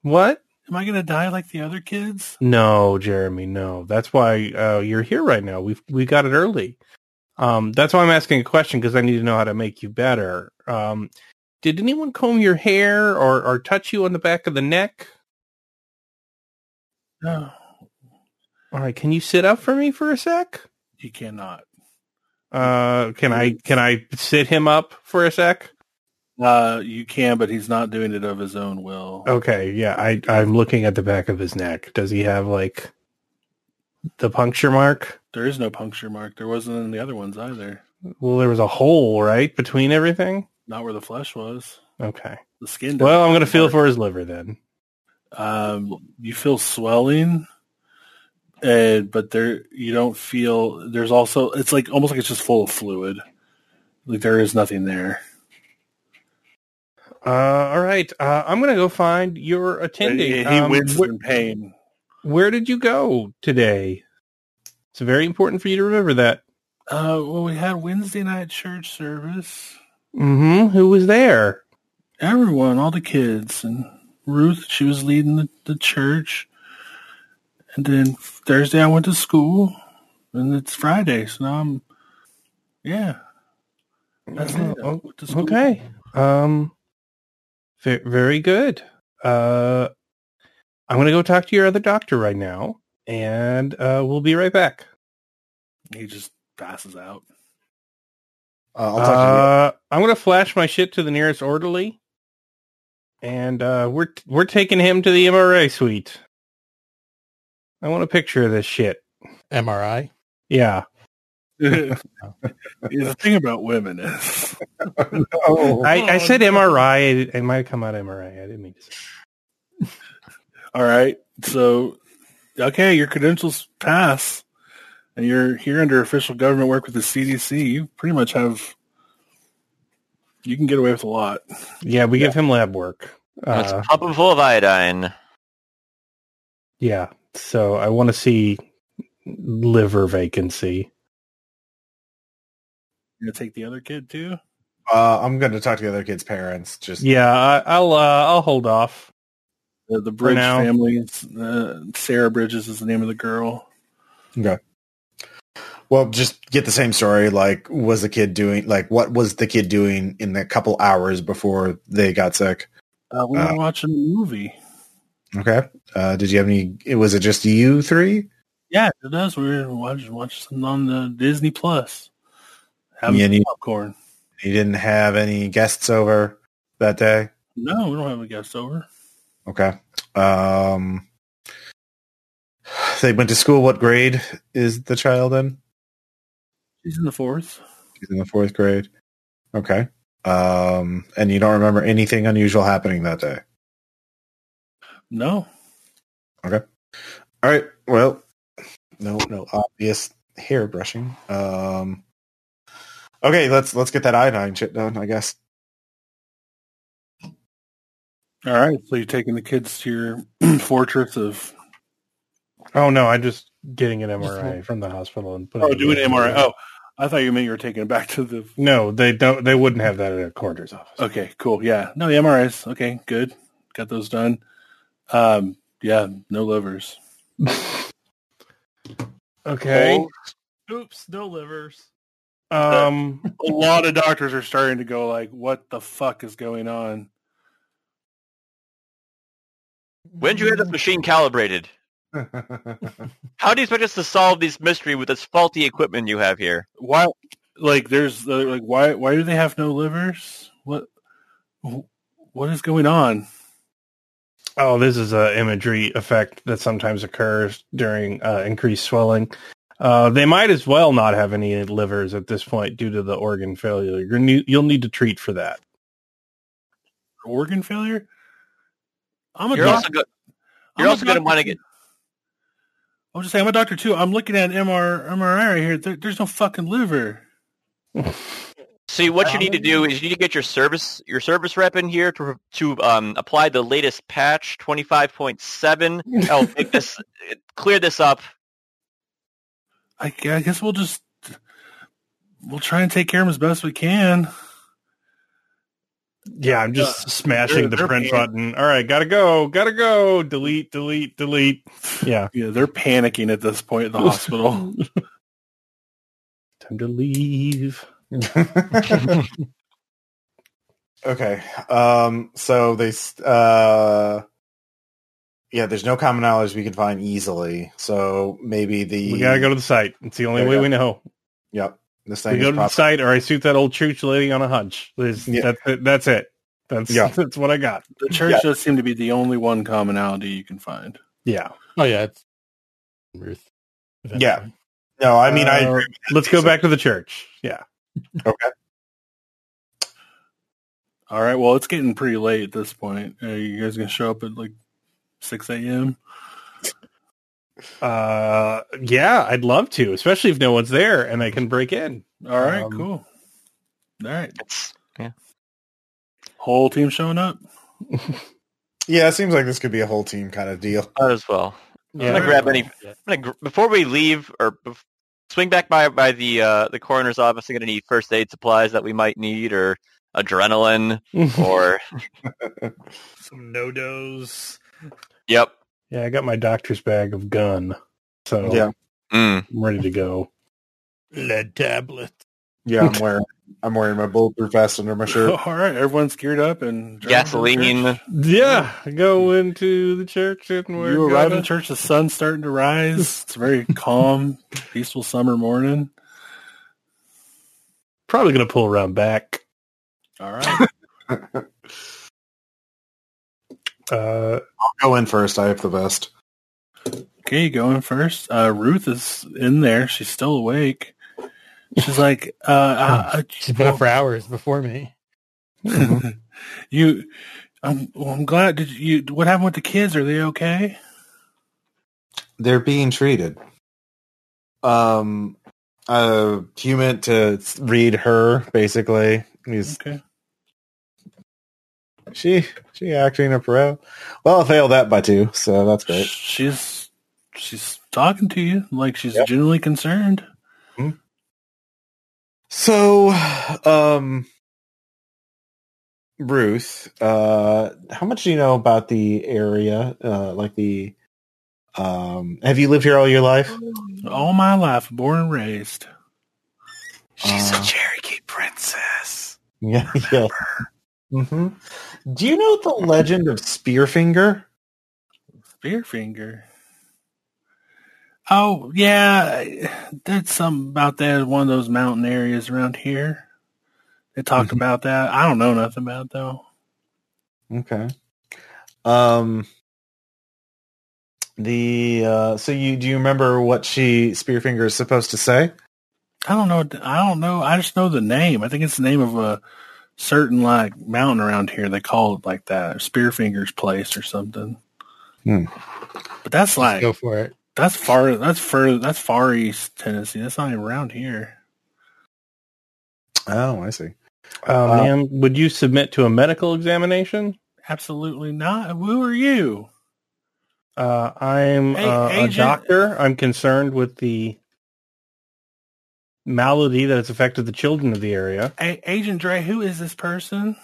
what?
Am I gonna die like the other kids?
No, Jeremy. No, that's why uh, you're here right now. We we got it early. Um, that's why I'm asking a question because I need to know how to make you better. Um, did anyone comb your hair or or touch you on the back of the neck?
No,
All right, can you sit up for me for a sec?
you cannot.
Uh, can I
Mm.
can I sit him up for a sec?
Uh, you can, but he's not doing it of his own will.
Okay, yeah, I I'm looking at the back of his neck. Does he have like the puncture mark?
There is no puncture mark. There wasn't in the other ones either.
Well, there was a hole right between everything.
Not where the flesh was.
Okay.
The skin.
Well, I'm
doesn't
gonna feel
mark.
for his liver then.
Um, you feel swelling. and but there you don't feel there's also it's like almost like it's just full of fluid. Like there is nothing there.
Uh, all right. Uh, I'm going to go find your attending.
He,
Um,
wins
where,
in pain.
where did you go today? It's very important for you to remember that.
Uh, well, we had Wednesday night church service.
Mm-hmm. Who was there?
Everyone, all the kids, and Ruth. She was leading the, the church. And then Thursday, I went to school, and it's Friday, so now I'm, yeah. That's it. I
Oh,
went to school.
okay. Um, ve- very good. Uh, I'm going to go talk to your other doctor right now, and uh, we'll be right back.
He just passes out.
Uh, I'll talk to
Uh, I'm gonna flash my shit to the nearest orderly, and uh, we're we're taking him to the MRI suite. I want a picture of this shit.
MRI.
Yeah,
yeah, the thing about women is
you. Oh,
I, I said MRI. It, it might come out MRI. I didn't mean to. Say.
all right. So, okay, your credentials pass, and you're here under official government work with the CDC. You pretty much have. You can get away with a lot.
Yeah, we give him lab work.
Let's
Uh,
pop him full of iodine.
yeah, so I want to see liver vacancy.
You're gonna take the other kid too.
Uh, I'm going to talk to the other kid's parents. Just
Yeah, I, I'll uh, I'll hold off.
The, the Bridge
now.
family. Uh, Sarah Bridges is the name of the girl.
Well, just get the same story. Like, was the kid doing? Like, what was the kid doing in the couple hours before they got sick?
Uh, we
Uh.
were watching a movie.
Okay. Uh, did you have any? Was it just you three?
Yeah, it does. We were watching watching something on the Disney Plus. Having
Yeah, and you-
popcorn.
You didn't have any guests over that day.
No, we don't have a guest over.
Okay. Um, they went to school. What grade is the child in?
She's in the fourth.
She's in the fourth grade. Okay. Um, and you don't remember anything unusual happening that day.
No,
All right. Well, no, no obvious hair brushing. Um, okay, let's let's get that iodine shit done. I guess.
All right, so you're taking the kids to your fortress of
Oh no, I'm just getting an MRI
hold-
from the hospital and putting.
oh,
it
do an
in.
MRI. Oh, I thought you meant you were taking it back to the.
No, they don't. They wouldn't have that at a coroner's office.
Okay, cool. Yeah, no, the MRIs. Okay, good. Got those done. Um, yeah, no livers.
Okay.
Oops, no livers.
Um.
A lot of doctors are starting to go like, "What the fuck is going on?"
When did you have this machine calibrated? How do you expect us to solve this mystery with this faulty equipment you have here?
Why? Like, there's they're like, why? Why do they have no livers? What? What is going on?
Oh, this is a imagery effect that sometimes occurs during uh, increased swelling. Uh, they might as well not have any livers at this point due to the organ failure. You're ne- you'll need to treat for that.
Organ failure? I'm a
You're
doctor.
also, go-
I'm
you're
a
also going to
doctor
want to
too.
get
I'm just saying, I'm a doctor too. I'm looking at an MR, MRI right here. There, there's no fucking liver.
See, what you need to do is you need to get your service your service rep in here to to um, apply the latest patch twenty five point seven. I'll make this clear this up.
I, gu- I guess we'll just we'll try and take care of him as best we can.
Yeah, I'm just smashing
they're-
the
they're
print
pan-
button. All right, gotta go, gotta go. Delete, delete, delete. Yeah,
Yeah, they're panicking at this point at the hospital.
time to leave.
okay. Um, so they. s- Uh, yeah, there's no common knowledge we can find easily. So maybe the
We gotta go to the site. It's the only
There
way
you go.
we know.
Yep. This
We
thing
go
is
to the
prob-
site, or I shoot that old church lady on a hunch. There's,
Yeah.
that's it. That's it. That's
Yeah.
that's what I got.
the church
Yeah.
does seem to be the only one commonality you can find.
Yeah.
Oh yeah, it's Ruth.
Yeah. No, I mean I
Uh,
agree
let's go back to the church. Yeah.
All right, well, it's getting pretty late at this point. Are you guys gonna show up at like six a.m.?
Uh, yeah, I'd love to, especially if no one's there and I can break in.
All right,
Um,
cool. All right,
It's,
whole team showing up.
Yeah, it seems like this could be a whole team kind of deal.
might as well.
Yeah.
gonna grab any- I'm gonna, gr- before we leave, or bef- swing back by by the uh, the coroner's office. I'm gonna need first aid supplies that we might need, or adrenaline, or
Some no dos.
yep.
yeah, I got my doctor's bag of gun,
Oh.
so
Yeah,
Mm.
I'm ready to go.
Lead tablet.
yeah. I'm wearing I'm wearing my bulletproof vest under my shirt.
All right, everyone's geared up and
Gasoline.
Yeah, go into the church and we're
You arrive in
gonna-
church. The sun's starting to rise. It's a very calm, peaceful summer morning.
probably gonna pull around back.
All right.
Uh,
I'll go in first. I have the vest.
Okay, going first. Uh, Ruth is in there. She's still awake. She's like, uh, uh,
Oh, She's been up for hours before me.
you. I'm. well, I'm glad. Did you? What happened with the kids? Are they okay?
They're being treated. Um, uh, you meant to read her basically. He's
Okay.
she she acting a pro. Well, I failed that by two, so that's great.
She's she's talking to you like she's
Yep.
genuinely concerned.
So, um, Ruth, uh, how much do you know about the area? Uh, like the, um, have you lived here all your life?
All my life, born and raised.
She's a Uh,
Cherokee princess.
Yeah, yeah. hmm Do you know the legend of Spearfinger?
Spearfinger. Oh yeah, that's something about that. One of those mountain areas around here. They talked
Mm-hmm.
Mhm.
about that. I don't know nothing about it, though.
Okay. Um, the uh, so you do you remember what she Spearfinger is supposed to say?
I don't know. I don't know. I just know the name. I think it's the name of a certain like mountain around here. They call it like that, Spearfingers Place or something.
Hmm.
But that's like
Go for it.
that's far. That's fur. That's far east Tennessee. That's not even around here.
Oh, I see.
uh,
Uh,
ma'am, would you submit to a medical examination?
Absolutely not. Who are you?
Uh, I'm
Hey,
uh, a
agent.
doctor. I'm concerned with the malady that has affected the children of the area.
A- Agent Dre, who is this person?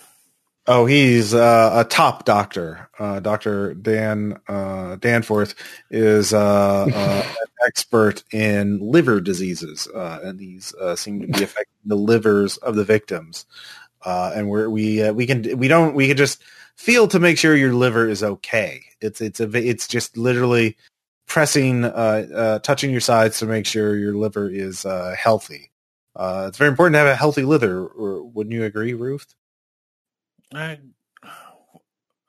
Oh, he's uh, a top doctor. Uh, Doctor Dan uh, Danforth is uh, uh, an expert in liver diseases, uh, and these uh, seem to be affecting the livers of the victims. Uh, and we're, we uh, we can we don't we can just feel to make sure your liver is okay. It's it's a it's just literally pressing uh, uh, touching your sides to make sure your liver is uh, healthy. Uh, it's very important to have a healthy liver. or- Wouldn't you agree, Ruth?
I,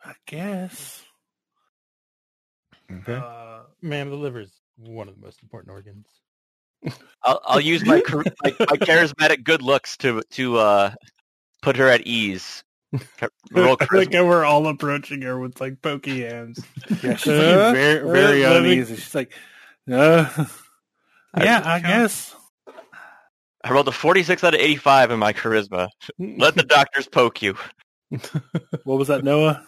I guess.
Mm-hmm.
Okay.
Uh,
Ma'am, the liver is one of the most important organs.
I'll, I'll use my, char- my my charismatic good looks to to uh, put her at ease. Char- Roll
I
charisma.
think we're all approaching her with like pokey hands.
yeah, she's looking very, very
uh, let me-
uneasy. She's like, uh,
I
yeah,
really
I
can't-
guess.
I rolled a 46 out of 85 in my charisma. Let the doctors poke you.
What was that, Noah?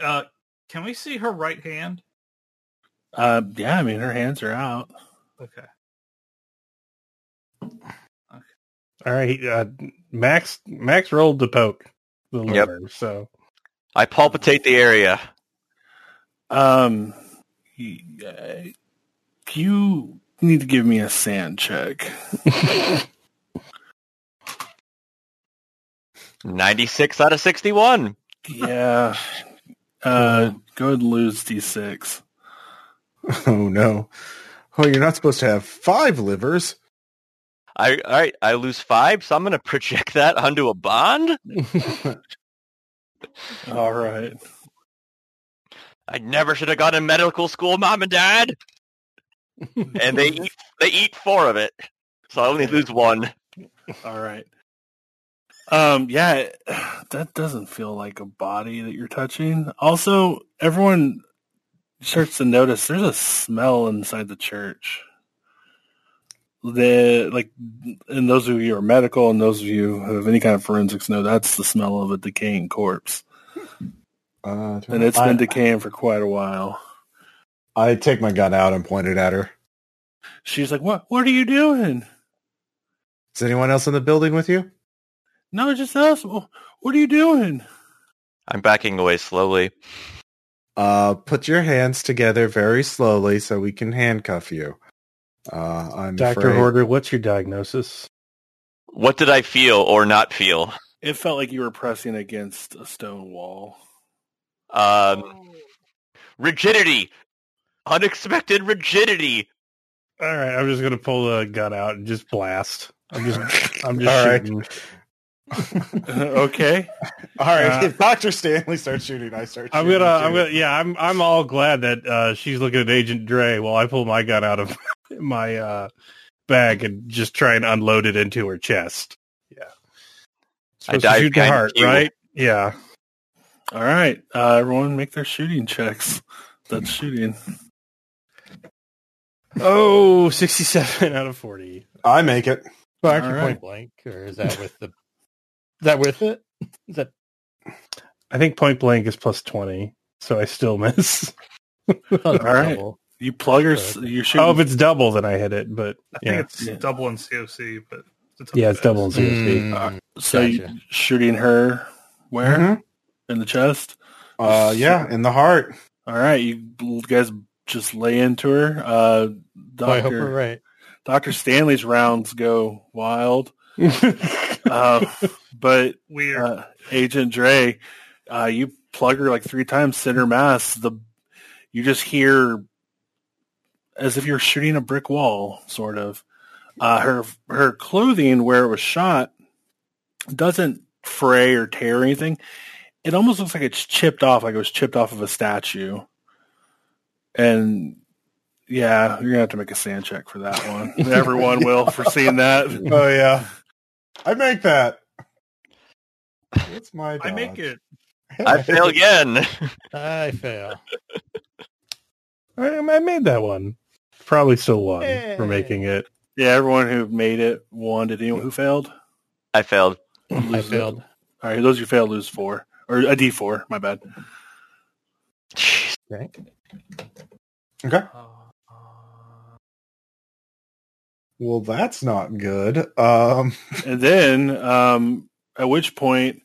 Uh, can we see her right hand?
Uh, yeah, I mean, her hands are out.
Okay.
All right, uh, Max. Max rolled the poke the
Yep.
liver. So
I palpitate the area.
Um, y- uh, you need to give me a sand check.
96 out of 61.
Yeah. Uh, go ahead and lose d6.
Oh no. Oh, you're not supposed to have five livers.
I all right. I lose five, so I'm going to project that onto a bond.
All right.
I never should have gone to medical school, mom and dad. and they eat they eat four of it, so I only lose one.
All right. Um, yeah, that doesn't feel like a body that you're touching. Also, everyone starts to notice there's a smell inside the church. The like, and those of you who are medical, and those of you who have any kind of forensics know that's the smell of a decaying corpse,
Uh,
and it's
I,
been decaying for quite a while.
I take my gun out and point it at her.
She's like, "What? What are you doing?
Is anyone else in the building with you?
No, just us. Wh- What are you doing?"
I'm backing away slowly.
Uh, put your hands together very slowly so we can handcuff you. Uh, I'm
Doctor
afraid-
Horder, what's your diagnosis?
What did I feel or not feel?
It felt like you were pressing against a stone wall.
Um, rigidity, unexpected rigidity.
All right, I'm just gonna pull the gun out and just blast. I'm just, I'm just
All right.
shooting.
okay.
All right,
Uh,
if Doctor Stanley starts shooting, I start.
I'm
shooting
gonna, I'm
too.
gonna, yeah, I'm, I'm all glad that uh, she's looking at Agent Dre while I pull my gun out of my uh, bag and just try and unload it into her chest. Yeah,
I
supposed to
dive
shoot in the
behind
heart,
you.
right? Yeah,
All right. Uh, everyone make their shooting checks. That's
Hmm.
shooting.
Oh, 67 out of 40.
I make it.
Well, aren't you
All right.
point blank, or is that with the? Is that with it? Is that
I think point blank is plus 20, so I still miss.
all
right. You plug your s- you shoot.
Oh, if it's double, then I hit it, but
I think
yeah,
it's
Yeah.
double in COC, but it's
yeah it's double in CSP.
Mm,
so you-
gotcha.
shooting her where
Mm-hmm.
in the chest?
Uh, yeah, in the heart.
All right, you guys just lay into her. Uh,
Oh, I hope we're
Doctor
right.
Doctor Stanley's rounds go wild, uh, but
Weird.
uh, Agent Dre, uh, you plug her like three times center mass. The you just hear as if you're shooting a brick wall, sort of. Uh, her her clothing where it was shot doesn't fray or tear or anything. It almost looks like it's chipped off, like it was chipped off of a statue. And yeah, you're gonna have to make a sand check for that one. Everyone will for seeing that.
Oh yeah, I make that. What's my?
I make
dodge?
it.
I fail again.
I fail.
I, I made that one. Probably still one for
Hey.
making it.
Yeah, everyone who made it won. Did anyone who failed?
I failed.
I failed.
All right, those who fail lose four or a D four. My bad.
Jeez.
Okay. Well, that's not good. Um,
And then, um, at which point,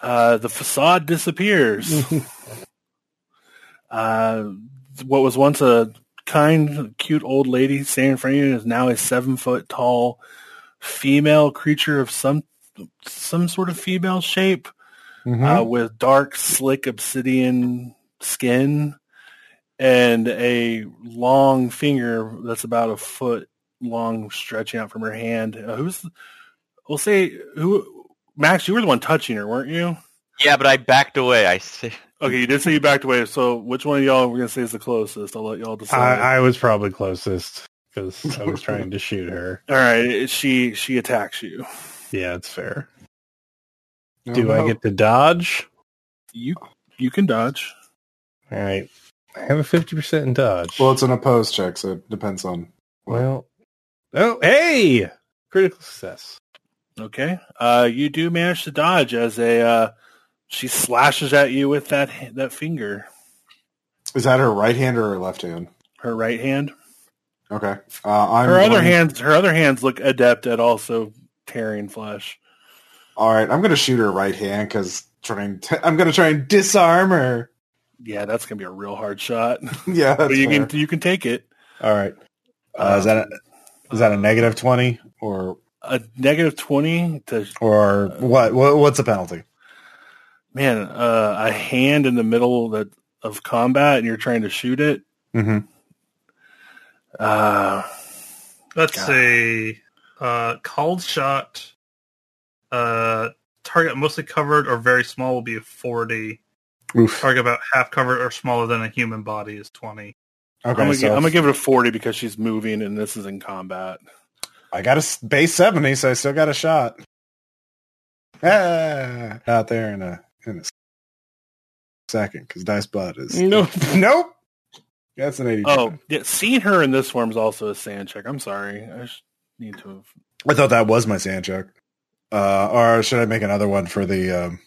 uh, the facade disappears. uh, what was once a kind, cute old lady standing in front of you is now a seven foot tall female creature of some some sort of female shape. uh,
Hmm?
with dark, slick obsidian skin and a long finger that's about a foot long stretching out from her hand. Uh, who's, we'll say, who, Max, you were the one touching her, weren't you?
Yeah, but I backed away. I see.
Okay, you did say you backed away, so which one of y'all we're going to say is the closest? I'll let y'all decide.
I, I was probably closest because I was trying to shoot her.
All right, she she attacks you.
Yeah, it's fair.
oh,
Do I
no.
get to dodge?
You you can dodge.
All right. I have a 50% in dodge.
Well, it's an opposed check, so it depends on.
Well, oh, hey! Critical success.
Okay, uh, you do manage to dodge as a uh, she slashes at you with that that finger.
Is that her right hand or her left hand?
her right hand.
Okay. Uh, I'm
her other
going-
hands, her other hands look adept at also tearing flesh.
All right, I'm gonna shoot her right hand because trying. T- I'm gonna try and disarm her.
Yeah, that's gonna be a real hard shot,
yeah, that's
but you
fair.
can you can take it.
All right. Uh, is that a, is that a negative twenty or
A negative twenty to
or what? what what's the penalty?
man uh, a hand in the middle of, the, of combat, and you're trying to shoot it.
Mm-hmm.
Uh,
That's
God.
a uh, called shot. Uh, target mostly covered or very small will be a 40.
Oof.
Target about half covered or smaller than a human body is 20.
Okay,
I'm, gonna, gi-
so
I'm gonna give it a forty because she's moving, and this is in combat.
I got a s- base seventy, so I still got a shot. Ah, out there in a in a second, because dice butt is
Nope.
nope. That's an 80.
Oh, yeah, seeing her in this form is also a sand check. I'm sorry. I sh- need to have.
I thought that was my sand check. Uh, or should I make another one for the? Um...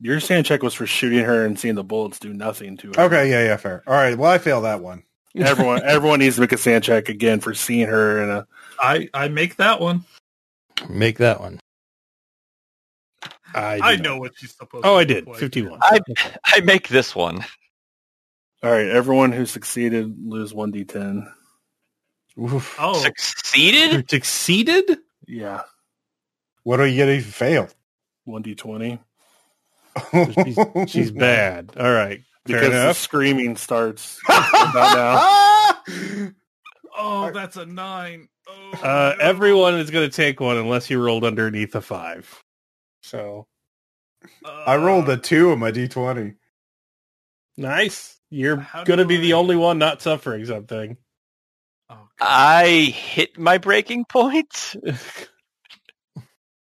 Your sand check was for shooting her and seeing the bullets do nothing to her.
Okay, yeah, yeah, fair. All right. Well, I failed that one.
everyone, everyone needs to make a sand check again for seeing her in a.
I I make that one.
Make that one.
I, do
I
not.
know what she's supposed.
Oh,
to
I
look
did.
like.
51.
I I make this one.
All right, everyone who succeeded lose one d10.
Oof.
Oh,
Succeeded?
Succeeded?
Yeah,
What do you get if you fail?
one d20
She's, she's bad. All right. Fair
because the
enough.
screaming starts about now.
oh, that's a nine. Oh,
Uh,
no.
everyone is going to take one unless you rolled underneath a five. So
I rolled a two on my d20.
nice. You're
How do
going to be
I-
the only one not suffering something.
Oh, God.
I hit my breaking point.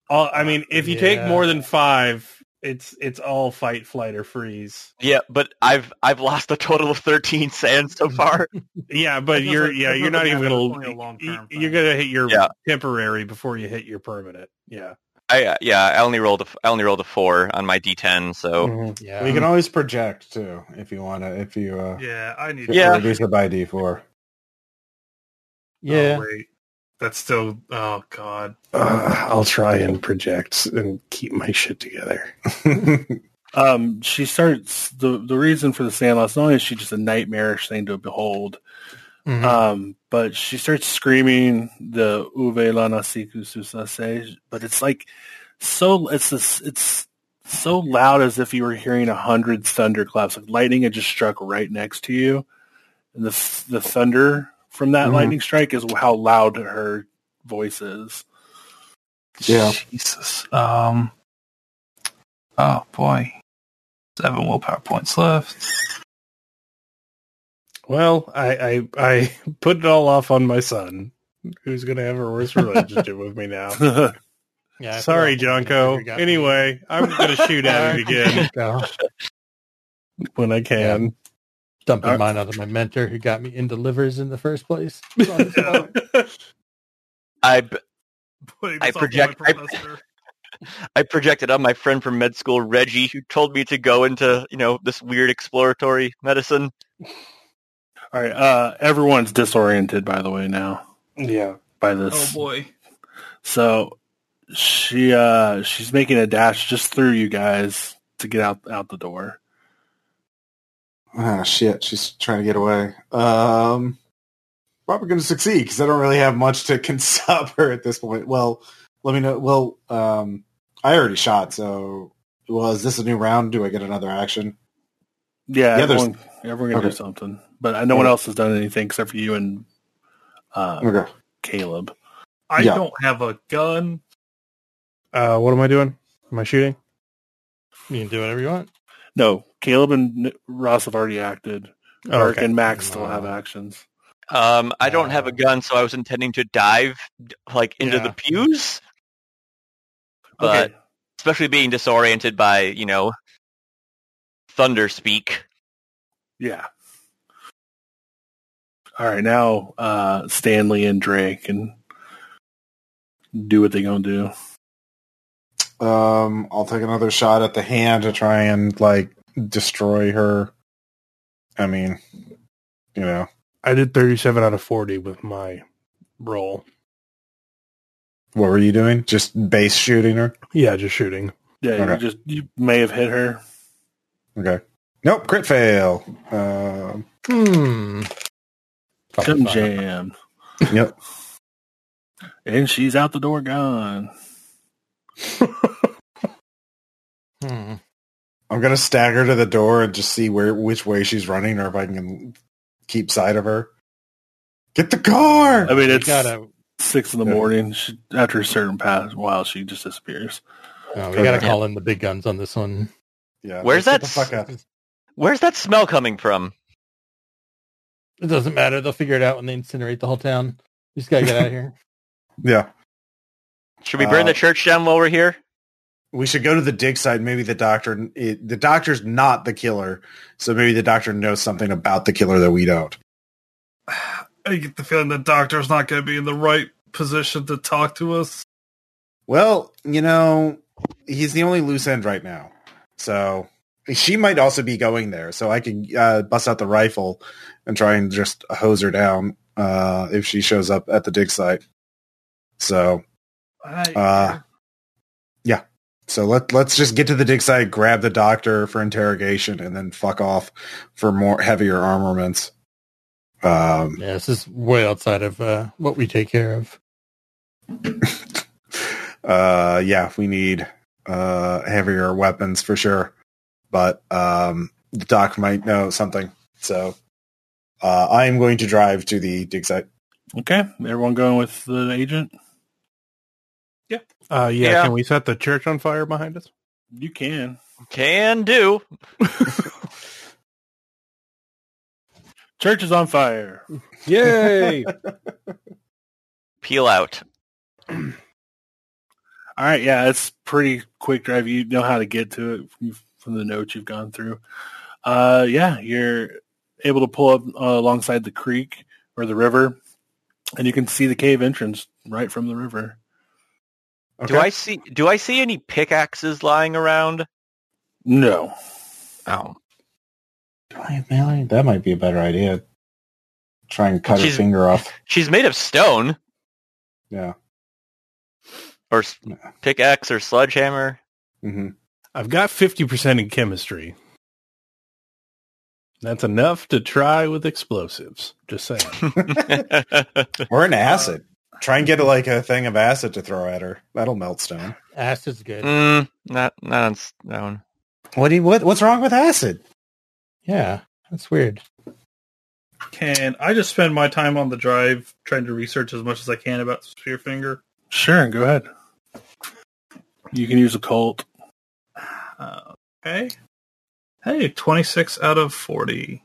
All, I mean, if you take
Yeah.
more than five, it's it's all fight, flight, or freeze.
Yeah, but I've I've lost a total of thirteen sands so far.
Yeah, but
feels
you're
like-
yeah
that
you're
feels
not
like
even
that's
going
definitely a
to
long-term
you're
thing.
going to hit your
Yeah.
temporary before you hit your permanent. Yeah.
I uh, yeah, I only rolled a f- I only rolled a four on my d10, so
Yeah.
you can always project too if you want to. If you uh,
yeah, I need.
if
Yeah.
you reduce it by d4.
yeah.
Oh, wait, that's still. Oh God.
Uh, I'll try and project and keep my shit together.
Um, she starts the the reason for the sand loss. Not only is she just a nightmarish thing to behold,
Mhm.
Um, but she starts screaming the Uve Lana Siku Susase, but it's like so it's this, it's so loud as if you were hearing a hundred thunderclaps. Like lightning had just struck right next to you, and the th- the thunder from that
Mhm.
lightning strike is how loud her voice is.
Yeah.
Jesus. Um. Oh boy. Seven willpower points left.
Well, I, I I put it all off on my son, who's going to have a worse relationship with me now.
Uh,
Yeah, I forgot
Sorry,
what you
Jonko.
got me.
Anyway, I'm going to shoot at it again
Go.
when I can.
dumping
Uh,
mine onto my mentor who got me into livers in the first place. It's all his fault.
I b-
Putting
I
this on my
project- I-
professor.
I projected on my friend from med school, Reggie, who told me to go into you know this weird exploratory medicine.
All right, uh, everyone's disoriented by the way now
yeah.
by this.
Oh boy.
So she uh she's making a dash just through you guys to get out out the door.
Ah, shit. She's trying to get away. Um, probably going to succeed because I don't really have much to can stop her at this point. Well, let me know. Well, um, I already shot, so well, is this a new round? Do I get another action?
Yeah,
Yeah, there's-
everyone, everyone can
okay.
do something, but I- no one
Okay.
else has done anything except for you and uh,
Okay.
Caleb.
I
Yeah.
don't have a gun.
Uh, what am I doing? Am I shooting?
You can do whatever you want.
No, Caleb and N- Ross have already acted.
Oh,
Eric and Max still
Uh,
have actions.
Um, I don't have
Uh.
a gun, so I was intending to dive d- like into
Yeah.
the pews, but
okay,
especially being disoriented by you know thunder speak.
yeah. All right, now uh, Stanley and Drake can do what they gonna do.
Um, I'll take another shot at the hand to try and like destroy her. I mean, you know,
I did 37 out of 40 with my roll.
what were you doing? Just base shooting her?
Yeah, just shooting.
Yeah, you
Okay.
just you may have hit her.
Okay. Nope. Crit fail. Um,
Hmm.
Come
Probably fine.
jam.
yep.
And she's out the door gone.
Hmm.
I'm gonna stagger to the door and just see where which way she's running, or if I can keep sight of her. Get the car.
I mean,
You
it's-
gotta.
Six in the
Yeah.
morning. She, after a certain pass, while she just disappears.
Oh, we gotta call in the big guns on this one.
Yeah.
Where's
let's
that
Get the fuck out.
Where's that smell coming from?
It doesn't matter. They'll figure it out when they incinerate the whole town. We just gotta get out of here.
Yeah.
Should we burn
Uh,
the church down while we're here?
We should go to the dig site. Maybe the doctor, it, the doctor's not the killer, so maybe the doctor knows something about the killer that we don't.
I get the feeling the doctor's not going to be in the right position to talk to us.
Well, you know, he's the only loose end right now, so she might also be going there. So I can uh, bust out the rifle and try and just hose her down uh, if she shows up at the dig site. So
I,
Uh, yeah. So let let's just get to the dig site, grab the doctor for interrogation, and then fuck off for more heavier armaments. Um,
Yeah, this is way outside of uh, what we take care of.
uh, yeah, we need uh heavier weapons for sure, but um, the doc might know something. So uh, I am going to drive to the dig site.
Okay, everyone going with the agent?
Uh, yeah,
Yeah.
Can we set the church on fire behind us?
You can.
Can do.
Church is on fire.
Yay!
Peel out.
All right, yeah, it's pretty quick drive. You know how to get to it from, from the notes you've gone through. Uh, yeah, you're able to pull up uh, alongside the creek or the river, and you can see the cave entrance right from the river.
Okay.
Do I see? Do I see any pickaxes lying around?
No,
Oh,
Do I have melee? That might be a better idea. Try and cut
She's-
her finger off.
she's made of stone
Yeah.
or s- pickaxe or sledgehammer.
hmm
I've got fifty percent in chemistry. That's enough to try with explosives. Just saying.
Or an acid. Try and get like a thing of acid to throw at her. That'll melt stone.
Acid's good.
mm, not not on stone.
What do you, what what's wrong with acid?
Yeah, that's weird.
can I just spend my time on the drive trying to research as much as I can about Spearfinger?
sure, go ahead. You can use a cult.
Uh, okay. Hey, 26 out of 40.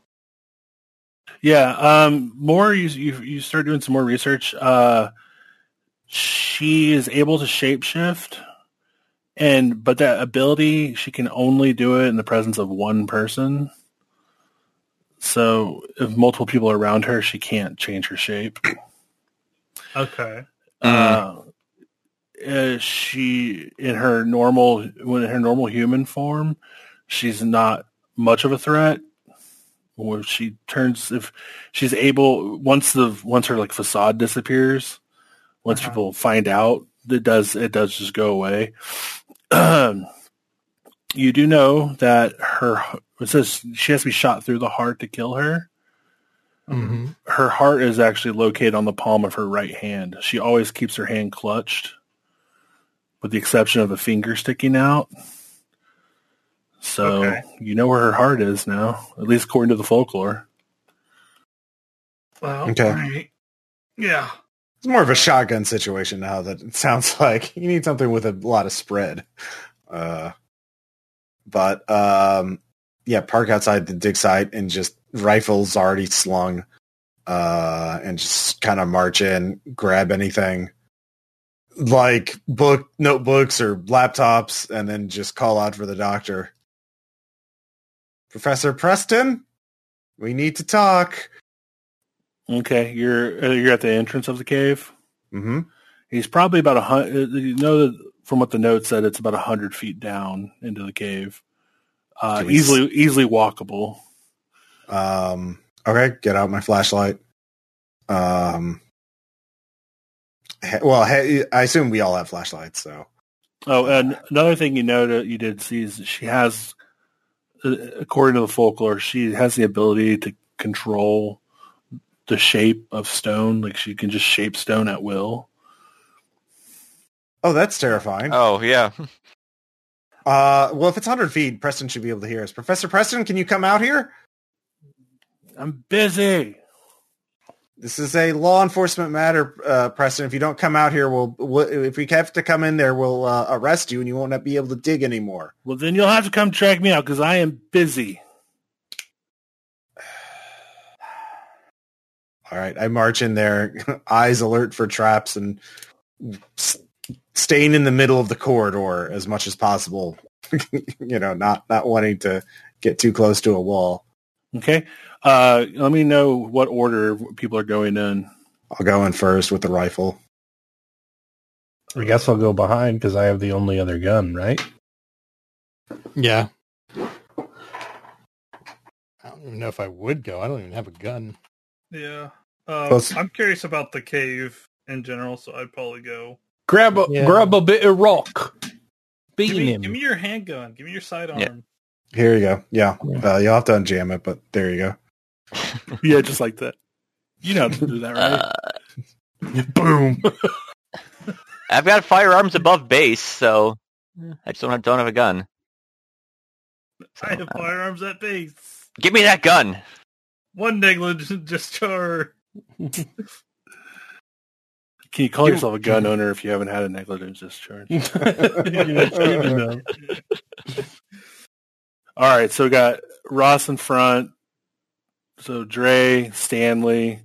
Yeah. Um. More you you you start doing some more research. Uh, she is able to shapeshift, and but that ability she can only do it in the presence of one person. So if multiple people are around her, she can't change her shape.
Okay.
Uh, uh, she in her normal when in her normal human form, she's not much of a threat. Or if she turns if she's able once the once her like facade disappears, once
Uh-huh.
people find out, it does it does just go away. Um, you do know that her it says she has to be shot through the heart to kill her
hmm
her heart is actually located on the palm of her right hand. She always keeps her hand clutched, with the exception of a finger sticking out. So
Okay.
you know where her heart is now, at least according to the folklore.
Well,
Okay.
alright. Yeah.
It's more of a shotgun situation now that it sounds like you need something with a lot of spread. Uh but um yeah, park outside the dig site and just rifles already slung. Uh and just kind of march in, grab anything like book notebooks or laptops and then just call out for the doctor. Professor Preston, we need to talk.
Okay, you're uh, you're at the entrance of the cave.
Mhm.
He's probably about a hundred. You know that from what the note said, it's about a hundred feet down into the cave. Uh,
Can we s-
easily easily walkable.
Um, okay, get out my flashlight. Um, he- well, he, I assume we all have flashlights, so
Oh, and another thing you noted you did see is that she has, uh, according to the folklore, she has the ability to control the shape of stone. Like she can just shape stone at will.
oh, that's terrifying.
Oh yeah.
Uh, well, if it's hundred feet, Preston should be able to hear us. Professor Preston, can you come out here?
I'm busy.
This is a law enforcement matter, uh, Preston. If you don't come out here, we'll, we'll if we have to come in there, we'll uh, arrest you, and you won't be able to dig anymore.
Well, then you'll have to come track me out because I am busy.
All right, I march in there, eyes alert for traps and s- staying in the middle of the corridor as much as possible. you know, not not wanting to get too close to a wall.
Okay. Uh, let me know what order people are going in.
I'll go in first with the rifle.
I guess I'll go behind because I have the only other gun, right?
Yeah. I don't even know if I would go. I don't even have a gun.
Yeah. Um,
Close.
I'm curious about the cave in general, so I'd probably go.
Grab a
Yeah.
grab a bit of rock.
Give
Bean
me,
him.
give me your handgun. Give me your sidearm.
Yeah.
Here you go. Yeah,
Yeah.
Uh, you'll have to unjam it, but there you go.
Yeah, just like that. You know how to do that, right?
Uh,
Boom.
I've got firearms above base, so I just don't have, don't have a gun. So,
I have
uh,
firearms at base.
give me that gun.
One negligent discharge.
Can you call
You-
yourself a gun owner if you haven't had a negligence discharge?
Oh,
All right, so we got Ross in front. So Dre, Stanley.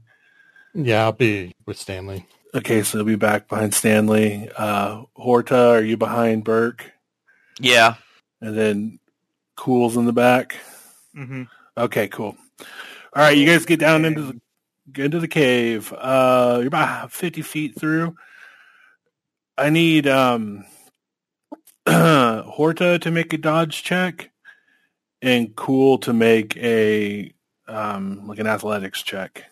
Yeah, I'll be with Stanley.
Okay, so he'll be back behind Stanley. Uh, Horta, are you behind Burke?
Yeah.
And then Cool's in the back.
hmm
Okay, cool. All right, you guys get down into the get into the cave. Uh, you're about fifty feet through. I need um, Horta to make a dodge check, and Cool to make a um, like an athletics check,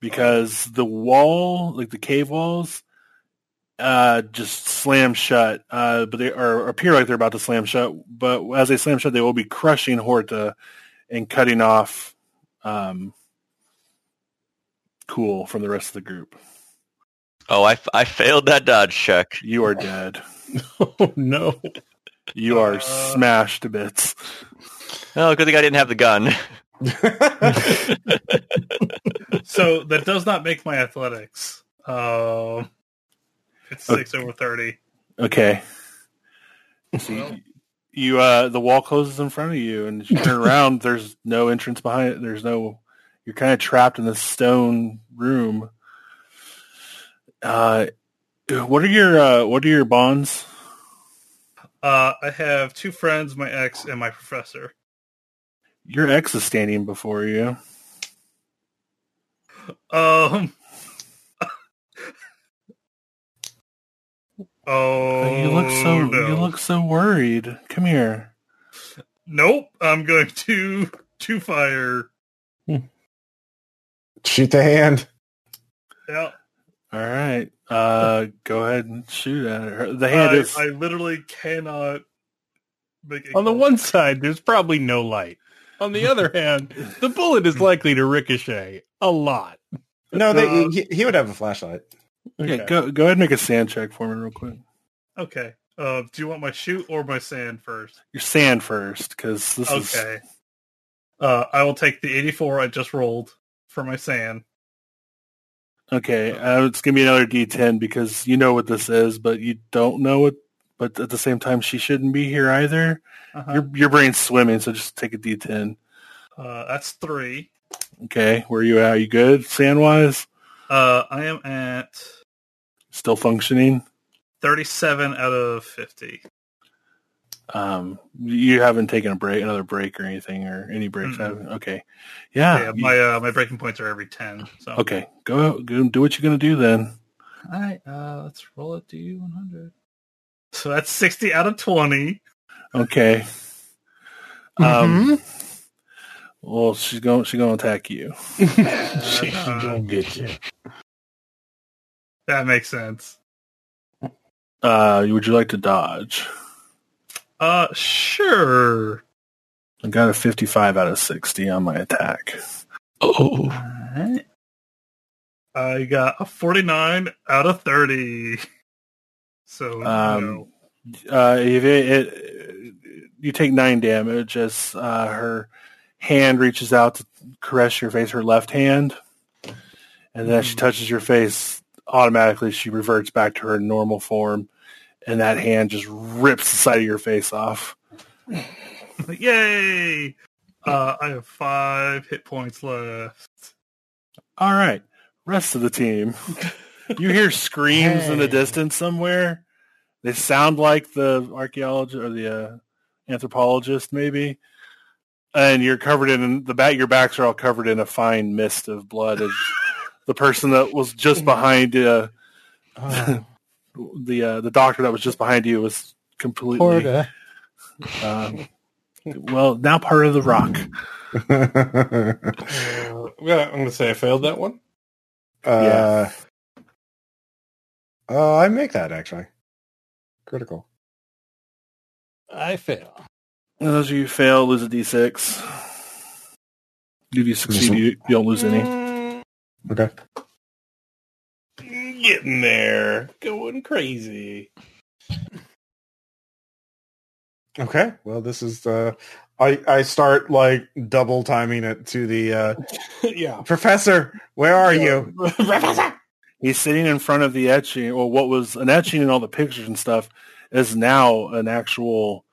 because the wall, like the cave walls, uh, just slam shut. Uh, but they or appear like they're about to slam shut. But as they slam shut, they will be crushing Horta and cutting off um, Cool from the rest of the group.
Oh, I, f- I failed that dodge check.
You are dead.
oh no.
You are
Uh.
smashed to bits.
Oh, good thing I didn't have the gun.
So that does not make my athletics. Um, it's six over thirty.
Okay.
Well,
You uh the wall closes in front of you and as you turn around there's no entrance behind it. There's no you're kind of trapped in this stone room. Uh what are your uh what are your bonds?
uh, I have two friends, my ex and my professor.
Your ex is standing before you.
Um.
Oh,
oh,
you look so
no.
you look so worried. Come here.
Nope, I'm going to to fire.
Shoot the hand.
Yeah,
All right. Uh, go ahead and shoot at her. The hand
I,
is.
Uh, I literally cannot make a
On the one side, there's probably no light. On the other hand, the bullet is likely to ricochet a lot.
No, they,
Uh,
he, he would have a flashlight.
Yeah, go go ahead and make a sand check for me real quick.
Okay. Uh, do you want my shoot or my sand first?
Your sand first, because this is
Okay. Uh, I will take the 84 I just rolled for my sand.
okay. Uh, it's gonna be another D10 because you know what this is, but you don't know it. But at the same time, she shouldn't be here either.
Uh-huh.
Your your brain's swimming, so just take a D10.
Uh, that's three.
Okay, where you at? You good? Sand wise,
Uh, I am at
still functioning.
37 out of 50.
Um, you haven't taken a break, another break or anything, or any breaks.
Mm-mm.
haven't- Okay,
Yeah,
yeah.
my uh, my breaking points are every 10. So
Ah, okay, go, go do what you're gonna do then.
All right. Uh, let's roll it to 100. So that's 60 out of 20.
Okay. Um, Well, she's going. She's going to attack you.
She gonna get you.
That makes sense.
Uh, would you like to dodge?
Uh, sure.
I got a fifty-five out of sixty on my attack.
Oh.
Alright. I got a 49 out of 30. So,
Um,
no.
Uh, if it, it, you take nine damage as uh, her hand reaches out to caress your face, her left hand, and then as she touches your face. Automatically, she reverts back to her normal form, and that hand just rips the side of your face off. Um,
Yay! Uh, I have five hit points left.
All right, rest of the team. you hear screams in the
Hey.
distance somewhere. They sound like the archaeologist or the uh, anthropologist, maybe. And you're covered in the back. Your backs are all covered in a fine mist of blood. As the person that was just behind uh,
Oh,
the uh, the doctor that was just behind you was completely
Porta.
um, well now part of the rock.
uh,
Uh, yeah, I'm gonna say I failed that one.
uh, I make that actually critical.
I fail.
And those of you who fail lose a d6. If you succeed, you, you don't lose any.
Mm,
Okay.
Getting there, going crazy.
Okay. Well, this is uh, I I start like double timing it to the uh,
yeah,
professor. Where are you?
He's sitting in front of the etching, or what was an etching and all the pictures and stuff, is now an actual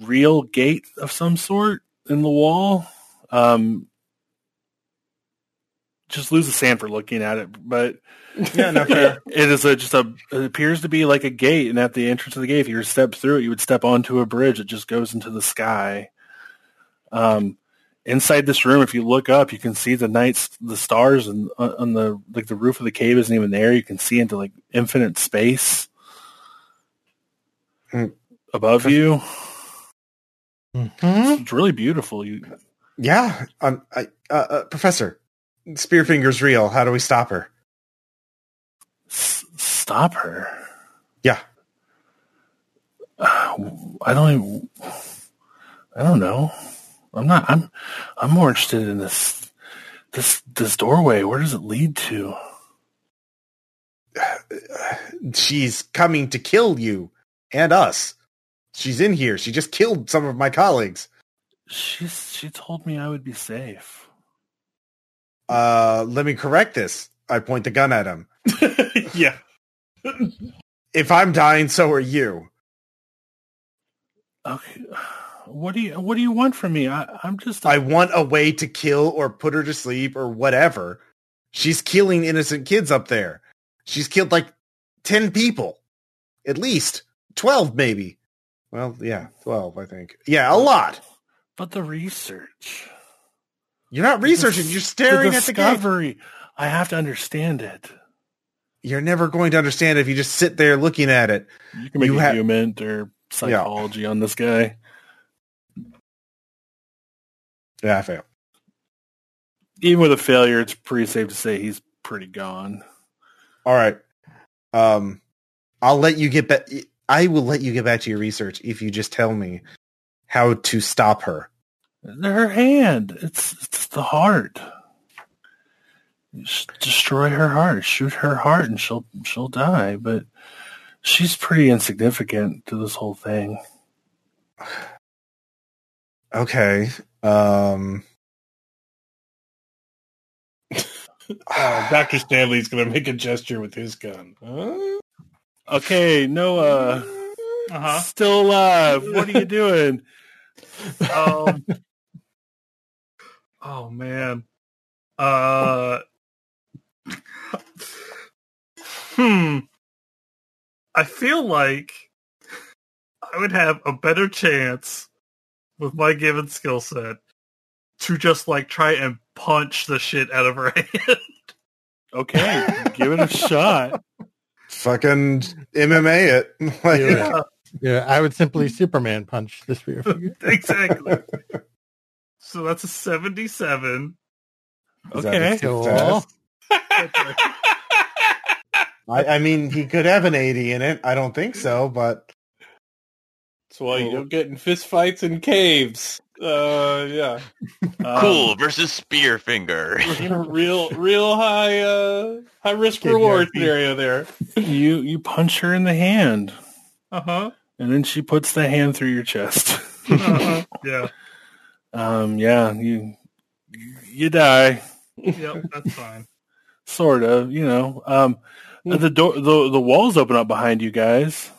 real gate of some sort in the wall. Um, just lose the sand for looking at it, but
Yeah, no fair.
It is a, just a. It appears to be like a gate, and at the entrance of the gate, if you were to step through it, you would step onto a bridge that just goes into the sky. Um, inside this room, if you look up, you can see the nights, the stars, and on on the like the roof of the cave isn't even there. You can see into like infinite space
Hmm.
above you.
Mm-hmm.
Mhm.
It's really beautiful. You
Yeah. Um. I, uh, uh, professor, Spearfinger's real. How do we stop her?
s- stop her.
Yeah.
Uh, I don't. Even, I don't know. I'm not. I'm. I'm more interested in this. This this doorway. Where does it lead to?
She's coming to kill you and us. She's in here. She just killed some of my colleagues.
She's. She told me I would be safe.
Uh, let me correct this. I point the gun at him.
yeah.
If I'm dying, so are you.
Okay. What do you What do you want from me? I, I'm just.
I want a way to kill or put her to sleep or whatever. She's killing innocent kids up there. She's killed like 10 people. At least 12 maybe. Well, yeah, 12 I think. Yeah, a lot.
but the research.
You're not researching,
dis-
you're staring
the
at the game.
discovery. I have to understand it.
You're never going to understand if you just sit there looking at it.
You can make
You
a
ha-
human or psychology on this guy.
Yeah, I fail.
Even with a failure, it's pretty safe to say he's pretty gone.
All right. Um, I'll let you get back. I will let you get back to your research if you just tell me how to stop her.
Her hand. It's, it's the heart. Just destroy her heart. Shoot her heart, and she'll she'll die. But she's pretty insignificant to this whole thing.
Okay. Um,
Uh, Doctor Stanley's gonna make a gesture with his gun. Huh?
Okay, Noah,
Uh-huh.
still alive. What are you doing?
Um, oh man. Uh. Hmm. I feel like I would have a better chance with my given skill set to just like try and punch the shit out of her hand.
Okay, give it a shot.
fucking MMA it. Like,
Yeah. Yeah, I would simply Superman punch this rear figure.
exactly. So that's a seventy-seven.
is that a
Okay.
success? I, I mean, he could have an eighty in it. I don't think so, but
That's why you don't get in fist fights in caves. Uh, yeah,
Um,
cool versus Spearfinger.
real, real high, uh, high risk
Kid
reward
Yaki.
scenario there.
Um, You you punch her in the hand,
Uh huh.
and then she puts the hand through your chest.
Uh-huh. Yeah.
Um, yeah, you you die,
Yep. That's fine.
sort of. You know, um,
Hmm.
the door, the the walls open up behind you guys.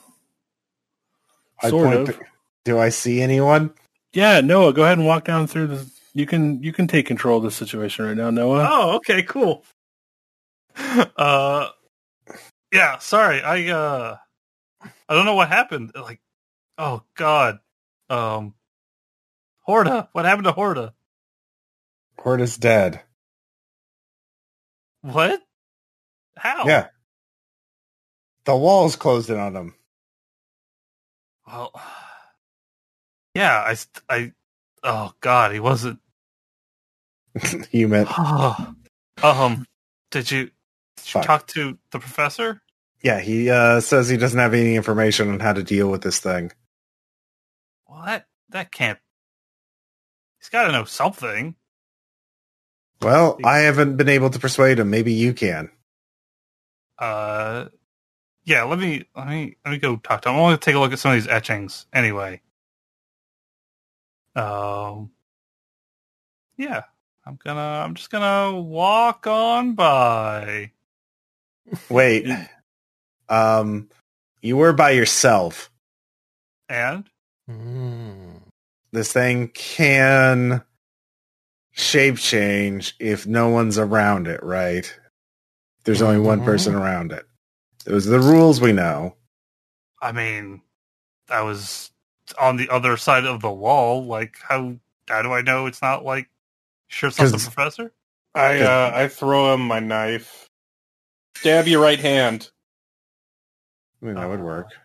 I
Sort of.
point. the- do I see anyone?
yeah, Noah, go ahead and walk down through the. You can
Uh,
Oh,
you can take control of the situation right now, Noah.
Oh, okay, cool. Oh, Uh, Yeah, sorry. I uh I don't know what happened. Like oh god. Um Horda, what happened to Horda?
Hort is dead.
What? How?
Yeah. The walls closed in on him.
Well, yeah, I, st- I, oh God, he wasn't.
he meant,
um, did you, did you
Fuck.
talk to the professor?
yeah, he uh, says he doesn't have any information on how to deal with this thing.
Well, that, that can't, he's got to know something.
Well, I haven't been able to persuade him. Maybe you can.
Uh, yeah, let me, let me, let me go talk to him. I want to take a look at some of these etchings anyway. Um, yeah, I'm gonna, I'm just gonna walk on by.
Wait. um, you were by yourself.
And
Mm.
This thing can shape change if no one's around it, right? There's only one
Mm-hmm.
Mhm.
person around it. Those are the rules we know.
I mean, I was on the other side of the wall. Like, how how do I know it's not like sure it's not the
'Cause-
professor?
I uh, I throw him my knife. Stab your right hand.
I mean, that would work.
Oh.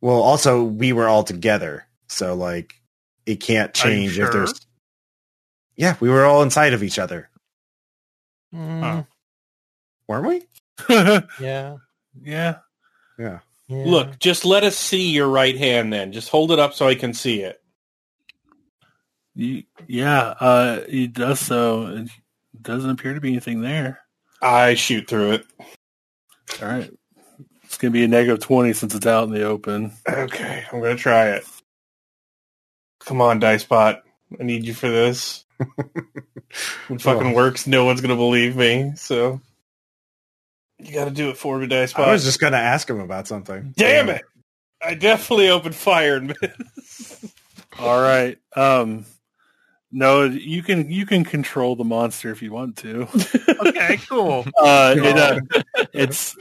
Well, also, we were all together. So, like, it can't
Are you
change
sure?
if there's. Yeah, we were all inside of each other,
Mm,
weren't we?
yeah,
Yeah.
Yeah.
yeah.
Look, just let us see your right hand then. Just hold it up so I can see it.
You, yeah. Uh, he does so. It doesn't appear to be anything there.
I shoot through it.
All right. It's going to be a negative 20 since it's out in the open.
Okay, I'm gonna try it. Come on, Dicebot. I need you for this. it fucking works. No one's gonna believe me, so you gotta do it for me,
I was
Dicebot.
just going to ask him about something.
Damn it! I definitely opened fire and missed.
All right. Um, no, you can you can control the monster if you want to.
Okay, cool.
Uh, it, uh, it's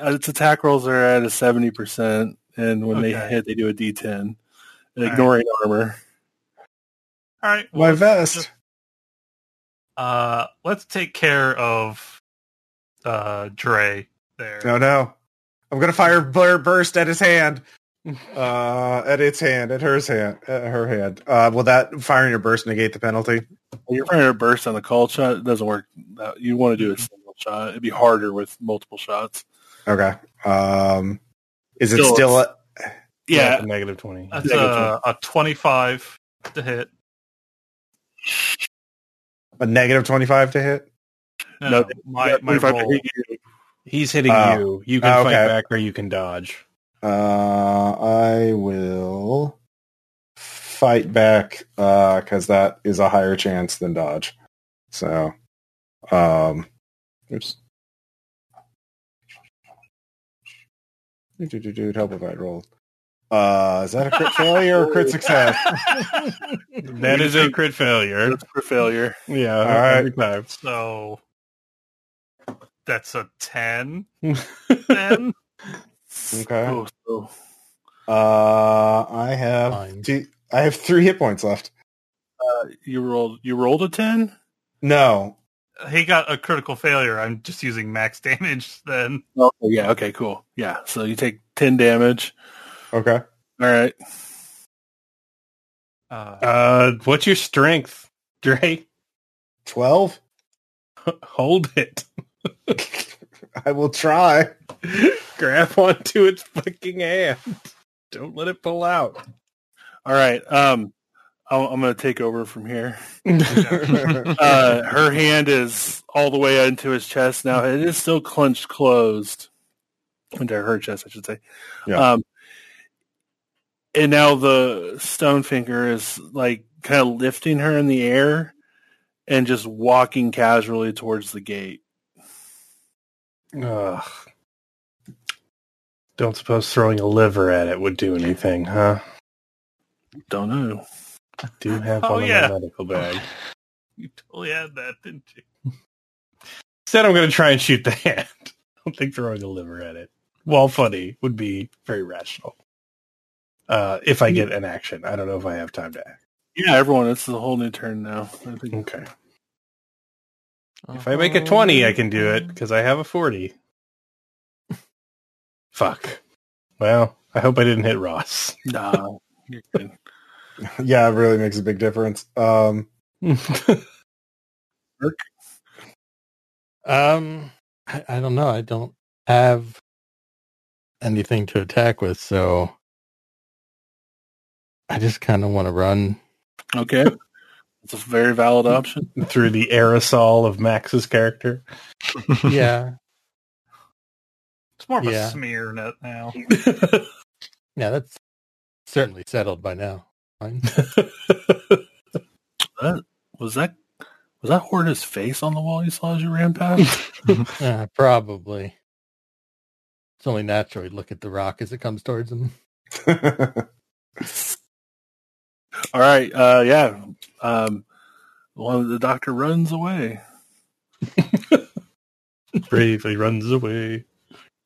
uh, its attack rolls are at a seventy percent, and when they
Okay.
hit, they do a D10,
right.
ignoring armor.
All right.
My
Well,
vest.
uh, let's take care of uh Dre there.
No, no. I'm going to fire Blur Burst at his hand. Uh, at its hand, at hers hand, at her hand. Uh, will that firing a burst negate the penalty?
You're trying to burst on the call shot; it doesn't work. Uh, You want to do a
Mm-hmm.
single shot. It'd be harder with multiple shots.
Okay. Um, is it
Still-
still, a-
Yeah,
negative twenty.
That's a, a twenty-five to hit.
a negative 25 to hit?
No,
No,
no, my my
25
roll.
hit you.
He's hitting
Oh.
you. You
can Oh, fight okay.
back or you can dodge.
Uh, I will fight back uh because that is a higher chance than dodge. So, um, oops. Dude, dude, dude, help if I roll. Uh, is that a crit failure or crit success?
That is a crit failure.
That's for failure.
Yeah,
All right.
every time.
So that's a ten. Then
Okay.
Oh, so
Uh, I have
Fine.
two, I have three hit points left.
you rolled you rolled a ten.
No,
he got a critical failure. I'm just using max damage then.
Oh yeah, okay, cool. Yeah, so you take ten damage.
okay.
All right.
Uh,
Uh, what's your strength, Dre?
Twelve.
Hold it.
I will try.
Grab onto its fucking hand. Don't let it pull out.
All right. Um, I'll, I'm going to take over from here. Uh, her hand is all the way into his chest now. It is still clenched closed into her chest, I should say.
Yeah.
Um, and now the stone finger is like kind of lifting her in the air and just walking casually towards the gate.
Ugh. Don't suppose throwing a liver at it would do anything, huh?
Don't know.
Do have
Oh,
one
yeah.
in my medical bag.
you totally had that, didn't you?
Said I'm going to try and shoot the hand. don't think throwing a liver at it, while funny, would be very rational. Uh, if I get an action, I don't know if I have time to act.
Yeah, everyone, it's a whole new turn now. I think.
Okay. If I make a 20, I can do it because I have a 40. Fuck. Well, I hope I didn't hit Ross.
Nah, you're good.
yeah, it really makes a big difference. Um,
Um, I, I don't know. I don't have anything to attack with, so I just kind of want to run.
Okay. It's a very valid option.
Through the aerosol of Max's character.
Yeah,
It's more of
Yeah.
a smear net now.
yeah, that's certainly settled by now. Fine.
Was that was that Horta's face on the wall you saw as you ran past?
Uh, probably. It's only natural he'd look at the rock as it comes towards him.
All right. Uh, yeah. Um, one the doctor runs away.
Bravely runs away.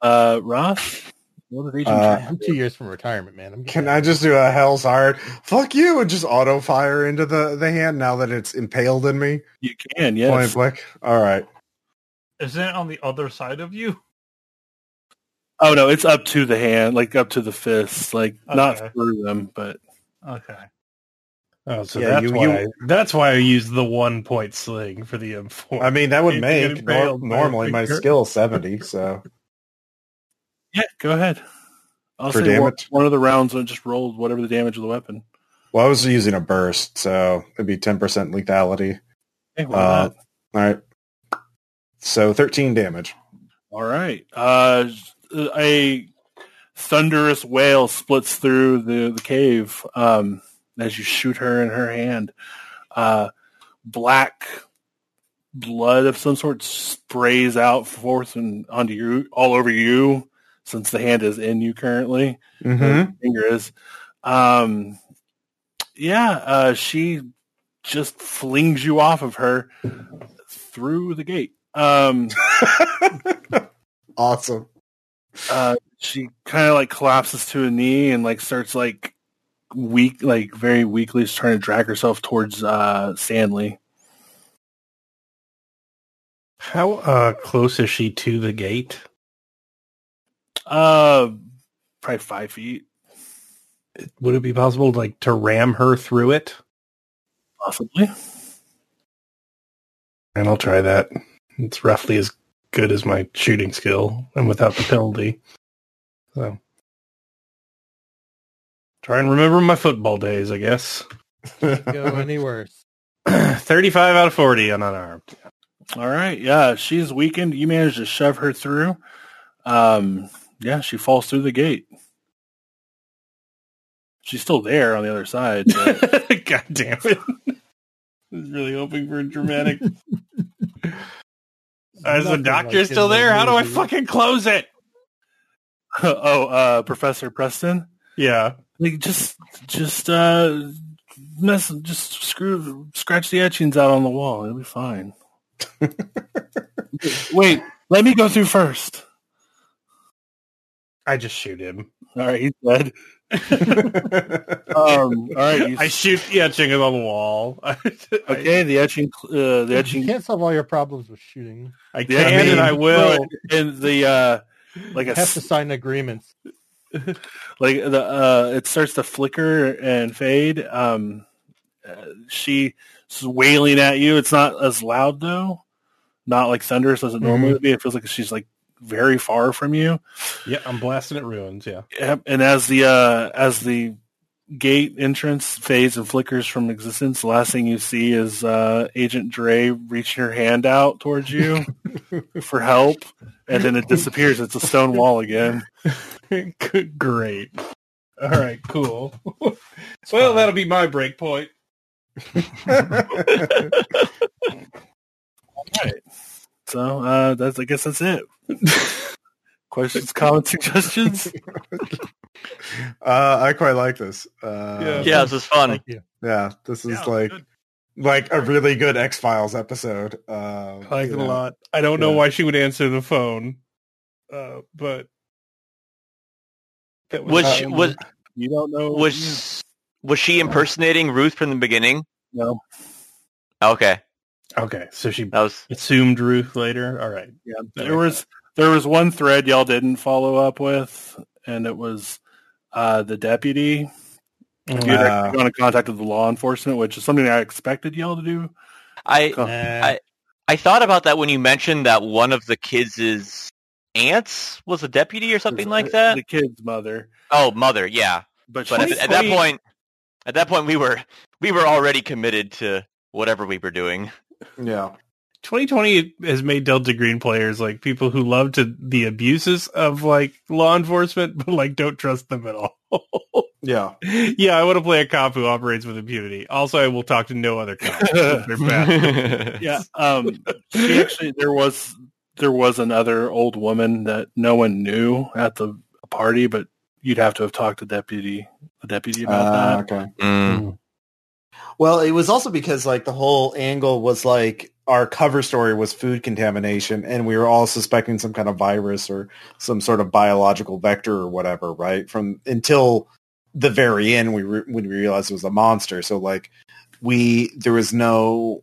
Uh, Ross, what did Agent
Uh,
Tran-
I'm two years from retirement, man. I'm
Can I just do a hell's hard fuck you and just auto fire into the, the hand now that it's impaled in me?
You can, yes.
Point blank. All right.
Isn't it on the other side of you?
Oh no, it's up to the hand, like up to the fists, like
Okay.
not through them, but
Okay.
Oh, so
Yeah,
that's,
you-
why,
you-
that's why I used the one point sling for the M4.
I mean, that would
You get
make nor-
impaled by a
normally my
finger.
skill 70, so.
yeah, go ahead. I'll
For
say one,
damage?
one of the rounds when it just rolled whatever the damage of the weapon.
Well, I was using a burst, so it'd be 10% lethality.
Okay, why
Uh,
not?
all right. So 13 damage.
All right. Uh, a thunderous wail splits through the, the cave um, as you shoot her in her hand. Uh, black blood of some sort sprays out forth and onto you, all over you, since the hand is in you currently.
Mm-hmm.
Finger is. Um, yeah, uh, she just flings you off of her through the gate. Um,
awesome.
uh, she kind of like collapses to a knee and like starts like weak, like very weakly, just trying to drag herself towards uh, Stanley.
How uh, close is she to the gate?
Uh, probably five feet,
Would it be possible, like, to ram her through it?
possibly.
And I'll try that. It's roughly as good as my shooting skill and without the penalty. So try and remember my football days, I guess.
go any worse?
35 out of 40 on unarmed.
All right, yeah, she's weakened. You manage to shove her through. Um, yeah, she falls through the gate. She's still there on the other side. But
God damn it. I was really hoping for a dramatic. Is the
Nothing
doctor
like
still
in the
there? How do I
movie.
fucking close it?
oh, uh, Professor Preston.
Yeah.
Like just just uh mess just screw scratch the etchings out on the wall. It'll be fine. Wait, let me go through first.
I just shoot him.
All right, he's dead.
Uh,
Um, all right, you-
I shoot the etching on the wall. I,
okay. The etching, uh, the
You
etching,
can't solve all your problems with shooting.
I
the etching
can and I will.
and the uh, like
You
a
have to
s-
sign agreements.
like the uh, it starts to flicker and fade. Um, uh, she's wailing at you. It's not as loud though, not like thunderous as it normally would be. It feels like she's like very far from you.
Yeah, I'm blasting at ruins. Yeah.
Yep, and as the uh, as the gate entrance fades and flickers from existence, the last thing you see is uh, Agent Dre reaching her hand out towards you for help, and then it disappears. It's a stone wall again.
Good- Great. All right, cool. well, that'll be my break point.
So uh, that's I guess that's it. Questions, comments, suggestions.
uh, I quite like this. Uh,
Yeah.
yeah, this is fun.
Thank you.
yeah, This is
Yeah,
like
good.
like a really good X Files episode. Uh,
I like
you
it a
know.
lot. I don't know
Yeah.
why she would answer the phone. Uh, but that
Was she,
not-
was
You don't know.
was was she impersonating Ruth from the beginning?
No.
Okay,
okay. So she
that was
Assumed Ruth later. All right.
Yeah, there was there was one thread y'all didn't follow up with, and it was uh, the deputy. You had
Uh.
actually gone in contact with the law enforcement, which is something I expected y'all to do.
I.
Cool.
Nah.
I thought about that when you mentioned that one of the kids' aunts was a deputy or something like that.
The kid's mother,
Oh, mother, yeah.
but,
But at,
she's
at that
sweet.
point, at that point, we were we were already committed to whatever we were doing.
Yeah.
2020 has made Delta Green players like people who love to the abuses of like law enforcement, but like don't trust them at all.
Yeah.
yeah, I want to play a cop who operates with impunity. Also, I will talk to no other cops. if they're bad.
yeah, um, she actually there was there was another old woman that no one knew at the party, but you'd have to have talked to deputy the deputy about
Uh,
that.
okay.
Mm.
Well, it was also because like the whole angle was like our cover story was food contamination, and we were all suspecting some kind of virus or some sort of biological vector or whatever, right? From until the very end, we re- when we realized it was a monster. So like we there was no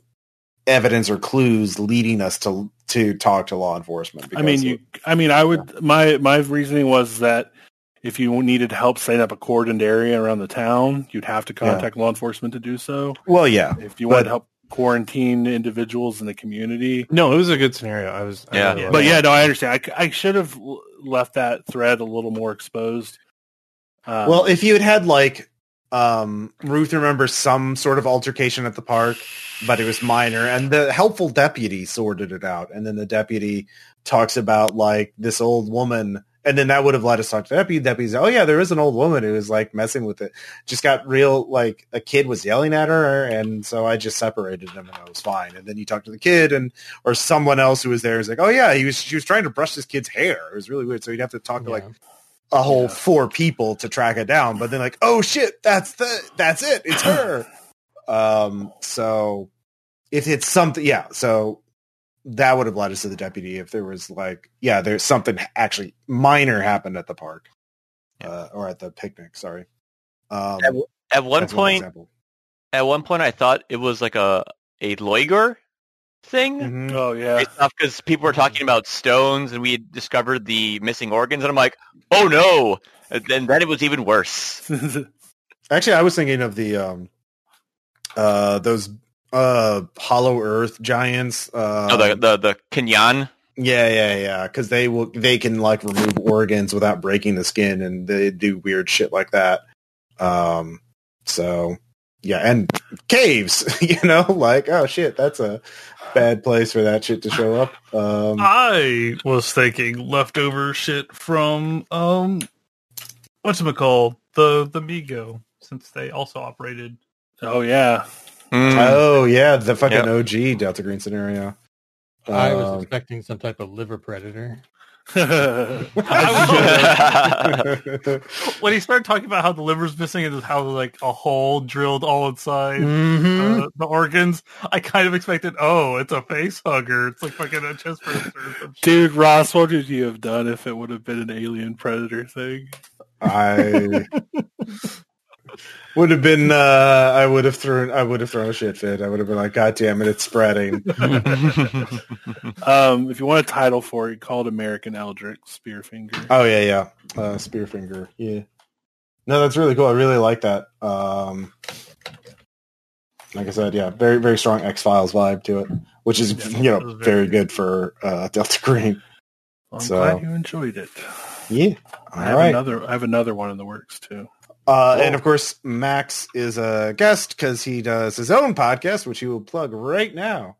evidence or clues leading us to to talk to law enforcement.
I mean,
Ah, because
you. I mean, I would. My my reasoning was that if you needed help setting up a cordoned area around the town, you'd have to contact law enforcement to do so.
well, yeah,
If you wanted
But-
to help quarantine individuals in the community,
No, it was a good scenario. I was, I
Yeah.
really
but
liked
yeah,
it.
no, I understand. I c- I, should have l- left that thread a little more exposed. Um,
Well, if you had had like um, Ruth remembers some sort of altercation at the park, but it was minor, and the helpful deputy sorted it out, and then the deputy talks about like this old woman, and then that would have let us talk to the deputy. Deputy's, oh yeah, there is an old woman who was like messing with it. Just got real like a kid was yelling at her, and so I just separated them, and I was fine. And then you talk to the kid, and or someone else who was there is like, oh yeah, he was she was trying to brush this kid's hair. It was really weird. So you'd have to talk to like a whole
Yeah.
four people to track it down, but then like, oh shit, that's the that's it, it's her. um, so if it's something, yeah, so that would have led us to the deputy if there was like, yeah, there's something actually minor happened at the park uh, or at the picnic. Sorry. Um,
At At one
that's
point,
example.
at one point, I thought it was like a a Loiger thing.
Mhm.
oh yeah,
because people were talking about stones and we had discovered the missing organs and I'm like, oh no! And then, then it was even worse.
Actually, I was thinking of the um, uh, those uh, hollow Earth giants. Uh,
oh, the the the Kenyan.
Yeah, yeah, yeah. Because they will, they can like remove organs without breaking the skin, and they do weird shit like that. Um, so yeah, and caves, you know, like oh shit, that's a bad place for that shit to show up. Um,
I was thinking leftover shit from um whatchamacall, the the Migo, since they also operated
oh yeah.
Mm.
oh yeah, the fucking
Yeah.
OG Delta Green scenario.
I was
Um,
expecting some type of liver predator.
Um,
when he started talking about how the liver's missing and how like a hole drilled all inside
Mm-hmm.
uh, the organs, I kind of expected, oh, it's a face hugger. It's like fucking a chest burster. or some shit.
Dude, Ross, what would you have done if it would have been an alien predator thing?
I would have been. Uh, I would have thrown. I would have thrown a shit fit. I would have been like, God damn it, it's spreading.
Um, if you want a title for it, call it American Eldritch Spearfinger.
Oh yeah, yeah. Uh, Spearfinger. Yeah. No, that's really cool. I really like that. Um, like I said, yeah, very very strong X Files vibe to it, which is
Yeah,
you know
it was
very,
very
good for uh, Delta Green.
I'm
So-
glad you enjoyed it.
Yeah.
I
All
have
right.
another. I have another one in the works too.
Uh,
Cool.
and of course, Max is a guest because he does his own podcast, which he will plug right now.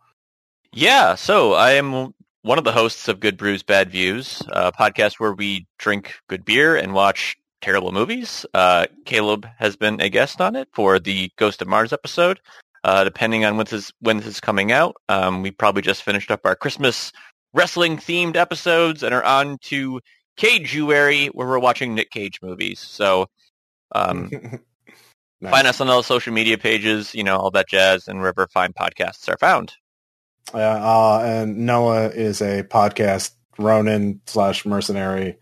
Yeah, so I am one of the hosts of Good Brews, Bad Views, a podcast where we drink good beer and watch terrible movies. Uh, Caleb has been a guest on it for the Ghost of Mars episode. Uh, depending on when this, is, when this is coming out, um, we probably just finished up our Christmas wrestling-themed episodes and are on to Cageuary, where we're watching Nick Cage movies. So um,
Nice.
find us on all the social media pages, you know, all that jazz, and wherever fine podcasts are found.
Uh, uh, and Noah is a podcast Ronin slash mercenary,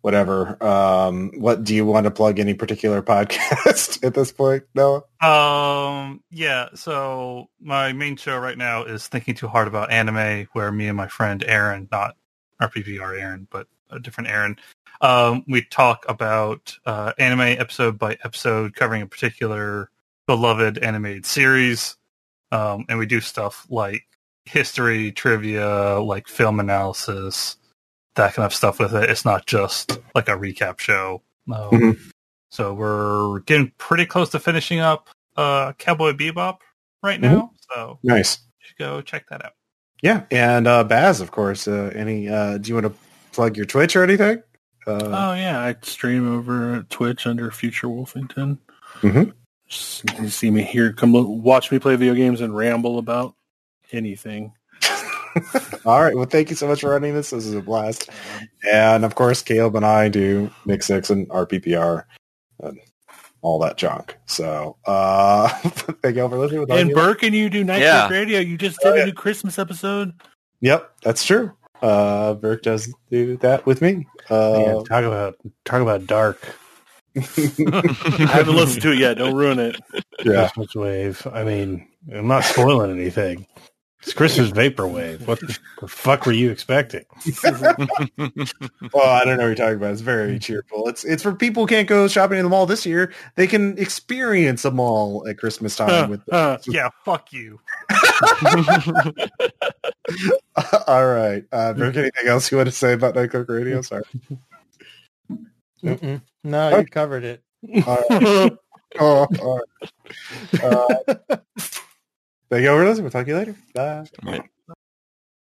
whatever. Um, what do you want to plug any particular podcast at this point, Noah?
Um, yeah, so my main show right now is Thinking Too Hard About Anime, where me and my friend Aaron, not RPVR Aaron, but a different Aaron, um, we talk about uh, anime episode by episode, covering a particular beloved animated series. Um, and we do stuff like history, trivia, like film analysis, that kind of stuff with it. It's not just like a recap show. Um,
Mhm.
So we're getting pretty close to finishing up uh, Cowboy Bebop right
Mhm.
now. So
Nice.
you should go check that out.
Yeah, and uh, Baz, of course. Uh, any? Uh, do you want to plug your Twitch or anything? Uh,
Oh yeah, I stream over at Twitch under Future Wolfington.
Mhm.
Just- you see me here, come lo- watch me play video games and ramble about anything.
all right. Well, thank you so much for running this. This is a blast. And of course, Caleb and I do Mix Six and RPPR and all that junk. So uh, thank y'all for listening. With all
and
you-
Burke and you do Night
Yeah.
Shift Radio. You just did
Oh, yeah.
a new Christmas episode.
yep, that's true. Uh, Burke does do that with me. Uh,
Man, talk about talk about dark
I haven't listened to it yet. Don't ruin it.
yeah.
Christmas wave. I mean, I'm not spoiling anything. It's Christmas vaporwave. What the, the fuck were you expecting?
Well, I don't know what you're talking about. It's very cheerful. It's it's for people who can't go shopping in the mall this year. They can experience a mall at Christmas time with
Uh,
Yeah, fuck you.
All right. Uh, Rick, anything else you want to say about Nightclub Radio? Sorry.
Mm-mm. No, you covered it.
All right. oh, all right. Uh, thank you all for listening. We'll talk to you later. Bye.
All right.